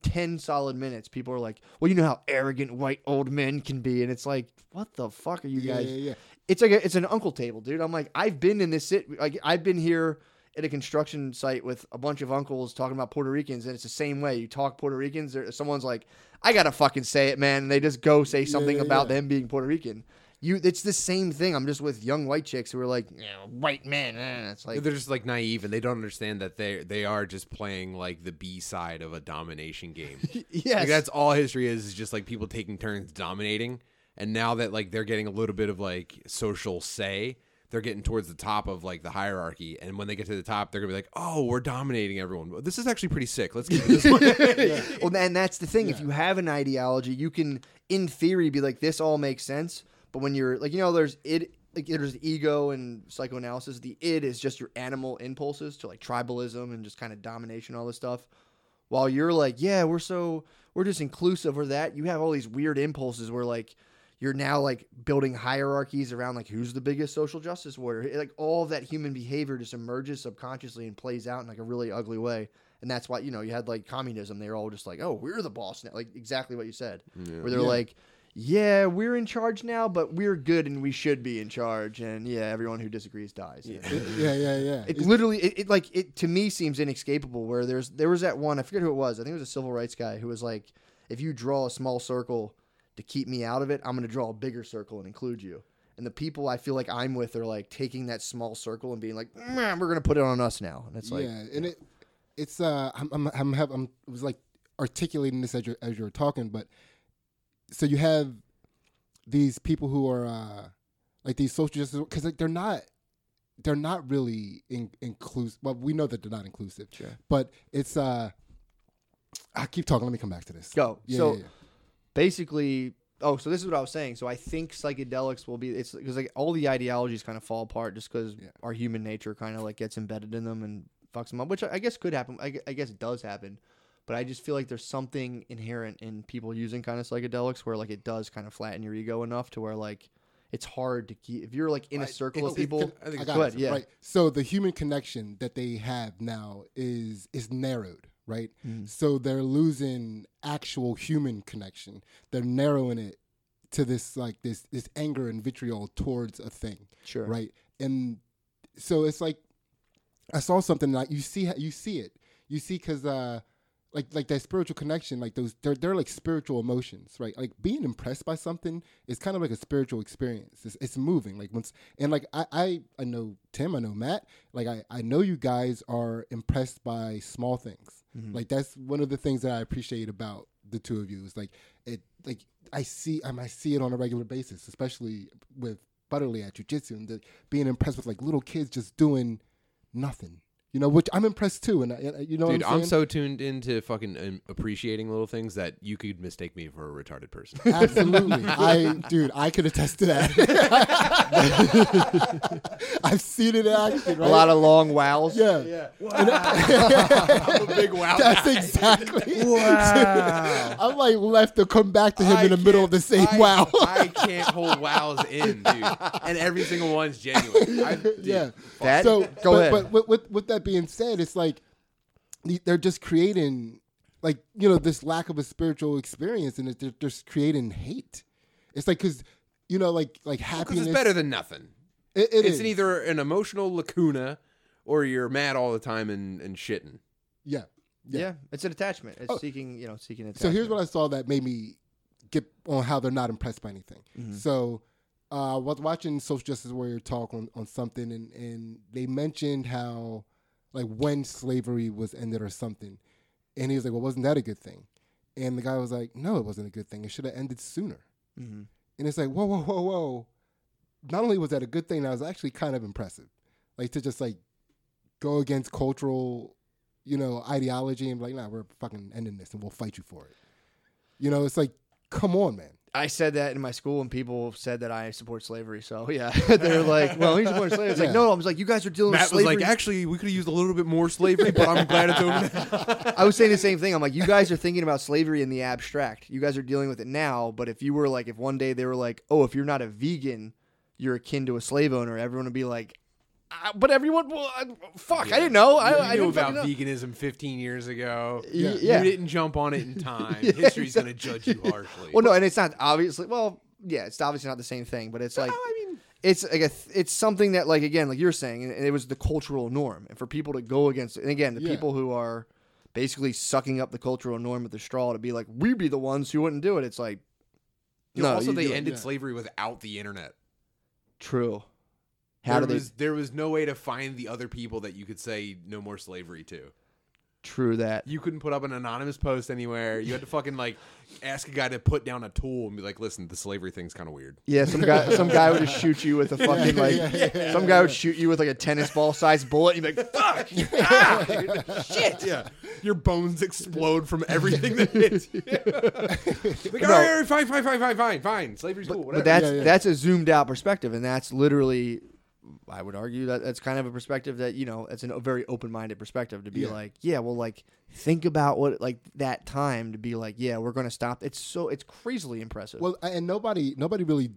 Speaker 1: 10 solid minutes people are like well you know how arrogant white old men can be and it's like what the fuck are you
Speaker 3: yeah,
Speaker 1: guys
Speaker 3: yeah, yeah.
Speaker 1: it's like a, it's an uncle table, dude. I'm like, I've been in this sit, like I've been here at a construction site with a bunch of uncles talking about Puerto Ricans, and it's the same way. You talk Puerto Ricans, there- someone's like, I gotta fucking say it, man, and they just go say something
Speaker 3: yeah,
Speaker 1: about
Speaker 3: yeah.
Speaker 1: them being Puerto Rican. You, it's the same thing. I'm just with young white chicks who are like, yeah, white men. eh." It's like,
Speaker 2: They're just (laughs) like naive and they don't understand that they they are just playing like the B side of a domination game. (laughs)
Speaker 1: yes,
Speaker 2: Like that's all history is is just like people taking turns dominating. And now that like they're getting a little bit of like social say, they're getting towards the top of like the hierarchy. And when they get to the top, they're gonna be like, "Oh, we're dominating everyone. This is actually pretty sick. Let's keep it this way."
Speaker 1: (laughs)
Speaker 3: (laughs)
Speaker 1: well, and that's the thing. If you have an ideology, you can, in theory, be like, this all makes sense. But when you're like, you know, there's it, like there's ego and psychoanalysis. The id is just your animal impulses to like tribalism and just kind of domination, all this stuff. While you're like, yeah, we're so we're just inclusive or that. You have all these weird impulses where like you're now like building hierarchies around like who's the biggest social justice warrior. It- Like all of that human behavior just emerges subconsciously and plays out in like a really ugly way. and that's why you know you had like communism. They were all just like, oh, we're the boss now, like exactly what you said,
Speaker 2: Yeah.
Speaker 1: where they're
Speaker 3: Yeah.
Speaker 1: like. Yeah, we're in charge now, but we're good and we should be in charge. And yeah, everyone who disagrees dies. Yeah.
Speaker 3: (laughs) yeah, yeah, yeah.
Speaker 1: It literally, it, it like it to me seems inescapable. Where there's there was that one, I forget who it was. I think it was a civil rights guy who was like, if you draw a small circle to keep me out of it, I'm going to draw a bigger circle and include you. And the people I feel like I'm with are like taking that small circle and being like, "Meh, we're going to put it on us now. And it's like,
Speaker 3: yeah, and it it's uh I'm I'm I'm, have, I'm it was like articulating this as you as you were talking, but so you have these people who are uh like these social justice because like they're not they're not really in, inclusive. Well, we know that they're not inclusive,
Speaker 1: Sure.
Speaker 3: but it's uh I keep talking. Let me come back to this.
Speaker 1: go.
Speaker 3: Yeah,
Speaker 1: so
Speaker 3: yeah, yeah.
Speaker 1: basically, oh, so this is what I was saying. So I think psychedelics will be it's because like all the ideologies kind of fall apart just because
Speaker 3: Yeah.
Speaker 1: our human nature kind of like gets embedded in them and fucks them up, which I, I guess could happen. I, gue- I guess it does happen, but I just feel like there's something inherent in people using kind of psychedelics where like it does kind of flatten your ego enough to where like it's hard to keep if you're like in a circle of
Speaker 3: Can-
Speaker 1: people.
Speaker 3: can-
Speaker 2: I think
Speaker 3: I
Speaker 2: it's
Speaker 3: got
Speaker 1: good,
Speaker 3: it.
Speaker 1: yeah.
Speaker 3: Right. So the human connection that they have now is is narrowed, right?
Speaker 1: Mm.
Speaker 3: So they're losing actual human connection. They're narrowing it to this like this this anger and vitriol towards a thing,
Speaker 1: Sure.
Speaker 3: right? And so it's like I saw something like you see you see it you see because uh like like that spiritual connection like those they're, they're like spiritual emotions right like being impressed by something is kind of like a spiritual experience it's, it's moving like once and like I, I i know tim i know matt like i i know you guys are impressed by small things
Speaker 1: Mm. Mm-hmm.
Speaker 3: like that's one of the things that i appreciate about the two of you is like it like i see um, i see it on a regular basis especially with butterly at jiu-jitsu and the, being impressed with like little kids just doing nothing you know which i'm impressed too and I, I- you know
Speaker 2: Dude,
Speaker 3: what i'm saying
Speaker 2: I'm so (laughs) tuned into fucking um, appreciating little things that you could mistake me for a retarded
Speaker 3: (laughs)
Speaker 2: person.
Speaker 3: Absolutely. I dude, I could attest to that. (laughs) I've seen it in action,
Speaker 1: A
Speaker 3: right?
Speaker 1: lot of long wows.
Speaker 3: yeah.
Speaker 2: (laughs) I'm a big wow.
Speaker 3: (laughs) That's exactly. (laughs)
Speaker 1: Wow.
Speaker 3: I'm like left to come back to him in the middle of the same
Speaker 2: I,
Speaker 3: wow. (laughs)
Speaker 2: I can't hold wows in, dude. And every single one's genuine. I, dude,
Speaker 3: (laughs) yeah.
Speaker 1: That
Speaker 3: so
Speaker 1: go
Speaker 3: but,
Speaker 1: ahead.
Speaker 3: But with, with with that being said, it's like the- they're just creating like you know this lack of a spiritual experience, and it- they're just creating hate. It's like because you know like like
Speaker 2: Because
Speaker 3: happiness.
Speaker 2: it's better than nothing.
Speaker 3: It- it
Speaker 2: it's
Speaker 3: is.
Speaker 2: an either an emotional lacuna or you're mad all the time and, and shitting.
Speaker 3: yeah.
Speaker 1: Yeah. It's an attachment.
Speaker 3: Oh.
Speaker 1: It's seeking, you know, seeking
Speaker 3: So
Speaker 1: attachment.
Speaker 3: here's what I saw that made me get on how they're not impressed by anything. So uh, I was watching Social Justice Warrior talk on, on something, and, and they mentioned how, like, when slavery was ended or something. And he was like, Well, wasn't that a good thing? And the guy was like, No, it wasn't a good thing. It should have ended sooner.
Speaker 1: Mhm.
Speaker 3: And it's like, Whoa, whoa, whoa, whoa. Not only was that a good thing, that was actually kind of impressive. Like, to just, like, go against cultural, you know, ideology and be like, Nah, we're fucking ending this and we'll fight you for it. You know, it's like, Come on, man.
Speaker 1: I said that in my school, and people said that I support slavery. So (laughs) yeah, they're like, "Well, he supports slavery." It's
Speaker 3: Yeah.
Speaker 1: like, no, I was like, "You guys are dealing with
Speaker 2: Matt was
Speaker 1: slavery."
Speaker 2: like, actually, we could have used a little bit more slavery, but I'm glad it's over (laughs) now.
Speaker 1: I was saying the same thing. I'm like, "You guys are thinking about slavery in the abstract. You guys are dealing with it now, but if you were like, if one day they were like, oh, if you're not a vegan, you're akin to a slave owner,' everyone would be like." "Ah, But everyone, well, I, fuck! I didn't know. I,
Speaker 2: you
Speaker 1: I
Speaker 2: knew
Speaker 1: didn't
Speaker 2: about
Speaker 1: fucking know.
Speaker 2: veganism 15 years ago.
Speaker 1: Y-
Speaker 3: You
Speaker 1: yeah.
Speaker 2: You didn't jump on it in time.
Speaker 1: Yeah,
Speaker 2: History's going to judge you harshly.
Speaker 1: Well, no, and it's not obviously. Well, yeah, it's obviously not the same thing, but it's like
Speaker 2: Oh, I mean,
Speaker 1: it's like a th- it's something that like again like you're saying and it was the cultural norm and for people to go against and again the
Speaker 3: Yeah.
Speaker 1: people who are basically sucking up the cultural norm with the straw to be like we be the ones who wouldn't do it it's like
Speaker 2: Yo,
Speaker 1: no
Speaker 2: also,
Speaker 1: you do
Speaker 2: they
Speaker 1: it.
Speaker 2: ended
Speaker 3: yeah.
Speaker 2: slavery without the internet.
Speaker 1: true how
Speaker 2: there
Speaker 1: did
Speaker 2: was
Speaker 1: they
Speaker 2: there was no way to find the other people that you could say no more slavery to.
Speaker 1: true that
Speaker 2: You couldn't put up an anonymous post anywhere. You had to fucking like ask a guy to put down a tool and be like, "Listen, the slavery thing's kind of weird."
Speaker 1: yeah some guy some guy would just shoot you with a fucking like
Speaker 3: (laughs) yeah, yeah,
Speaker 1: some guy would shoot you with like a tennis ball sized bullet and you'd be like fuck
Speaker 2: (laughs)
Speaker 1: ah, dude, shit
Speaker 2: Yeah, your bones explode from everything (laughs) that hits you. like,
Speaker 1: No.
Speaker 2: all right, all right, fine, fine, fine, fine, fine, fine. Slavery's cool. Whatever.
Speaker 1: But that's
Speaker 3: Yeah, yeah.
Speaker 1: that's a zoomed out perspective, and that's literally, I would argue that that's kind of a perspective that you know it's a very open minded perspective to be
Speaker 3: Yeah.
Speaker 1: like, yeah, well, like think about what like that time to be like, yeah, we're gonna stop. It's so it's crazily impressive.
Speaker 3: Well, I- and nobody, nobody really.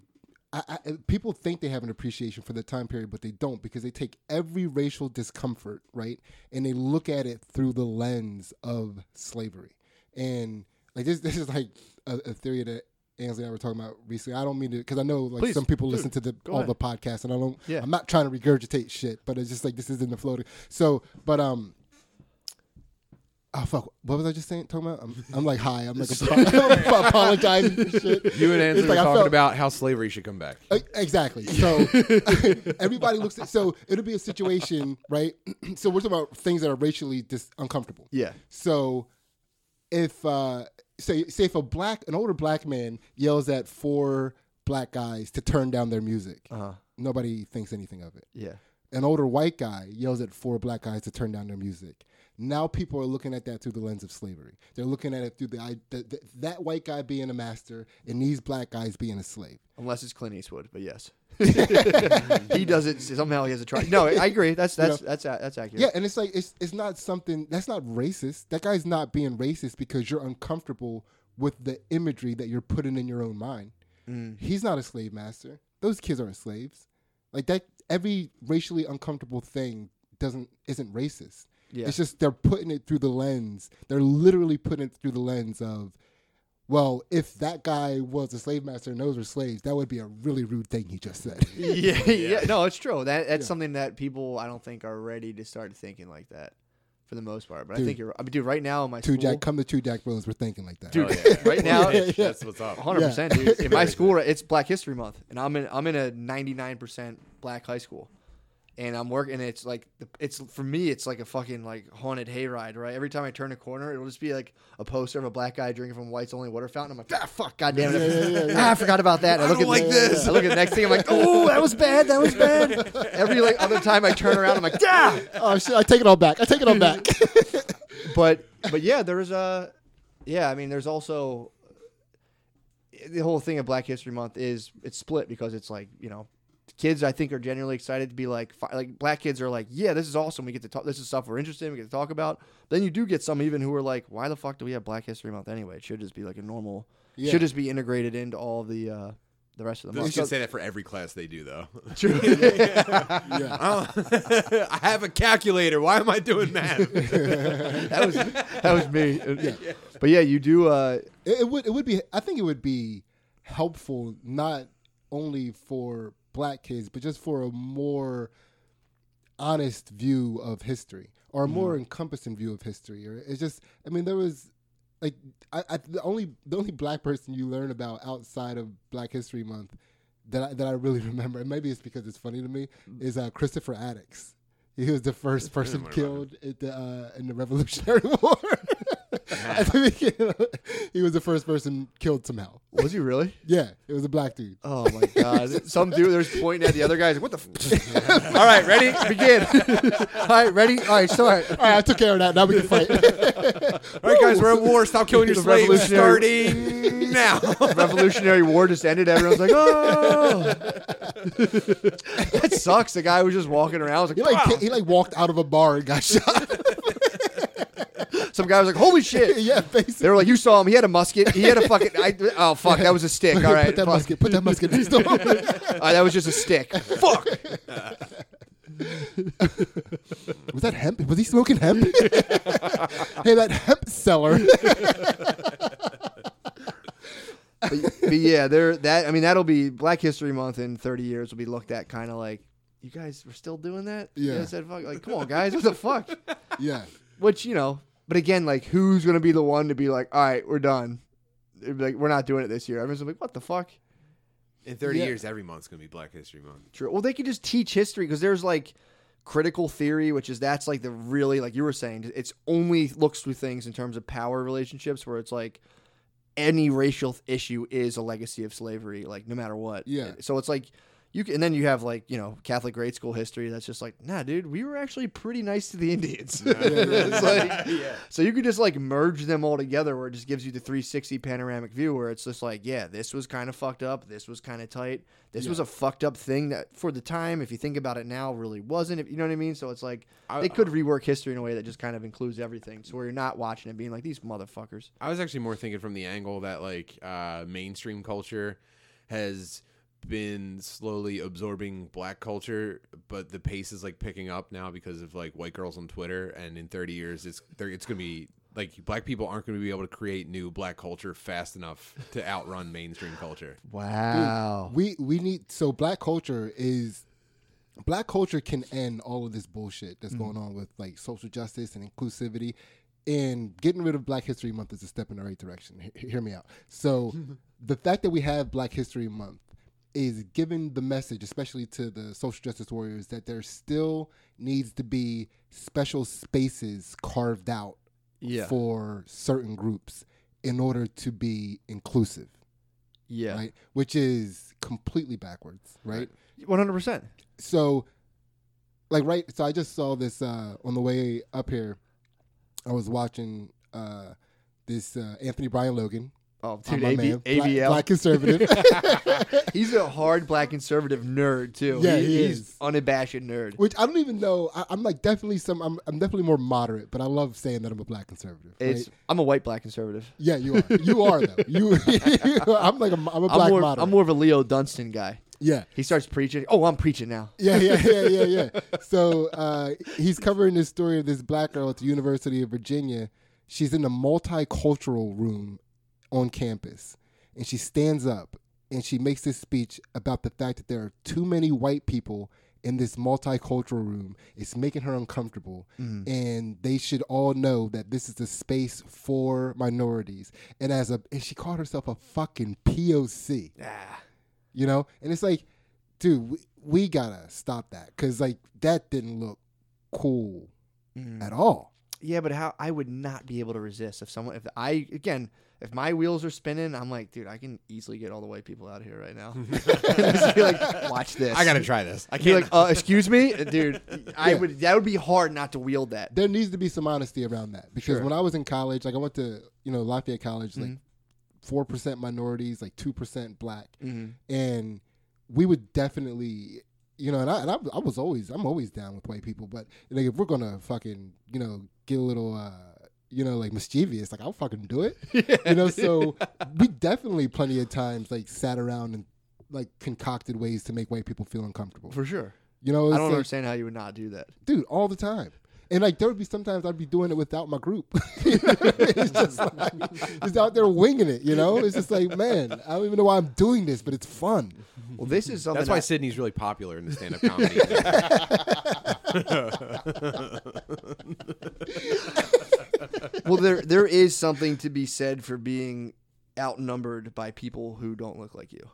Speaker 3: I, I, people think they have an appreciation for the time period, but they don't because they take every racial discomfort, right, and they look at it through the lens of slavery. And like this, this is like a, a theory that Ansley and I were talking about recently. I don't mean to because I know like
Speaker 1: Please,
Speaker 3: some people
Speaker 1: dude,
Speaker 3: listen to the
Speaker 1: go
Speaker 3: all
Speaker 1: ahead.
Speaker 3: the podcasts, and I don't.
Speaker 1: Yeah.
Speaker 3: I'm not trying to regurgitate shit, but it's just like this isn't the floating. So, but um. Oh fuck! What was I just saying? Talking about? I'm, I'm like
Speaker 1: (laughs)
Speaker 3: high. I'm like apo- (laughs) apologizing. for Shit.
Speaker 2: You and
Speaker 3: It's
Speaker 2: Anthony
Speaker 3: like
Speaker 2: were
Speaker 3: I
Speaker 2: talking
Speaker 3: felt-
Speaker 2: about how slavery should come (laughs) back.
Speaker 3: uh, Exactly. So (laughs) everybody looks at so it'll be a situation, right? (clears throat) so we're talking about things that are racially dis- uncomfortable.
Speaker 1: Yeah.
Speaker 3: So if uh say say if a black an older black man yells at four black guys to turn down their music,
Speaker 1: Uh huh.
Speaker 3: nobody thinks anything of it.
Speaker 1: Yeah.
Speaker 3: An older white guy yells at four black guys to turn down their music. Now people are looking at that through the lens of slavery. They're looking at it through the, I the, the that white guy being a master and these black guys being a slave.
Speaker 1: Unless it's Clint Eastwood, but
Speaker 3: (laughs)
Speaker 1: yes. he does it somehow. He has a try. No, I agree. That's that's that's a- that's accurate.
Speaker 3: Yeah, and it's like it's it's not something that's not racist. That guy's not being racist because you're uncomfortable with the imagery that you're putting in your own mind.
Speaker 1: Mm.
Speaker 3: He's not a slave master. Those kids aren't slaves. Like that every racially uncomfortable thing doesn't isn't racist.
Speaker 1: Yeah. (laughs)
Speaker 3: It's just they're putting it through the lens. They're literally putting it through the lens of well, if that guy was a slave master and those were slaves, that would be a really rude thing he just said. (laughs)
Speaker 1: yeah, yeah. No, it's true. That that's something that people I don't think are ready to start thinking like that, for the most part. But I
Speaker 3: Dude.
Speaker 1: think you're. I mean, dude, right now in my
Speaker 3: Two
Speaker 1: school,
Speaker 3: Jack, come to Two Jack Bros. We're thinking like that.
Speaker 1: Dude,
Speaker 2: Hell Oh, yeah.
Speaker 1: right now,
Speaker 3: Yeah.
Speaker 2: That's what's up.
Speaker 1: 100 percent, dude. In
Speaker 2: (laughs)
Speaker 1: my school, it's Black History Month, and I'm in I'm in a 99 percent black high school, and I'm working. And it's like the- it's for me, it's like a fucking like haunted hayride, right? Every time I turn a corner, it'll just be like a poster of a black guy drinking from White's Only Water Fountain. I'm like, ah, fuck, goddamn it, (laughs) Ah, I forgot about that. And I look
Speaker 2: don't
Speaker 1: at
Speaker 2: like this.
Speaker 1: I look at the next thing, I'm like, oh, that was bad, that was bad.
Speaker 2: (laughs)
Speaker 1: Every like other time I turn around, I'm like, ah.
Speaker 3: Oh shit! I take it all back. I take (laughs) it all back.
Speaker 1: but but yeah, there's a yeah. I mean, there's also the whole thing of Black History Month is it's split because it's like you know, kids I think are generally excited to be like fi- like black kids are like yeah, this is awesome. We get to talk. This is stuff we're interested in. We get to talk about. But then you do get some even who are like, why the fuck do we have Black History Month anyway? It should just be like a normal.
Speaker 3: Yeah.
Speaker 1: Should just be integrated into all the uh, the rest of the
Speaker 2: You
Speaker 1: month.
Speaker 2: should
Speaker 1: So-
Speaker 2: say that for every class they do, (laughs) though.
Speaker 3: yeah.
Speaker 2: I don't- (laughs) I have a calculator. Why am I doing math? (laughs)
Speaker 1: that was that was me. But yeah, you do. Uh,
Speaker 3: It, it would it would be I think it would be helpful not only for black kids but just for a more honest view of history or a more encompassing view of history or it's just I mean there was like I, I the only the only black person you learn about outside of Black History Month that I, that I really (laughs) remember and maybe it's because it's funny to me is uh, Christopher Attucks. He was the first person killed at the, uh, in the Revolutionary (laughs) War. At the beginning, he was the first person killed somehow.
Speaker 1: was he really?
Speaker 3: Yeah, it was a black dude.
Speaker 1: Oh my god! Some dude there's pointing at the other guys. What the? F-? (laughs) All right, ready? Begin. (laughs) All right, ready? All right, start.
Speaker 3: All right, I took care of that. Now we can fight.
Speaker 2: All right, guys, we're at war. Stop killing your
Speaker 1: The
Speaker 2: slaves.
Speaker 1: revolutionary-
Speaker 2: Starting (laughs) now.
Speaker 1: Revolutionary War just ended. Everyone's like, oh, that sucks. The guy was just walking around. Was
Speaker 3: (laughs) he
Speaker 1: like,
Speaker 3: like ca- he like walked out of a bar and got (laughs) shot.
Speaker 1: some guy was like, holy shit.
Speaker 3: yeah, basically.
Speaker 1: They were like, you saw him. He had a musket. He had a fucking. I, oh fuck, that was a stick. All right,
Speaker 3: put that
Speaker 1: fuck.
Speaker 3: musket. Put that musket next to him.
Speaker 1: All right, that was just a stick. Fuck.
Speaker 3: (laughs) Was that hemp? Was he smoking hemp? (laughs) hey, that hemp seller. (laughs)
Speaker 1: but, but yeah, there that I mean that'll be Black History Month in 30 years will be looked at kind of like you guys were still doing that. You
Speaker 3: Yeah.
Speaker 1: guys said fuck. Like, come on, guys, what the fuck?
Speaker 3: yeah,
Speaker 1: Which you know, but again, like who's gonna be the one to be like, all right, we're done. It'd be like we're not doing it this year. Everyone's gonna be like, what the fuck?
Speaker 2: In 30
Speaker 3: Yeah.
Speaker 2: years, every month's going to be Black History Month.
Speaker 1: True. Well, they could just teach history because there's like critical theory, which is that's like the really like you were saying, it's only looks through things in terms of power relationships where it's like any racial th- issue is a legacy of slavery, like no matter what.
Speaker 3: Yeah.
Speaker 1: So it's like you can, and then you have like you know Catholic grade school history that's just like nah, dude, we were actually pretty nice to the Indians. (laughs) It's
Speaker 2: (laughs)
Speaker 1: like- So you could just like merge them all together, where it just gives you the 360 panoramic view, where it's just like, yeah, this was kind of fucked up, this was kind of tight, this was a fucked up thing that for the time, if you think about it now, really wasn't. If you know what I mean? So it's like
Speaker 2: I-
Speaker 1: they could rework history in a way that just kind of includes everything, so where you're not watching it being like these motherfuckers.
Speaker 2: I was actually more thinking from the angle that, like, uh, mainstream culture has been slowly absorbing black culture, but the pace is like picking up now because of like white girls on Twitter. And in 30 years, it's they're- it's gonna be like black people aren't gonna be able to create new black culture fast enough to outrun mainstream culture.
Speaker 1: Wow.
Speaker 3: Oh. We we need so black culture is black culture can end all of this bullshit that's going on with like social justice and inclusivity and getting rid of Black History Month is a step in the right direction. He- he- hear me out. So the fact that we have Black History Month is giving the message, especially to the social justice warriors, that there still needs to be special spaces carved out
Speaker 1: yeah.
Speaker 3: for certain groups in order to be inclusive
Speaker 1: yeah.
Speaker 3: right? Which is completely backwards, right?
Speaker 1: One hundred percent.
Speaker 3: So, like, right? So I just saw this uh, on the way up here. I was watching uh, this uh, Anthony Bryan Logan,
Speaker 1: Oh,
Speaker 3: uh,
Speaker 1: dude,
Speaker 3: my
Speaker 1: AB,
Speaker 3: man, black-
Speaker 1: ABL. (laughs)
Speaker 3: black conservative. (laughs)
Speaker 1: he's a hard black conservative nerd too.
Speaker 3: Yeah, he
Speaker 1: he's
Speaker 3: is.
Speaker 1: unabashed nerd.
Speaker 3: which I don't even know. I, I'm like definitely some. I'm, I'm definitely more moderate, but I love saying that I'm a black conservative. Right?
Speaker 1: It's I'm a white black conservative.
Speaker 3: yeah, you are. You are though. You. (laughs) I'm like a, I'm a black
Speaker 1: I'm more,
Speaker 3: moderate.
Speaker 1: I'm more of a Leo Dunstan guy.
Speaker 3: yeah.
Speaker 1: He starts preaching. Oh, I'm preaching now.
Speaker 3: Yeah, yeah, yeah, yeah, yeah. So uh, he's covering this story of this black girl at the University of Virginia. She's in a multicultural room on campus, and she stands up and she makes this speech about the fact that there are too many white people in this multicultural room. It's making her uncomfortable, and they should all know that this is the space for minorities. And as a, and she called herself a fucking POC
Speaker 1: Ah,
Speaker 3: you know and it's like dude we, we gotta stop that because like that didn't look cool at all
Speaker 1: yeah, but how I would not be able to resist if someone if I again if my wheels are spinning, I'm like, dude, I can easily get all the white people out of here right now.
Speaker 2: (laughs)
Speaker 1: Just be like, watch this.
Speaker 2: I gotta try this. I
Speaker 1: Be
Speaker 2: can't.
Speaker 1: like, uh, excuse me, dude. I
Speaker 3: Yeah.
Speaker 1: would. That would be hard not to wield that. (laughs)
Speaker 3: there needs to be some honesty around that because
Speaker 1: Sure.
Speaker 3: when i was in college like i went to you know lafayette college like 4% minorities like 2% black
Speaker 1: Mm-hmm.
Speaker 3: and we would definitely you know and, I, and I, I was always i'm always down with white people but like if we're gonna fucking you know get a little uh you know like mischievous like i'll fucking do it
Speaker 1: (laughs)
Speaker 3: you know so we definitely plenty of times like sat around and like concocted ways to make white people feel uncomfortable
Speaker 1: For sure.
Speaker 3: you know
Speaker 1: I
Speaker 3: it's
Speaker 1: don't
Speaker 3: like,
Speaker 1: understand how you would not do
Speaker 2: (laughs)
Speaker 1: that.
Speaker 3: dude all the time and like there would be sometimes I'd be doing it without my group. (laughs) it's just like just out there winging it, you know. It's just like, man, I don't even know why I'm doing this, but it's fun.
Speaker 1: Well, this is something.
Speaker 2: That's why
Speaker 1: I-
Speaker 2: Sydney's really popular in
Speaker 1: (laughs)
Speaker 2: the stand-up comedy.
Speaker 1: well, there there is something to be said for being outnumbered by people who don't look like you.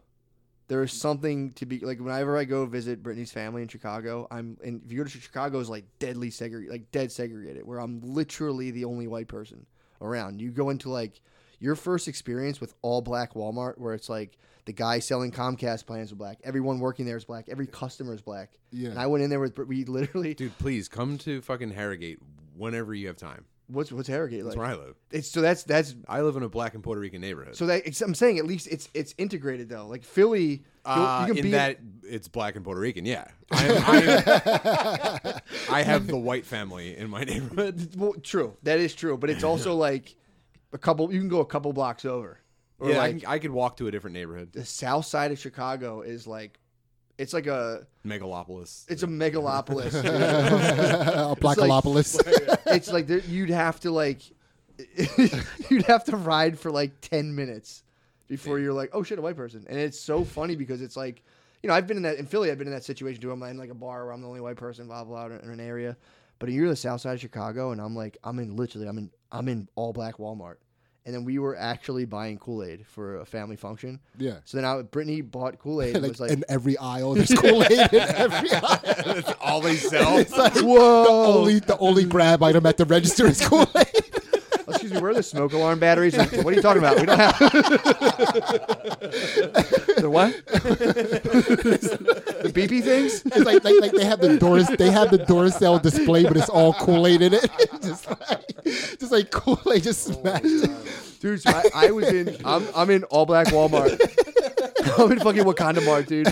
Speaker 1: There is something to be like. Whenever I go visit Brittany's family in Chicago, I'm and if you go to Chicago is like deadly segregated, like dead segregated, where I'm literally the only white person around. You go into like your first experience with all black Walmart, where it's like the guy selling Comcast plans are black, everyone working there is black, every customer is black.
Speaker 3: Yeah.
Speaker 1: And I went in there with Brit- we literally
Speaker 2: Dude, please come to fucking Harrogate whenever you have time.
Speaker 1: what's what's Harrogate
Speaker 2: That's
Speaker 1: like?
Speaker 2: where I live.
Speaker 1: It's so that's that's
Speaker 2: I live in a black and Puerto Rican neighborhood.
Speaker 1: So that it's- I'm saying at least it's it's integrated though. Like Philly, you'll-
Speaker 2: Uh,
Speaker 1: you can
Speaker 2: in
Speaker 1: be
Speaker 2: that it's black and Puerto Rican, yeah. I, am, I, am- I have the white family in my neighborhood. (laughs)
Speaker 1: well, true. That is true, but it's also like a couple. You can go a couple blocks over. Or
Speaker 2: yeah, I,
Speaker 1: like
Speaker 2: can- I could walk to a different neighborhood.
Speaker 1: the south side of Chicago is like, it's like a
Speaker 2: Megalopolis. (laughs)
Speaker 1: it's a megalopolis.
Speaker 3: (laughs)
Speaker 1: dude. (laughs)
Speaker 3: Blackalopolis.
Speaker 1: it's like there, you'd have to like (laughs) you'd have to ride for like 10 minutes before you're like oh shit a white person and it's so funny because it's like you know i've been in that in philly i've been in that situation too i'm in like a bar where i'm the only white person blah blah, blah in an area but you're the south side of chicago and i'm like i'm in literally i'm in i'm in all black walmart and then we were actually buying kool-aid for a family function
Speaker 3: Yeah.
Speaker 1: so then I, brittany bought kool-aid and
Speaker 3: (laughs) like,
Speaker 1: was like
Speaker 3: in every aisle, there's Kool Aid in
Speaker 1: (laughs)
Speaker 3: every aisle.
Speaker 2: That's all they sell.
Speaker 3: It's (laughs) like
Speaker 1: Whoa.
Speaker 3: the only the only grab item at the register is Kool Aid.
Speaker 1: Oh, Excuse me, where are the smoke alarm batteries? Like, what are you talking about? We don't have. (laughs) the what? the beepy things?
Speaker 3: It's like, like like they have the doors they have the Duracell display, but it's all Kool Aid in it. (laughs) just like just like Kool Aid just smashed.
Speaker 1: Dude, so I, I was in. I'm, I'm in all black Walmart. (laughs) I'm in fucking Wakanda Mart, dude.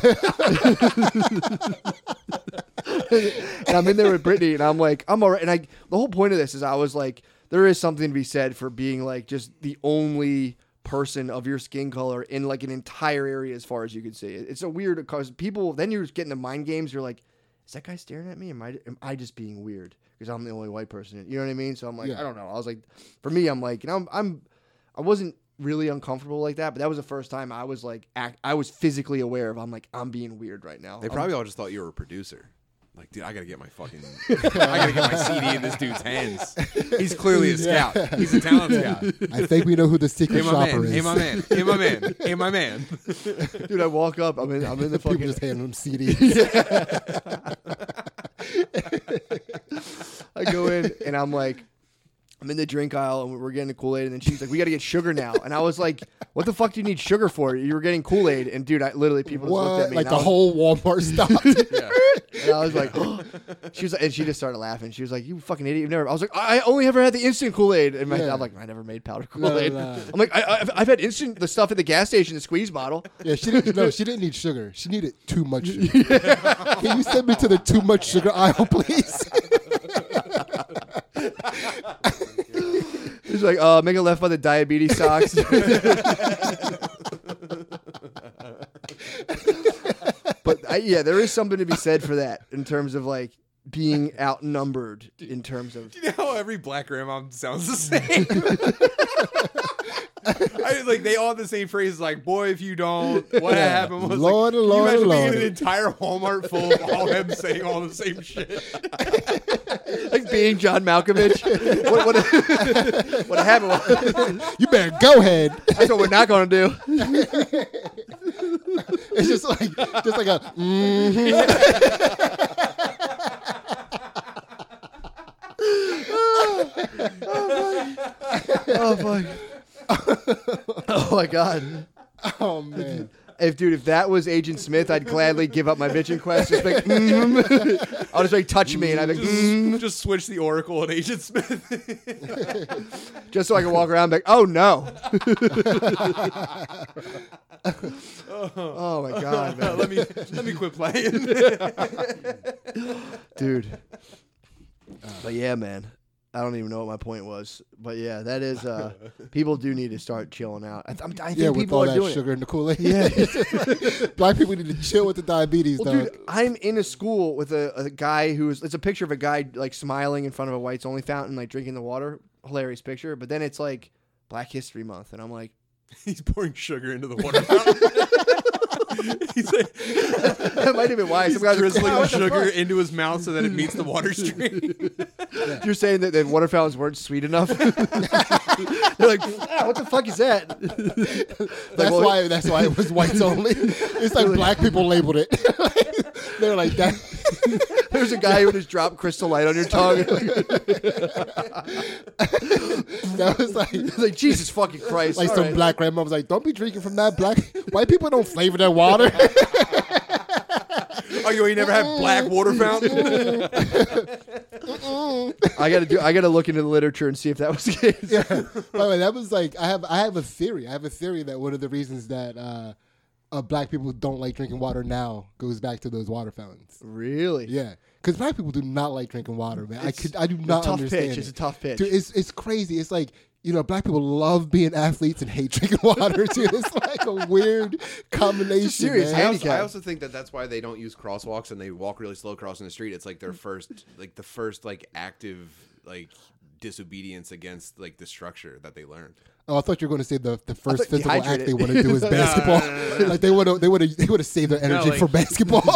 Speaker 1: and I'm in there with Brittany, and I'm like, I'm alright. And I, the whole point of this is, I was like, there is something to be said for being like just the only person of your skin color in like an entire area as far as you can see. It- It's a weird because people then you're just getting the mind games. You're like, is that guy staring at me? Am I am I just being weird because I'm the only white person? You know what I mean? So I'm like,
Speaker 3: Yeah.
Speaker 1: I don't know. I was like, for me, I'm like, and I'm I'm I wasn't really uncomfortable like that, but that was the first time I was like, act, I was physically aware of I'm like I'm being weird right now.
Speaker 2: They
Speaker 1: I'm-
Speaker 2: probably all just thought you were a producer. Like, dude, I gotta get my fucking, I gotta get my CD in this dude's hands. He's clearly a
Speaker 3: Yeah.
Speaker 2: scout. He's a talent scout.
Speaker 3: I think we know who the
Speaker 2: Hey,
Speaker 3: secret
Speaker 2: my
Speaker 3: shopper
Speaker 2: man.
Speaker 3: is.
Speaker 2: Hey, my man. Hey, my man. Hey, my man.
Speaker 1: dude, I walk up, I'm in I'm in the
Speaker 3: (laughs) (laughs) People
Speaker 1: fucking
Speaker 3: just hand him CDs.
Speaker 1: I go in and I'm like, I'm in the drink aisle and we're getting the Kool Aid. And then she's like, we got to get sugar now. And I was like, what the fuck do you need sugar for? You were getting Kool Aid. And dude, I literally, people just looked at
Speaker 3: what?
Speaker 1: me.
Speaker 3: Like
Speaker 1: and
Speaker 3: the
Speaker 1: I was,
Speaker 3: whole Walmart stopped.
Speaker 1: And I was
Speaker 3: (laughs)
Speaker 1: like, "Oh." she was like, and she just started laughing. She was like, you fucking idiot. You've never, I was like, I I only ever had the instant Kool Aid. And my,
Speaker 3: Yeah.
Speaker 1: I'm like, I never made powder
Speaker 3: No,
Speaker 1: Kool Aid.
Speaker 3: no.
Speaker 1: I'm like, I, I've, I've had instant, the stuff at the gas station, the squeeze bottle.
Speaker 3: Yeah, she didn't. No, she didn't need sugar. She needed too much sugar. Can you send me to the too much sugar aisle, please? (laughs)
Speaker 1: She's like, uh, make a left by the diabetes socks. but I, yeah, there is something to be said for that in terms of like being outnumbered in terms of.
Speaker 2: (laughs) You know how every black grandma sounds the same? (laughs) I, like they all have the same phrase, like "boy, if you don't, what happened?" Was
Speaker 3: Lord,
Speaker 2: like,
Speaker 3: Lord,
Speaker 2: you imagine being in
Speaker 3: Lord.
Speaker 2: an entire Walmart full of all them saying all the same shit.
Speaker 1: like being John Malkovich. what, what, what happened? was-
Speaker 3: You better go ahead. (laughs)
Speaker 1: That's what we're not going to do.
Speaker 3: It's just like, just like a. mhm.
Speaker 1: Oh fuck. (laughs) oh my god.
Speaker 3: Oh man.
Speaker 1: If dude, if that was Agent Smith, I'd gladly give up my bitching quest. Just like, mm. (laughs) I'll just like touch me, and I'd be like, mm.
Speaker 2: (laughs) Just, just switch the Oracle and
Speaker 1: (laughs)
Speaker 2: Agent Smith.
Speaker 1: just so I can walk around and be like, oh
Speaker 3: (laughs)
Speaker 1: no. oh my god, man.
Speaker 2: let me let me quit playing.
Speaker 1: (laughs) dude. But yeah, man. I don't even know what my point was, but yeah, that is. uh People do need to start chilling out. I, I'm, I think
Speaker 3: Yeah, with
Speaker 1: people
Speaker 3: all
Speaker 1: are
Speaker 3: that
Speaker 1: doing
Speaker 3: sugar in the Kool Aid.
Speaker 1: Yeah.
Speaker 3: (laughs) Black people need to chill with the diabetes,
Speaker 1: it.
Speaker 3: though.
Speaker 1: Well, dude, I'm in a school with a, a guy who is. It's a picture of a guy like smiling in front of a whites only fountain, like drinking the water. Hilarious picture. But then it's like Black History Month, and I'm like, (laughs)
Speaker 2: He's pouring sugar into the water (laughs) fountain. He's like,
Speaker 1: that might have been why
Speaker 2: He's
Speaker 1: some guys are
Speaker 2: drizzling
Speaker 1: "Wow, what the
Speaker 2: sugar
Speaker 1: fuck?"
Speaker 2: into his mouth so that it meets the
Speaker 1: (laughs)
Speaker 2: water stream.
Speaker 1: You're saying that, that water fountains weren't sweet enough. (laughs) They're like, "Ah, what the fuck is that? (laughs)
Speaker 3: That's
Speaker 1: well-
Speaker 3: why. That's why it was whites only. It's like black people labeled it. (laughs) They're like that.
Speaker 1: There's a guy who just dropped crystal light on your
Speaker 3: (laughs)
Speaker 1: tongue. (laughs)
Speaker 3: That was like
Speaker 1: It's like Jesus fucking Christ.
Speaker 3: like
Speaker 1: all
Speaker 3: some
Speaker 1: right.
Speaker 3: black grandma was like, "Don't be drinking from that black." White people don't flavor
Speaker 1: (laughs)
Speaker 3: their water.
Speaker 2: oh, you ain't never had black
Speaker 1: (laughs)
Speaker 2: water fountain?
Speaker 1: I gotta do. I gotta look into the literature and see if that was the
Speaker 3: (laughs)
Speaker 1: case.
Speaker 3: Yeah. By the way, that was like I have I have a theory. I have a theory that one of the reasons that uh, uh black people don't like drinking water now goes back to those water fountains.
Speaker 1: Really?
Speaker 3: Yeah. Because black people do not like drinking water, man. I
Speaker 1: It's
Speaker 3: could, I do
Speaker 1: a
Speaker 3: not
Speaker 1: tough
Speaker 3: understand.
Speaker 1: pitch.
Speaker 3: it.
Speaker 1: It's a tough pitch.
Speaker 3: Dude, it's it's crazy. It's like you know, black people love being athletes and hate drinking water.
Speaker 1: (laughs)
Speaker 3: Dude, it's like a weird combination.
Speaker 1: serious
Speaker 3: man.
Speaker 2: I
Speaker 1: hate.
Speaker 2: also, I
Speaker 1: Handicap.
Speaker 2: also think that that's why they don't use crosswalks and they walk really slow crossing the street. It's like their first, like the first, like active, like disobedience against like the structure that they learned.
Speaker 3: Oh, I thought you were going to say the, the first
Speaker 1: thought
Speaker 3: physical act
Speaker 1: dehydrated.
Speaker 3: they want to
Speaker 1: (laughs)
Speaker 3: do is basketball. like they want to they want to they want to save their energy
Speaker 2: like-
Speaker 1: (laughs)
Speaker 3: for basketball. (laughs)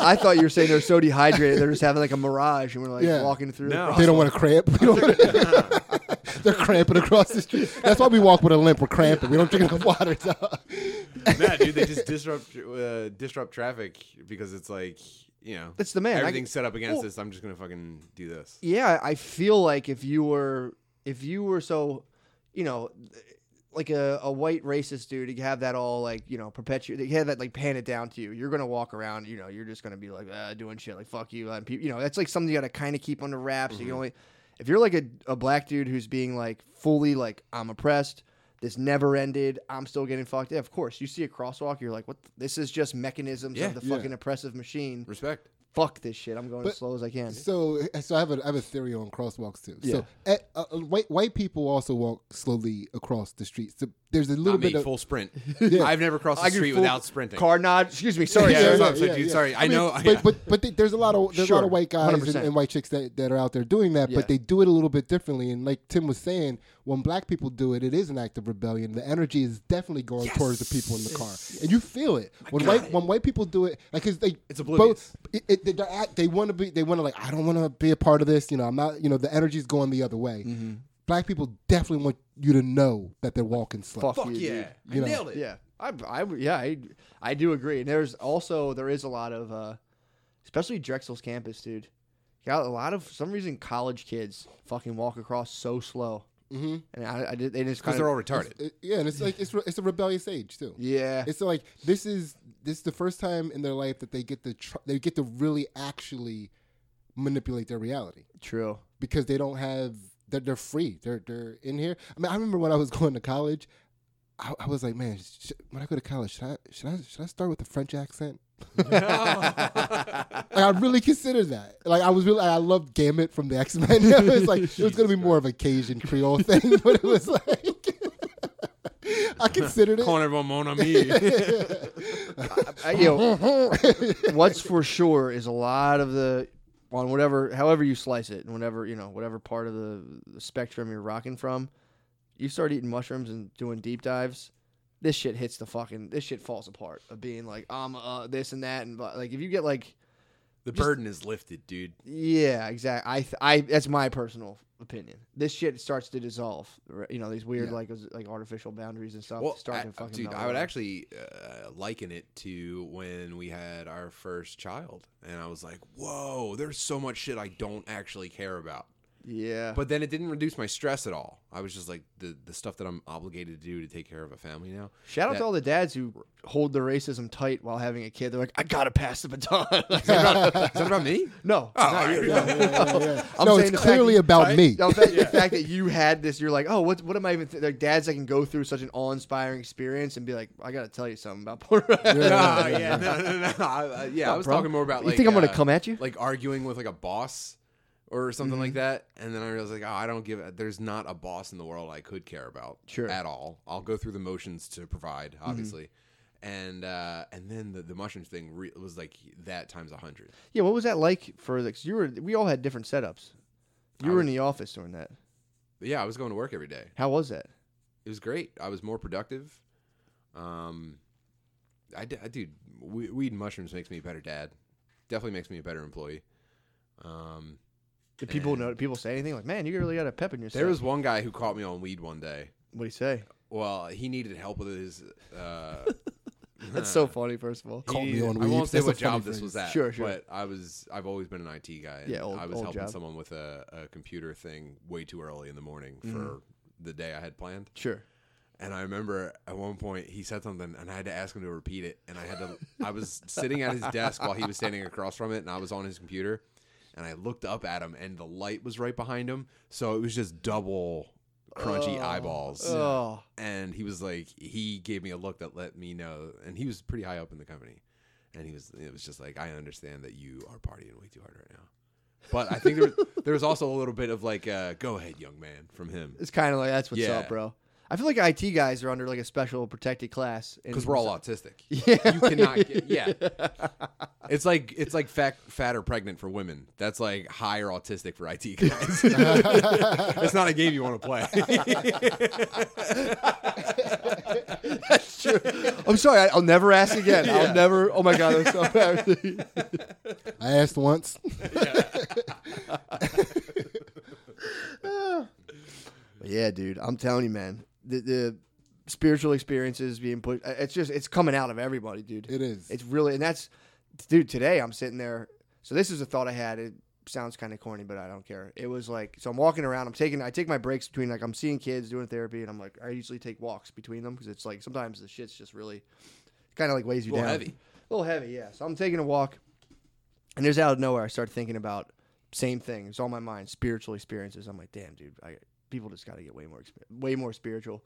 Speaker 1: I thought you were saying they're so dehydrated they're just having like a mirage and we're like
Speaker 3: Yeah.
Speaker 1: walking through.
Speaker 2: No.
Speaker 1: the
Speaker 3: They don't want to cramp. We don't (laughs) They're cramping across the street. That's why we walk with a limp. We're cramping. We don't drink enough water. dog.
Speaker 2: nah, dude, they just disrupt uh, disrupt traffic because it's like you know
Speaker 1: It's the man. I-
Speaker 2: Everything's set up against
Speaker 1: Well-
Speaker 2: this. I'm just gonna fucking do this.
Speaker 1: yeah, I feel like if you were if you were so, you know, like a, a white racist dude, you have that all like you know perpetuate. You have that like pan it down to you. You're gonna walk around, you know, you're just gonna be like uh, doing shit like fuck you, and people, you know, that's like something you gotta kind of keep under wraps. You can only if you're like a, a black dude who's being like fully like I'm oppressed. This never ended. I'm still getting fucked. Yeah, of course. You see a crosswalk, you're like, "What? th- this is just mechanisms
Speaker 2: Yeah.
Speaker 1: of the
Speaker 3: Yeah.
Speaker 1: fucking oppressive machine."
Speaker 2: Respect.
Speaker 1: fuck this shit. I'm going
Speaker 3: But-
Speaker 1: as slow as I can.
Speaker 3: So, eh, so I have a I have a theory on crosswalks too.
Speaker 1: Yeah.
Speaker 3: So, eh, uh, uh, white white people also walk slowly across the streets. So there's a little
Speaker 2: Not
Speaker 3: bit
Speaker 2: me,
Speaker 3: of
Speaker 2: full
Speaker 1: (laughs)
Speaker 2: sprint.
Speaker 3: Yeah.
Speaker 2: I've never crossed
Speaker 1: I
Speaker 2: the
Speaker 1: do
Speaker 2: street
Speaker 1: full
Speaker 2: without sprinting.
Speaker 1: Car nod. Excuse me. Sorry.
Speaker 2: (laughs) Yeah,
Speaker 1: sir.
Speaker 2: that's what I'm saying, dude. Sorry. I know-
Speaker 3: But,
Speaker 2: (laughs) yeah.
Speaker 3: but but th- there's a lot of there's a lot
Speaker 1: Sure.
Speaker 3: of white guys and,
Speaker 1: 100%.
Speaker 3: and white chicks that, that are out there doing that,
Speaker 1: Yeah.
Speaker 3: but they do it a little bit differently. And like Tim was saying, when black people do it, it is an act of rebellion. The energy is definitely going towards the people in the car, and you feel it when white when white people do it. Like because they
Speaker 2: It's oblivious.
Speaker 3: both it, it, they're act- they want to be they want to like I don't want to be a part of this. You know I'm not. You know the energy's going the other way.
Speaker 2: Mm-hmm.
Speaker 3: Black people definitely want you to know that they're walking slow.
Speaker 1: Fuck, you,
Speaker 2: Fuck yeah.
Speaker 1: dude.
Speaker 2: I
Speaker 3: You know,
Speaker 2: nailed it.
Speaker 1: Yeah, I, I, yeah, I, I do agree. And there's also there is a lot of, uh, especially Drexel's campus, dude. Got a lot of for some reason college kids fucking walk across so slow, mm-hmm. and I, I did, they just
Speaker 2: Because
Speaker 1: kind
Speaker 2: they're
Speaker 1: of (laughs)
Speaker 2: all retarded. (laughs)
Speaker 3: Uh, yeah, and it's like it's re- it's a rebellious age too.
Speaker 1: yeah,
Speaker 3: (laughs) It's like this is this is the first time in their life that they get to tr- they get to really actually manipulate their reality
Speaker 1: true.
Speaker 3: because they don't have they're, they're free they're they're in here. I mean, I remember when I was (laughs) going to college, I, I was like, man, sh- when I go to college, should I should I should I start with a French accent? Like, I really considered that. Like I was really I loved Gambit from the X Men. (laughs) it was like it was gonna be more of a Cajun Creole thing, (laughs) but it was like. (laughs) I considered it.
Speaker 2: Calling everyone
Speaker 1: (laughs)
Speaker 2: mon ami.
Speaker 1: I, Uh, you
Speaker 2: (laughs)
Speaker 1: know, what's for sure is a lot of the on whatever, however you slice it, and whatever you know, whatever part of the, the spectrum you're rocking from, you start eating mushrooms and doing deep dives. This shit hits the fucking. This shit falls apart of being like I'm uh, this and that and blah. like if you get like
Speaker 2: the burden is lifted, dude.
Speaker 1: yeah exactly I th- I that's my personal opinion. This shit starts to dissolve. right? You know these weird
Speaker 3: Yeah.
Speaker 1: like like artificial boundaries and stuff
Speaker 2: Well,
Speaker 1: start
Speaker 2: I-
Speaker 1: to fucking.
Speaker 2: dude,
Speaker 1: melt
Speaker 2: I would
Speaker 1: away.
Speaker 2: actually uh, liken it to when we had our first child, and I was like, "Whoa, there's so much shit I don't actually care about."
Speaker 1: yeah.
Speaker 2: But then it didn't reduce my stress at all. I was just like, the the stuff that I'm obligated to do to take care of a family now.
Speaker 1: Shout out
Speaker 2: that-
Speaker 1: to all the dads who hold their racism tight while having a kid. They're like, I gotta pass the baton. (laughs) Like, they're not-
Speaker 2: Is that about me?
Speaker 1: no,
Speaker 2: Oh, all right.
Speaker 1: (laughs) I'm
Speaker 3: no,
Speaker 1: saying
Speaker 3: it's
Speaker 1: the fact
Speaker 3: clearly
Speaker 1: that-
Speaker 3: about me.
Speaker 1: No, in
Speaker 3: (laughs)
Speaker 1: fact- the fact that you had this, you're like, oh, what? What am I even? Th-? Like dads that can go through such an awe-inspiring experience and be like, I gotta tell you something about Puerto (laughs) Rico.
Speaker 2: no, yeah, no, no, no. I, I- (laughs) yeah, I was
Speaker 1: bro.
Speaker 2: talking more about
Speaker 1: You
Speaker 2: like.
Speaker 1: think I'm gonna
Speaker 2: uh,
Speaker 1: come at you?
Speaker 2: Like arguing with like a boss or something like that, and then I realized like, oh, I don't give. a- There's not a boss in the world I could care about
Speaker 1: Sure.
Speaker 2: at all. I'll go through the motions to provide, obviously. And uh, and then the, the mushrooms thing re- was like that times a hundred.
Speaker 1: Yeah, what was that like for? Like, 'cause you were. We all had different setups. You
Speaker 2: I
Speaker 1: were
Speaker 2: was-
Speaker 1: in the office during that.
Speaker 2: But yeah, I was going to work every day.
Speaker 1: How was that?
Speaker 2: It was great. I was more productive. Um, I, d- I dude, we- weed and mushrooms makes me a better dad. Definitely makes me a better employee. Um,
Speaker 1: Did people
Speaker 2: Man.
Speaker 1: know? Did people say anything like, "Man, you really got a pep in your step"?
Speaker 2: There was one guy who caught me on weed one day.
Speaker 1: What do you say?
Speaker 2: Well, he needed help with his. Uh,
Speaker 1: That's so funny. First of all,
Speaker 2: he
Speaker 3: Caught me
Speaker 2: needed-
Speaker 3: on
Speaker 2: I
Speaker 3: weed.
Speaker 2: won't say
Speaker 3: That's a
Speaker 2: what job
Speaker 3: funny
Speaker 2: this was at.
Speaker 1: Sure, sure.
Speaker 2: But I was. I've always been an IT guy. and
Speaker 1: Yeah, old-
Speaker 2: I was
Speaker 1: old
Speaker 2: helping
Speaker 1: job.
Speaker 2: someone with a, a computer thing way too early in the morning for the day I had planned.
Speaker 1: sure.
Speaker 2: And I remember at one point he said something, and I had to ask him to repeat it. And I had to, I was sitting at his desk while he was standing across from it, and I was on his computer. And I looked up at him, and the light was right behind him, so it was just double crunchy eyeballs.
Speaker 1: Oh.
Speaker 2: And he was like, he gave me a look that let me know, and he was pretty high up in the company. And he was, it was just like, I understand that you are partying way too hard right now. But I think there was, (laughs) there was also a little bit of like, uh, go ahead, young man, from him.
Speaker 1: It's kind of like that's what's
Speaker 2: Yeah.
Speaker 1: up, bro. I feel like IT guys are under like a special protected class
Speaker 2: because we're all autistic.
Speaker 1: (laughs) Yeah.
Speaker 2: you cannot. Get, yeah, it's like it's like fat, fat or pregnant for women. That's like higher autistic for IT guys. (laughs) it's not a game you want to play. (laughs)
Speaker 1: (laughs) I'm sorry, I, I'll never ask again. I'll never. Oh my god, I'm so embarrassed.
Speaker 3: I asked once.
Speaker 1: (laughs) yeah, dude, I'm telling you, man, the, the spiritual experiences being put. uh, It's just it's coming out of everybody, dude.
Speaker 3: It is.
Speaker 1: It's really, and that's, dude. Today I'm sitting there. So this is a thought I had. It sounds kind of corny, but I don't care. It was like, so I'm walking around. I'm taking, I take my breaks between like I'm seeing kids doing therapy, and I'm like, I usually take walks between them because it's like sometimes the shit's just really, kind of like weighs you
Speaker 2: Little
Speaker 1: down.
Speaker 2: heavy.
Speaker 1: A little heavy, yeah. So I'm taking a walk, and there's out of nowhere I start thinking about same thing. It's on my mind, spiritual experiences. I'm like, damn, dude, I, people just got to get way more, exp- way more spiritual.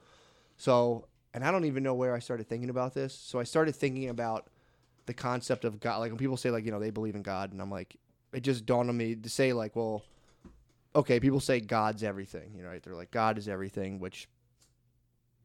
Speaker 1: So, and I don't even know where I started thinking about this. So I started thinking about the concept of God. Like when people say like you know they believe in God, and I'm like, it just dawned on me to say like, well, okay, people say God's everything, you know, right? They're like God is everything, which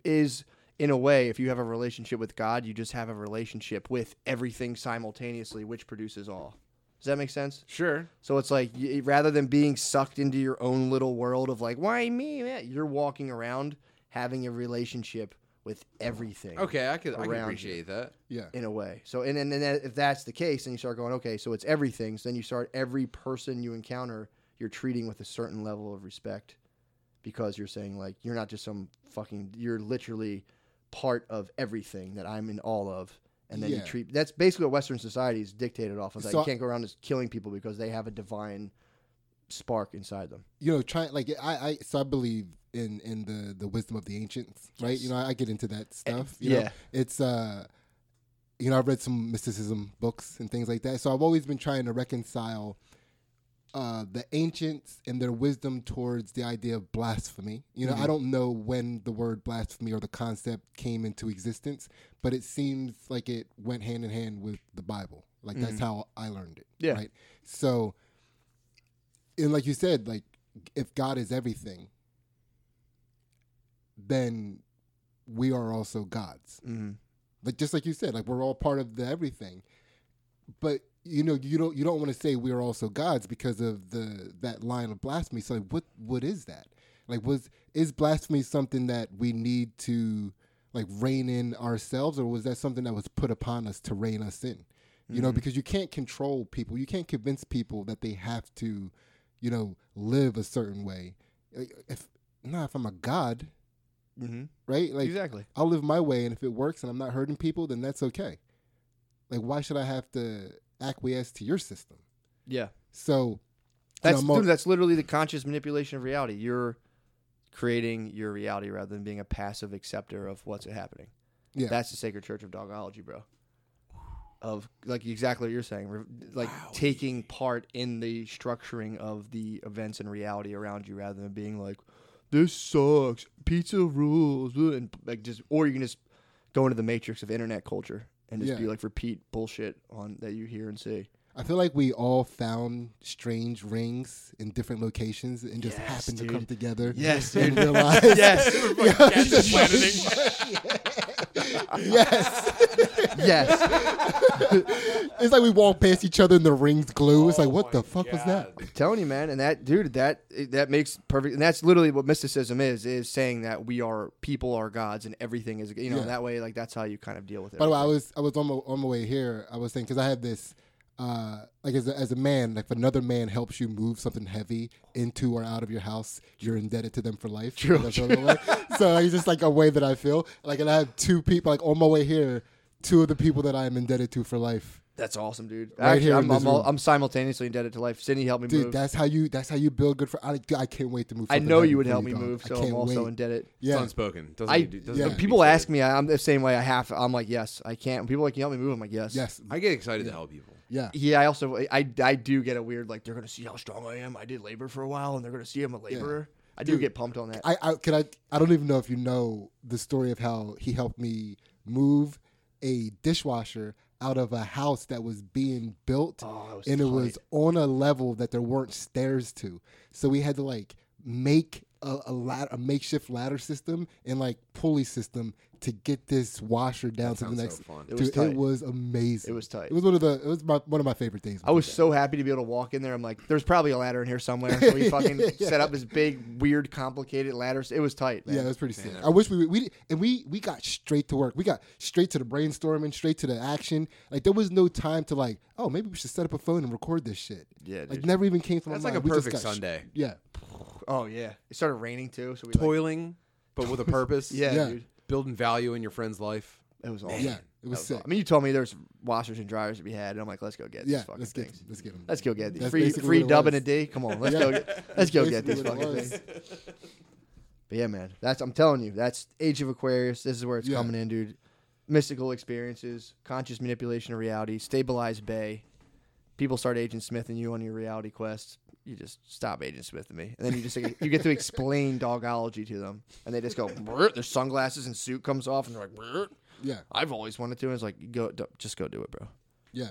Speaker 1: is in a way, if you have a relationship with God, you just have a relationship with everything simultaneously, which produces all. Does that make sense?
Speaker 2: Sure.
Speaker 1: So it's like y rather than being sucked into your own little world of like, why me? eh, You're walking around having a relationship with everything.
Speaker 2: Okay, I could, I could
Speaker 1: Around you.
Speaker 2: appreciate that.
Speaker 3: Yeah.
Speaker 1: In a way. So, and, and, and that- if that's the case, then you start going, okay, so it's everything. So then you start every person you encounter, you're treating with a certain level of respect because you're saying, like, you're not just some fucking, you're literally part of everything that I'm in all of. And then you
Speaker 3: Yeah.
Speaker 1: treat, that's basically what Western society is dictated off of. That
Speaker 3: So
Speaker 1: you
Speaker 3: I-
Speaker 1: can't go around just killing people because they have a divine spark inside them.
Speaker 3: you know, trying like I, I so I believe in in the the wisdom of the ancients, right? You know, I, I get into that stuff. You know?
Speaker 1: Eh, yeah.
Speaker 3: it's uh, you know, I've read some mysticism books and things like that, so I've always been trying to reconcile uh the ancients and their wisdom towards the idea of blasphemy. You know, I don't know when the word blasphemy or the concept came into existence, but it seems like it went hand in hand with the Bible. Like that's how I learned it.
Speaker 1: Yeah.
Speaker 3: Right. So and like you said, like if God is everything, then we are also gods.
Speaker 1: Mm-hmm.
Speaker 3: Like just like you said, like we're all part of the everything. But you know, you don't you don't want to say we are also gods because of the that line of blasphemy. So like, what what is that? Like was is blasphemy something that we need to like rein in ourselves, or was that something that was put upon us to rein us in? You
Speaker 1: Mm-hmm.
Speaker 3: know, because you can't control people. You can't convince people that they have to, you know, live a certain way. Like, If not, if I'm a god,
Speaker 1: Mm-hmm.
Speaker 3: right? Like
Speaker 1: exactly.
Speaker 3: I'll live my way, and if it works and I'm not hurting people, then that's okay. Like, why should I have to acquiesce to your system?
Speaker 1: Yeah.
Speaker 3: So,
Speaker 1: That's
Speaker 3: you know, mo-
Speaker 1: dude, that's literally the conscious manipulation of reality. You're creating your reality rather than being a passive acceptor of what's happening.
Speaker 3: yeah,
Speaker 1: That's the sacred church of dogology, bro. Of like exactly what you're saying, re- like taking part in the structuring of the events and reality around you, rather than being like, "This sucks, pizza rules," ugh," and like just, or you can just go into the matrix of internet culture and just
Speaker 3: Yeah.
Speaker 1: be like repeat bullshit on that you hear and see.
Speaker 3: I feel like we all found strange rings in different locations and just
Speaker 1: Yes,
Speaker 3: happened
Speaker 1: dude.
Speaker 3: to come together.
Speaker 1: Yes,
Speaker 3: and
Speaker 1: dude. (laughs)
Speaker 3: realize, (laughs)
Speaker 1: yes,
Speaker 2: Just wedding.
Speaker 3: yes.
Speaker 1: yes. (laughs)
Speaker 3: It's like we walk past each other and the rings glue. it's
Speaker 1: Oh
Speaker 3: like, what the fuck was that?
Speaker 1: telling you, man, and that dude, that that makes perfect, and that's literally what mysticism is: is saying that we are people are gods, and everything is, you know,
Speaker 3: Yeah.
Speaker 1: that way. Like that's how you kind of deal with it.
Speaker 3: By the way, I was I was on my on my way here. I was saying because I had this, uh, like as a, as a man, like if another man helps you move something heavy into or out of your house, you're indebted to them for life. True. so like, it's just like a way that I feel like, and I have two people like on my way here. Two of the people that I am indebted to for life,
Speaker 1: that's awesome, dude.
Speaker 3: Right
Speaker 1: Actually,
Speaker 3: here in
Speaker 1: I'm,
Speaker 3: this
Speaker 1: I'm, all,
Speaker 3: room.
Speaker 1: I'm simultaneously indebted to life. Sydney helped me
Speaker 3: dude.
Speaker 1: move.
Speaker 3: That's how you. That's how you build good for. I, I can't wait to move.
Speaker 1: I
Speaker 3: something
Speaker 1: know
Speaker 3: heavy
Speaker 1: you would
Speaker 3: for
Speaker 1: help me
Speaker 3: dog.
Speaker 1: move,
Speaker 3: I
Speaker 1: so
Speaker 3: can't
Speaker 1: I'm also
Speaker 3: wait.
Speaker 1: indebted.
Speaker 2: It's
Speaker 3: Yeah,
Speaker 2: unspoken. Doesn't
Speaker 1: I
Speaker 2: need to- doesn't
Speaker 3: yeah.
Speaker 2: need to be
Speaker 1: people
Speaker 2: said.
Speaker 1: ask me, I, I'm the same way. I have. I'm like, yes, I can't. When people are like, can you help me move? I'm like, yes,
Speaker 3: yes,
Speaker 2: I get excited to help people.
Speaker 3: yeah.
Speaker 1: Yeah, I also I I do get a weird like they're gonna see how strong I am. I did labor for a while, and they're gonna see I'm a laborer. I do
Speaker 3: Dude,
Speaker 1: get pumped on that.
Speaker 3: I, I can I I don't even know if you know the story of how he helped me move a dishwasher out of a house that was being built
Speaker 1: Oh, that was
Speaker 3: and it
Speaker 1: tight.
Speaker 3: was on a level that there weren't stairs to. So we had to like make a, a ladder, a makeshift ladder system and like pulley system to get this washer down to the
Speaker 2: sounds so
Speaker 3: next.
Speaker 2: fun. It
Speaker 3: Dude,
Speaker 1: was tight.
Speaker 3: it was amazing.
Speaker 1: It was tight.
Speaker 3: It was one of the it was my, one of my favorite things.
Speaker 1: I was so happy to be able to walk in there. I'm like, there's probably a ladder in here somewhere. So
Speaker 3: (laughs)
Speaker 1: he fucking set up this big, weird, complicated ladder. It was tight, man.
Speaker 3: Yeah, it was pretty sick. I wish we we did- and we we got straight to work. We got straight to the brainstorming, straight to the action. Like there was no time to like, oh, maybe we should set up a phone and record this shit.
Speaker 1: Yeah,
Speaker 3: like
Speaker 1: dude.
Speaker 3: never even came to my
Speaker 2: That's like
Speaker 3: mind.
Speaker 2: a
Speaker 3: We just
Speaker 2: perfect
Speaker 3: got sh-
Speaker 2: Sunday.
Speaker 3: yeah,
Speaker 1: Oh yeah. It started raining too, so we like,
Speaker 2: Toiling, but with a purpose.
Speaker 1: yeah,
Speaker 3: (laughs) Yeah.
Speaker 1: dude.
Speaker 2: Building value in your friend's life.
Speaker 1: It was awesome.
Speaker 3: yeah, it was
Speaker 1: That was
Speaker 3: sick.
Speaker 1: awesome. I mean, you told me there's washers and dryers to be had, and I'm like, let's go get
Speaker 3: yeah,
Speaker 1: these fucking
Speaker 3: let's get
Speaker 1: things.
Speaker 3: let's get them.
Speaker 1: Let's go get these
Speaker 3: That's
Speaker 1: free
Speaker 3: basically
Speaker 1: free
Speaker 3: what it
Speaker 1: dub
Speaker 3: was.
Speaker 1: and a D. Come on, let's
Speaker 3: Yeah.
Speaker 1: go get let's go get these
Speaker 3: Basically what it
Speaker 1: fucking
Speaker 3: was.
Speaker 1: things. But yeah, man, that's I'm telling you, that's Age of Aquarius. This is where it's
Speaker 3: Yeah.
Speaker 1: coming in, dude. Mystical experiences, conscious manipulation of reality, stabilized bay. People start Agent Smith and you on your reality quest. You just stop Agent Smith and me, and then you just you get to explain (laughs) dogology to them, and they just go. "Brr," Their sunglasses and suit comes off, and they're like, "Brr."
Speaker 3: Yeah,
Speaker 1: "I've always wanted to." And it's like, go, d- just go do it, bro.
Speaker 3: Yeah.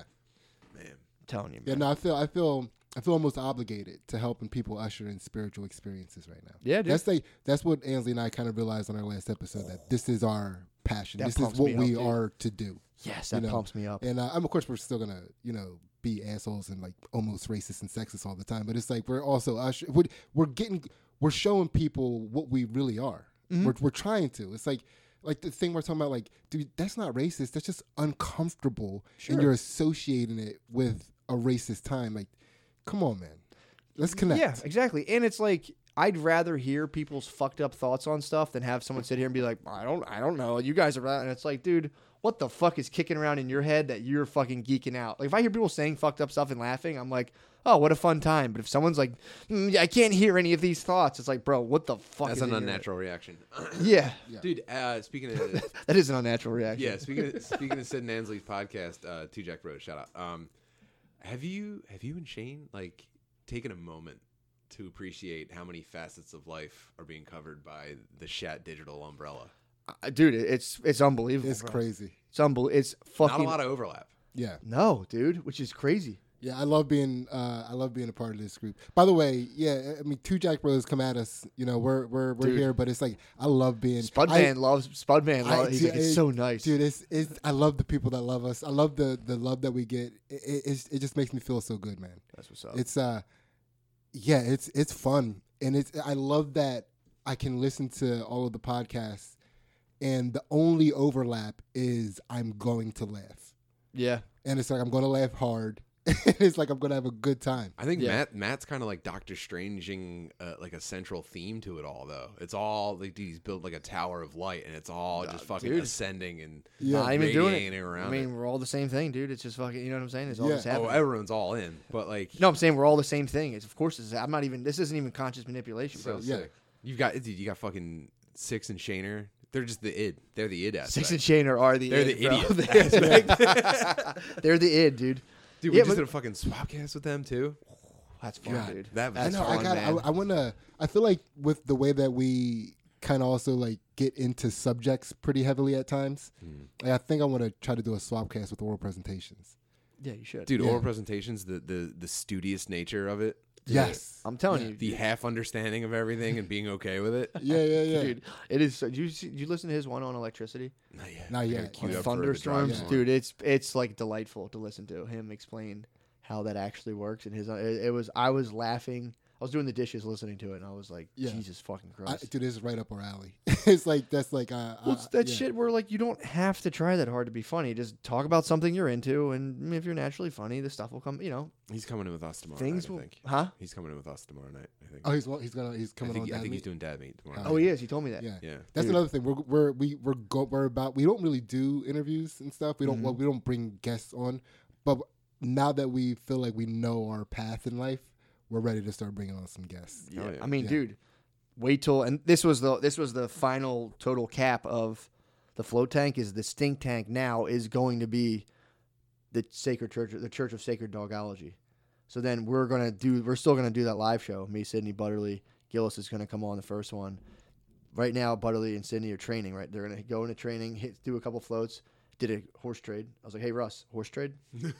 Speaker 2: man.
Speaker 1: telling you, man.
Speaker 3: Yeah, no, I feel I feel I feel almost obligated to helping people usher in spiritual experiences right now.
Speaker 1: Yeah, dude.
Speaker 3: That's like that's what Ansley and I kind of realized on our last episode that this is our passion.
Speaker 1: That
Speaker 3: this is
Speaker 1: pumps
Speaker 3: what
Speaker 1: me
Speaker 3: we
Speaker 1: up, dude.
Speaker 3: are to do.
Speaker 1: yes, that
Speaker 3: you know,
Speaker 1: pumps me up.
Speaker 3: And uh, I'm of course we're still gonna you know be assholes and like almost racist and sexist all the time, but it's like we're also usher- we're, we're getting we're showing people what we really are. We're we're trying to. It's like like the thing we're talking about like dude that's not racist that's just uncomfortable and you're associating it with a racist time like come on man let's
Speaker 2: (laughs)
Speaker 3: connect
Speaker 1: Yeah, exactly. And it's like I'd rather hear people's fucked up thoughts on stuff than have someone sit here and be like, I don't, I don't know. You guys are right. And it's like, dude, what the fuck is kicking around in your head that you're fucking geeking out? Like if I hear people saying fucked up stuff and laughing, I'm like, oh, what a fun time. But if someone's like, "Mm, I can't hear any of these thoughts, it's like, bro, what the fuck?
Speaker 2: That's
Speaker 1: is
Speaker 2: an
Speaker 1: in your-
Speaker 2: unnatural reaction, Uh,
Speaker 1: Yeah,
Speaker 2: dude. Uh,
Speaker 3: (laughs)
Speaker 2: speaking of
Speaker 1: that is an unnatural reaction.
Speaker 2: yeah, speaking of, speaking of Sid and Ansley's podcast, uh, Two Jack Bros, shout out. Um, have you have you and Shane like taken a moment to appreciate how many facets of life are being covered by the Shat Digital umbrella?
Speaker 1: Uh, dude, it- it's it's unbelievable.
Speaker 3: it's
Speaker 1: bro.
Speaker 3: crazy
Speaker 1: It's unbelievable. It's fucking
Speaker 2: Not a lot of overlap.
Speaker 3: yeah
Speaker 1: no, dude, which is crazy.
Speaker 3: Yeah, I love being uh, I love being a part of this group. By the way, yeah, I mean two Jack Brothers come at us. You know, we're we're we're
Speaker 1: Dude.
Speaker 3: here, but it's like I love being
Speaker 1: Spudman loves Spudman.
Speaker 3: I-
Speaker 1: Loves, he's like, it's
Speaker 3: dude,
Speaker 1: so
Speaker 3: I-
Speaker 1: nice,
Speaker 3: dude. It's, it's I love the people that love us. I love the the love that we get. It it, it's- it just makes me feel so good, man.
Speaker 1: That's what's up.
Speaker 3: It's uh, yeah, it's it's fun, and it's I love that I can listen to all of the podcasts, and the only overlap is I'm going to laugh,
Speaker 1: yeah.
Speaker 3: and it's like I'm going to laugh hard. (laughs) it's like I'm going to have a good time.
Speaker 2: I think
Speaker 1: Yeah.
Speaker 2: Matt Matt's kind of like Doctor Stranging uh, like a central theme to it all though. It's all like he's built like a tower of light and it's all just fucking
Speaker 1: dude.
Speaker 2: ascending and
Speaker 3: Yeah.
Speaker 1: not even doing it.
Speaker 2: radiating around
Speaker 1: I mean,
Speaker 2: it.
Speaker 1: we're all the same thing, dude. It's just fucking. You know what I'm saying? It's all
Speaker 3: Yeah.
Speaker 1: just
Speaker 2: oh,
Speaker 1: happening.
Speaker 2: everyone's all in, but like
Speaker 1: no, I'm saying we're all the same thing. It's of course. It's, I'm not even. This isn't even conscious manipulation,
Speaker 2: So
Speaker 1: bro.
Speaker 3: yeah.
Speaker 2: sick. You've got dude, you got fucking Six and Shaner. They're just the id. They're the id aspect.
Speaker 1: Six and Shaner are the.
Speaker 2: They're
Speaker 1: id,
Speaker 2: the
Speaker 1: bro.
Speaker 2: idiot
Speaker 1: They're, (laughs) they're the id, dude.
Speaker 2: dude, we
Speaker 1: Yeah,
Speaker 2: just
Speaker 1: but-
Speaker 2: did a fucking swap cast with them too.
Speaker 1: That's fun,
Speaker 3: God,
Speaker 1: dude.
Speaker 2: that was-
Speaker 1: That's
Speaker 3: I know.
Speaker 1: fun,
Speaker 3: I got.
Speaker 1: man.
Speaker 3: I, I want to. I feel like with the way that we kind of also like get into subjects pretty heavily at times. Like I think I want to try to do a swapcast with oral presentations.
Speaker 1: yeah, you should,
Speaker 2: Dude,
Speaker 3: Yeah.
Speaker 2: oral presentations, the, the the studious nature of it,
Speaker 3: Yes.
Speaker 1: I'm telling you,
Speaker 2: the half understanding of everything and being okay with it.
Speaker 3: Yeah, yeah, yeah.
Speaker 1: dude. It is. so- Did you see, did you listen to his one on electricity,
Speaker 2: Not yet.
Speaker 3: Not
Speaker 2: I gotta
Speaker 3: yet.
Speaker 2: queue
Speaker 1: on
Speaker 2: it up for the drive
Speaker 1: thunderstorms,
Speaker 2: tomorrow.
Speaker 1: dude? It's it's like delightful to listen to him explain how that actually works. And his, uh, it, it was. I was laughing. I was doing the dishes listening to it, and I was like,
Speaker 3: Yeah.
Speaker 1: Jesus fucking
Speaker 3: I,
Speaker 1: Christ.
Speaker 3: dude, this is right up our alley. (laughs) it's like that's like uh,
Speaker 1: Well, it's
Speaker 3: uh,
Speaker 1: that
Speaker 3: yeah.
Speaker 1: shit where like you don't have to try that hard to be funny. Just talk about something you're into, and if you're naturally funny, the stuff will come. You know,
Speaker 2: He's coming in with us tomorrow.
Speaker 1: Things
Speaker 2: night,
Speaker 1: will-
Speaker 2: I think.
Speaker 1: huh?
Speaker 2: He's coming in with us tomorrow night. I think.
Speaker 3: Oh, he's he's gonna he's
Speaker 2: I
Speaker 3: coming
Speaker 2: think,
Speaker 3: on.
Speaker 2: I
Speaker 3: Dad
Speaker 2: think he's
Speaker 3: Meat.
Speaker 2: doing dad meat tomorrow.
Speaker 1: Oh,
Speaker 2: night.
Speaker 1: he is. He told me that.
Speaker 3: Yeah.
Speaker 2: yeah.
Speaker 3: That's
Speaker 1: Dude.
Speaker 3: another thing. We're we're we we're, go, we're about we don't really do interviews and stuff. We don't well, we don't bring guests on, but now that we feel like we know our path in life, we're ready to start bringing on some guests.
Speaker 2: Oh, Yeah.
Speaker 1: I mean,
Speaker 3: Yeah.
Speaker 1: dude, wait till and this was the this was the final total cap of the float tank. Is the stink tank now is going to be the sacred church, the Church of Sacred Dogology. So then we're gonna do. We're still gonna do that live show. Me, Sydney, Butterly, Gillis is gonna come on the first one. Right now, Butterly and Sydney are training. Right, they're gonna go into training, hit, do a couple floats. Did a horse trade. I was like, "Hey, Russ, horse trade."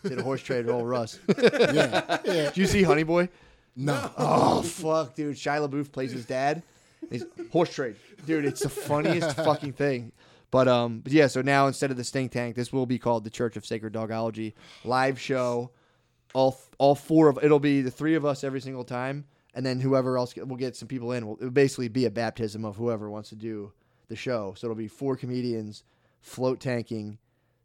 Speaker 1: Did a horse trade roll, Russ.
Speaker 3: Yeah, yeah.
Speaker 1: Did you see Honey Boy?
Speaker 3: No,
Speaker 1: (laughs) Oh fuck, dude! Shia LaBeouf plays his dad. He's horse trade, dude. It's the
Speaker 3: (laughs)
Speaker 1: funniest fucking thing. But um, but yeah. So now instead of the stink tank, this will be called the Church of Sacred Dogology live show. All all four of it'll be the three of us every single time, and then whoever else we'll get some people in. We'll, it'll basically be a baptism of whoever wants to do the show. So it'll be four comedians float tanking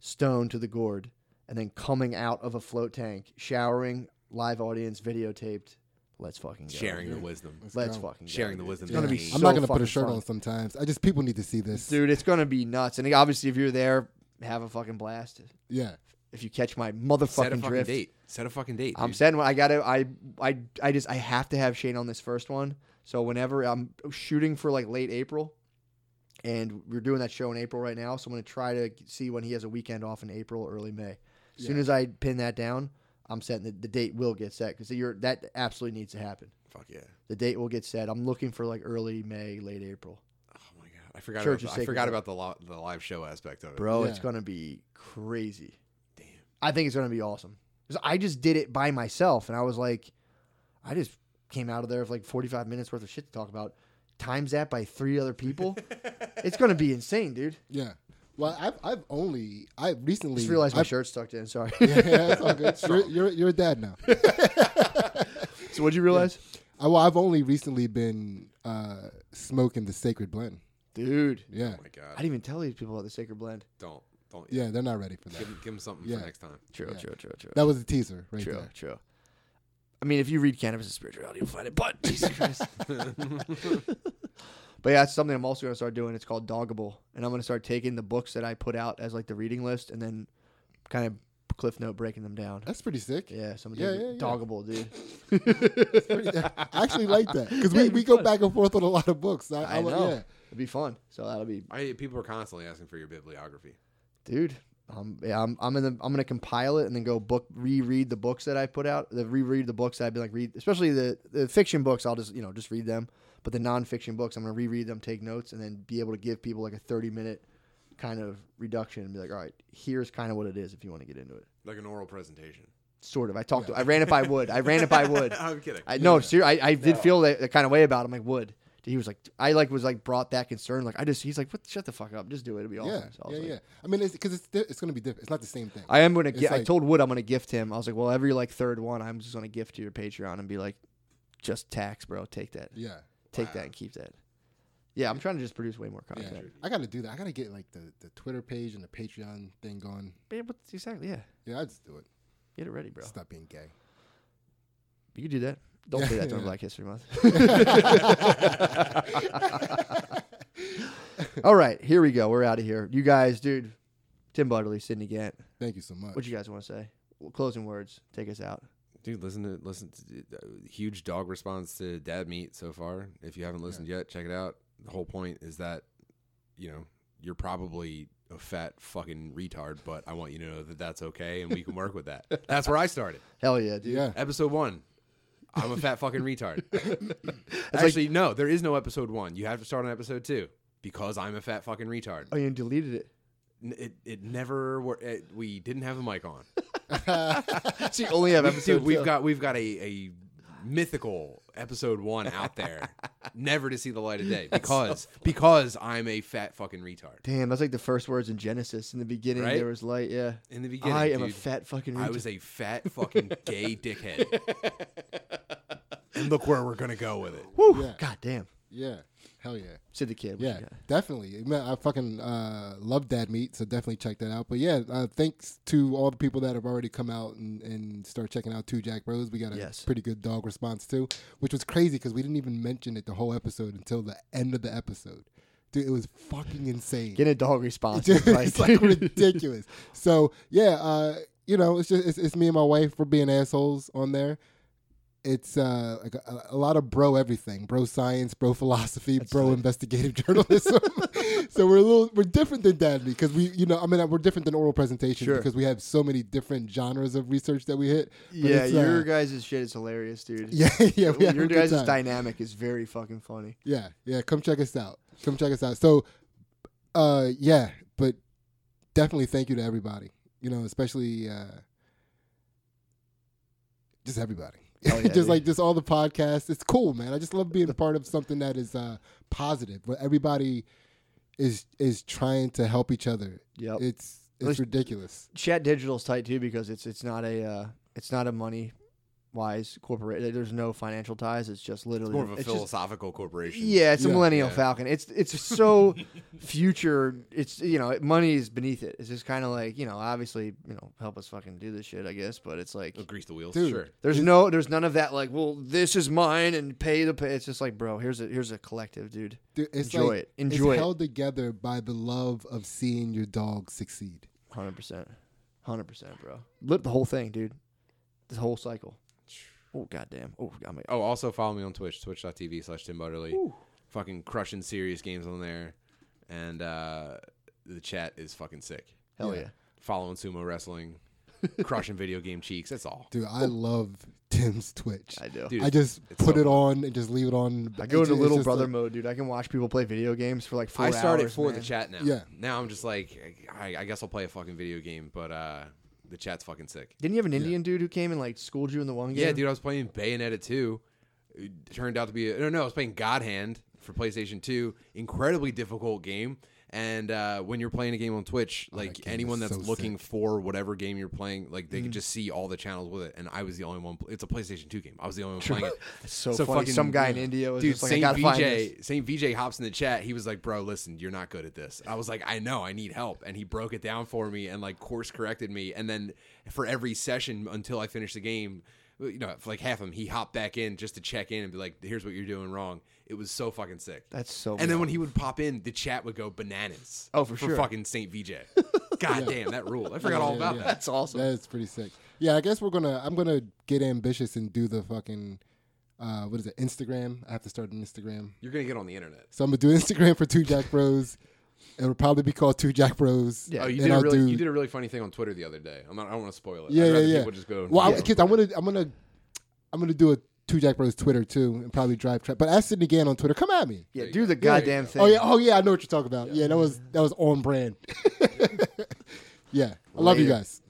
Speaker 1: stone to the gourd, and then coming out of a float tank, showering, live audience videotaped. Let's fucking go.
Speaker 2: Sharing the wisdom.
Speaker 1: Let's
Speaker 3: go.
Speaker 1: fucking go,
Speaker 2: Sharing the
Speaker 1: dude.
Speaker 2: wisdom.
Speaker 1: It's gonna
Speaker 2: that
Speaker 1: be
Speaker 2: we need.
Speaker 3: I'm
Speaker 1: so
Speaker 3: not gonna put
Speaker 1: fucking
Speaker 3: a shirt
Speaker 1: fun.
Speaker 3: on sometimes. I just people need to see this.
Speaker 1: dude. It's gonna be nuts. And obviously, if you're there, have a fucking blast.
Speaker 3: Yeah,
Speaker 1: If you catch my
Speaker 2: Set a
Speaker 1: motherfucking
Speaker 2: fucking
Speaker 1: drift,
Speaker 2: date. Set a fucking date.
Speaker 1: I'm
Speaker 2: dude.
Speaker 1: saying I gotta. I I I just I have to have Shane on this first one. So whenever I'm shooting for like late April, and we're doing that show in April right now, so I'm gonna try to see when he has a weekend off in April, early May. As soon as I pin that down, I'm setting the, the date will get set because you're that absolutely needs to happen.
Speaker 2: Fuck yeah.
Speaker 1: The date will get set. I'm looking for like early May, late April.
Speaker 2: Oh my god, I forgot.
Speaker 1: Church is
Speaker 2: About the, I
Speaker 1: sacred.
Speaker 2: forgot about the lo- the live show aspect of it.
Speaker 1: bro. It's
Speaker 3: Yeah.
Speaker 1: gonna be crazy.
Speaker 2: Damn.
Speaker 1: I think it's gonna be awesome. 'Cause I just did it by myself, and I was like, I just came out of there with like 45 minutes worth of shit to talk about. Times that by three other people, it's gonna be insane, dude.
Speaker 3: Yeah. Well, I've, I've only I recently
Speaker 1: Just realized my
Speaker 3: I've-
Speaker 1: shirt's tucked in. Sorry.
Speaker 3: (laughs) Yeah, that's all good. You're, you're, you're a dad now.
Speaker 1: (laughs) so what'd you realize,
Speaker 3: I, well, I've only recently been uh, smoking the sacred blend.
Speaker 1: dude?
Speaker 3: Yeah,
Speaker 2: Oh my
Speaker 1: I
Speaker 2: god.
Speaker 1: didn't even tell these people about the sacred blend.
Speaker 2: Don't don't
Speaker 3: yeah, they're not ready for
Speaker 2: Give
Speaker 3: that.
Speaker 2: him, give him something
Speaker 3: Yeah.
Speaker 2: for next time.
Speaker 1: True,
Speaker 3: Yeah.
Speaker 1: true, true, true.
Speaker 3: That was a teaser right
Speaker 1: true,
Speaker 3: there.
Speaker 1: true. I mean, if you read Cannabis and Spirituality, you'll find it. But
Speaker 3: (laughs)
Speaker 1: Jesus Christ. (laughs) but yeah, it's something I'm also gonna start doing. It's called Doggable, and I'm gonna start taking the books that I put out as like the reading list, and then kind of cliff note breaking them down.
Speaker 3: That's pretty sick.
Speaker 1: Yeah, so I'm
Speaker 3: Yeah,
Speaker 1: gonna do
Speaker 3: yeah, yeah.
Speaker 1: Doggable, dude.
Speaker 3: I actually like
Speaker 1: (laughs)
Speaker 3: that because we, we go back and forth on a lot of books. (laughs) I, I,
Speaker 1: I know.
Speaker 3: Yeah.
Speaker 1: It'd be fun. So that'll be,
Speaker 2: I people are constantly asking for your bibliography.
Speaker 1: dude. Um, yeah, I'm I'm in the, I'm gonna compile it and then go book reread the books that I put out. The reread the books that I've been like read, especially the the fiction books. I'll just you know just read them. But the nonfiction books, I'm gonna reread them, take notes, and then be able to give people like a 30 minute kind of reduction and be like, all right, here's kind of what it is if you want to get into it.
Speaker 2: Like an oral presentation.
Speaker 1: Sort of. I talked. To, I ran it by Wood. I ran it by
Speaker 2: (laughs)
Speaker 3: (laughs)
Speaker 1: Wood.
Speaker 2: I'm kidding.
Speaker 1: I no, ser- I, I did feel that, that kind of way about him. Like Wood, he was like, I like was like brought that concern. Like I just, he's like, what? Shut the fuck up. Just do it. It'll be awesome.
Speaker 3: Yeah,
Speaker 1: So I was
Speaker 3: yeah,
Speaker 1: like-
Speaker 3: yeah. I mean, it's because it's di- it's gonna be different. It's not the same thing.
Speaker 1: I am gonna.
Speaker 3: It's
Speaker 1: Gi- I
Speaker 3: like-
Speaker 1: told Wood I'm gonna gift him. I was like, well, every like third one, I'm just gonna gift to your Patreon and be like, just tax, bro. Take that.
Speaker 3: yeah,
Speaker 1: Take that and keep that. Yeah, I'm trying to just produce way more
Speaker 3: yeah.
Speaker 1: content.
Speaker 3: I gotta do that. I gotta get like the, the Twitter page and the Patreon thing going.
Speaker 1: Yeah, but exactly. Yeah,
Speaker 3: Yeah, I just do it.
Speaker 1: get it ready, bro.
Speaker 3: Stop being gay. (laughs)
Speaker 1: You can do that. Don't
Speaker 3: Yeah,
Speaker 1: say that
Speaker 3: (laughs)
Speaker 1: during
Speaker 3: yeah.
Speaker 1: Black History Month. (laughs) All right, here we go. We're out of here. You guys, dude. Tim Butterly, Sydney Gant.
Speaker 3: Thank you so much.
Speaker 1: What you guys want to say? Well, Closing words. Take us out.
Speaker 2: Dude, listen to listen to uh, huge dog response to Dad Meat so far. If you haven't listened yet, check it out. The whole point is that you know you're probably a fat fucking retard, but I want you to know that that's okay and we can work with that. That's where I started.
Speaker 1: Hell yeah, dude.
Speaker 3: yeah,
Speaker 2: Episode one. I'm a fat fucking retard. Actually, no, there is no episode one. You have to start on episode two because I'm a fat fucking retard.
Speaker 1: Oh, you deleted
Speaker 3: (laughs)
Speaker 1: it.
Speaker 2: N- It, it never wor- it, we didn't have a mic on.
Speaker 1: So you only have episode.
Speaker 2: Dude, we've
Speaker 1: two.
Speaker 2: got we've got a, a mythical episode one
Speaker 1: (laughs)
Speaker 2: out there, never to see the light of day because because I'm a fat fucking retard.
Speaker 1: Damn, that's like the first words in Genesis. In the beginning,
Speaker 2: Right?
Speaker 1: there was light. Yeah.
Speaker 2: In the beginning,
Speaker 1: I am a
Speaker 2: dude,
Speaker 1: fat fucking.
Speaker 2: I
Speaker 1: retard.
Speaker 2: was a fat fucking
Speaker 1: (laughs)
Speaker 2: gay dickhead. and look where we're gonna go with it.
Speaker 1: Woo!
Speaker 3: Yeah.
Speaker 1: God damn.
Speaker 3: yeah. Hell yeah.
Speaker 1: Said the kid. what
Speaker 3: Yeah,
Speaker 1: you got?
Speaker 3: definitely. I, mean, I fucking uh, love Dad Meat, so definitely check that out. But yeah, uh, thanks to all the people that have already come out and, and start checking out Two Jack Bros. We got a
Speaker 1: Yes.
Speaker 3: pretty good dog response too, which was crazy because we didn't even mention it the whole episode until the end of the episode. Dude, it was fucking insane.
Speaker 1: Get a dog
Speaker 3: (laughs)
Speaker 1: response.
Speaker 3: Dude,
Speaker 1: like, (laughs)
Speaker 3: it's like ridiculous. So yeah, uh, you know, it's just it's, it's me and my wife. We're being assholes on there. It's uh, like a, a lot of bro everything, bro science, bro philosophy, bro investigative (laughs) journalism.
Speaker 1: (laughs)
Speaker 3: so we're a little we're different than Daddy because we you know I mean we're different than oral presentation
Speaker 1: Sure.
Speaker 3: because we have so many different genres of research that we hit. But
Speaker 1: yeah,
Speaker 3: it's,
Speaker 1: your
Speaker 3: uh,
Speaker 1: guys' shit is hilarious, dude.
Speaker 3: (laughs) yeah, yeah, we have a
Speaker 1: your
Speaker 3: good
Speaker 1: guys'
Speaker 3: time.
Speaker 1: dynamic is very fucking
Speaker 3: (laughs)
Speaker 1: funny.
Speaker 3: Yeah, yeah. Come check us out. Come check us out. So, uh, yeah, but definitely thank you to everybody. You know, especially uh, just everybody.
Speaker 1: Hell Oh,
Speaker 3: (laughs)
Speaker 1: yeah,
Speaker 3: just
Speaker 1: dude.
Speaker 3: like just all the podcasts. It's cool, man. I just love being a part of something that is uh, positive, where everybody is is trying to help each other.
Speaker 1: Yep.
Speaker 3: It's it's
Speaker 1: Let's-
Speaker 3: ridiculous.
Speaker 1: Chat Digital's tight too because it's it's not a uh, it's not a money wise corporate. There's no financial ties. It's just literally
Speaker 2: More of a
Speaker 1: it's just-
Speaker 2: philosophical corporation.
Speaker 1: Yeah, it's a
Speaker 3: Yeah.
Speaker 1: millennial
Speaker 2: Yeah.
Speaker 1: falcon. It's it's
Speaker 2: (laughs)
Speaker 1: so future. It's you know, money is beneath it. It's just kind of like you know, obviously you know, help us fucking do this shit, I guess. But it's like
Speaker 2: Oh, grease the wheels.
Speaker 3: Dude.
Speaker 2: Sure.
Speaker 1: there's no there's none of that like, well, this is mine and pay the pay. It's just like, bro, here's a here's a collective, dude.
Speaker 3: Dude, it's
Speaker 1: Enjoy
Speaker 3: like-
Speaker 1: it. Enjoy
Speaker 3: it's
Speaker 1: it.
Speaker 3: held together by the love of seeing your dog succeed.
Speaker 1: Hundred percent, hundred percent, bro. Lip the whole thing, dude. The whole cycle. Oh goddamn. Oh, I'm
Speaker 2: Oh, also follow me on Twitch, twitch.tv slash Tim Butterly. Fucking crushing serious games on there. And uh, the chat is fucking sick.
Speaker 1: hell yeah.
Speaker 3: Yeah.
Speaker 2: Following sumo wrestling, crushing video game cheeks. That's all.
Speaker 3: Dude,
Speaker 1: Oh.
Speaker 3: I love Tim's Twitch.
Speaker 1: I do.
Speaker 2: Dude,
Speaker 3: I just
Speaker 2: it's
Speaker 3: put
Speaker 2: so
Speaker 3: it on and just leave it on.
Speaker 1: I go
Speaker 3: It's
Speaker 1: into
Speaker 3: ju- it's
Speaker 1: little
Speaker 3: just
Speaker 1: brother
Speaker 3: like-
Speaker 1: mode, dude. I can watch people play video games for like four
Speaker 2: I started
Speaker 1: hours,
Speaker 2: for the
Speaker 1: man.
Speaker 2: chat now.
Speaker 3: Yeah.
Speaker 2: Now I'm just like, I, I guess I'll play a fucking video game, but uh, The chat's fucking sick.
Speaker 1: Didn't you have an Indian dude who came and like schooled you in the one game?
Speaker 2: Yeah, dude, I was playing Bayonetta 2. It turned out to be a, no, no. I was playing God Hand for PlayStation 2. Incredibly difficult game. And uh, when you're playing a game on Twitch,
Speaker 1: Oh,
Speaker 2: like
Speaker 3: game is
Speaker 2: anyone that's
Speaker 3: so
Speaker 2: looking for whatever game you're playing, like they
Speaker 1: Mm.
Speaker 2: can just see all the channels with it. And I was the only one. It's a PlayStation 2 game. I was the only one playing it.
Speaker 1: It's (laughs) so, funny. Some guy in India was
Speaker 2: dude,
Speaker 1: just like, I
Speaker 2: Saint
Speaker 1: gotta
Speaker 2: VJ,
Speaker 1: find this.
Speaker 2: Saint VJ hops in the chat. He was like, "Bro, listen, you're not good at this." I was like, "I know, I need help," and he broke it down for me and like course corrected me. And then for every session until I finished the game, you know, for like half of them, he hopped back in just to check in and be like, "Here's what you're doing wrong." It was so fucking sick.
Speaker 1: That's so.
Speaker 2: and then when he would pop in, the chat would go bananas.
Speaker 1: Oh, for sure.
Speaker 2: fucking Saint VJ.
Speaker 3: (laughs)
Speaker 2: God damn, that ruled. I forgot all
Speaker 3: yeah,
Speaker 2: about
Speaker 3: yeah.
Speaker 2: that.
Speaker 1: that's awesome.
Speaker 3: That is pretty sick. Yeah, I guess we're gonna. I'm gonna get ambitious and do the fucking. Uh, what is it? Instagram. I have to start an Instagram.
Speaker 2: You're gonna get on the internet.
Speaker 3: So I'm gonna do (laughs) Instagram for Two Jack Bros. It'll probably be called Two Jack Bros.
Speaker 1: Yeah.
Speaker 2: Oh, you
Speaker 3: And
Speaker 2: did a
Speaker 3: I'll
Speaker 2: really,
Speaker 3: do-
Speaker 2: you did a really funny thing on Twitter the other day. I'm not. I don't want to spoil it.
Speaker 3: Yeah,
Speaker 2: I'd
Speaker 3: yeah,
Speaker 2: rather
Speaker 3: yeah.
Speaker 2: People just go.
Speaker 3: Well,
Speaker 2: Yeah.
Speaker 3: I, kids, I'm gonna, I'm gonna, I'm gonna do a Two Jack Bros Twitter too, and probably drive trap. But ask Sydney Gann on Twitter. Come at me.
Speaker 1: yeah,
Speaker 2: you
Speaker 1: do the
Speaker 2: go. Yeah, there you
Speaker 1: goddamn
Speaker 2: go.
Speaker 1: thing.
Speaker 3: Oh yeah, oh (laughs) yeah, I know what you're talking about. Yeah, that was that was on brand. yeah, I love you
Speaker 1: Later.
Speaker 3: guys.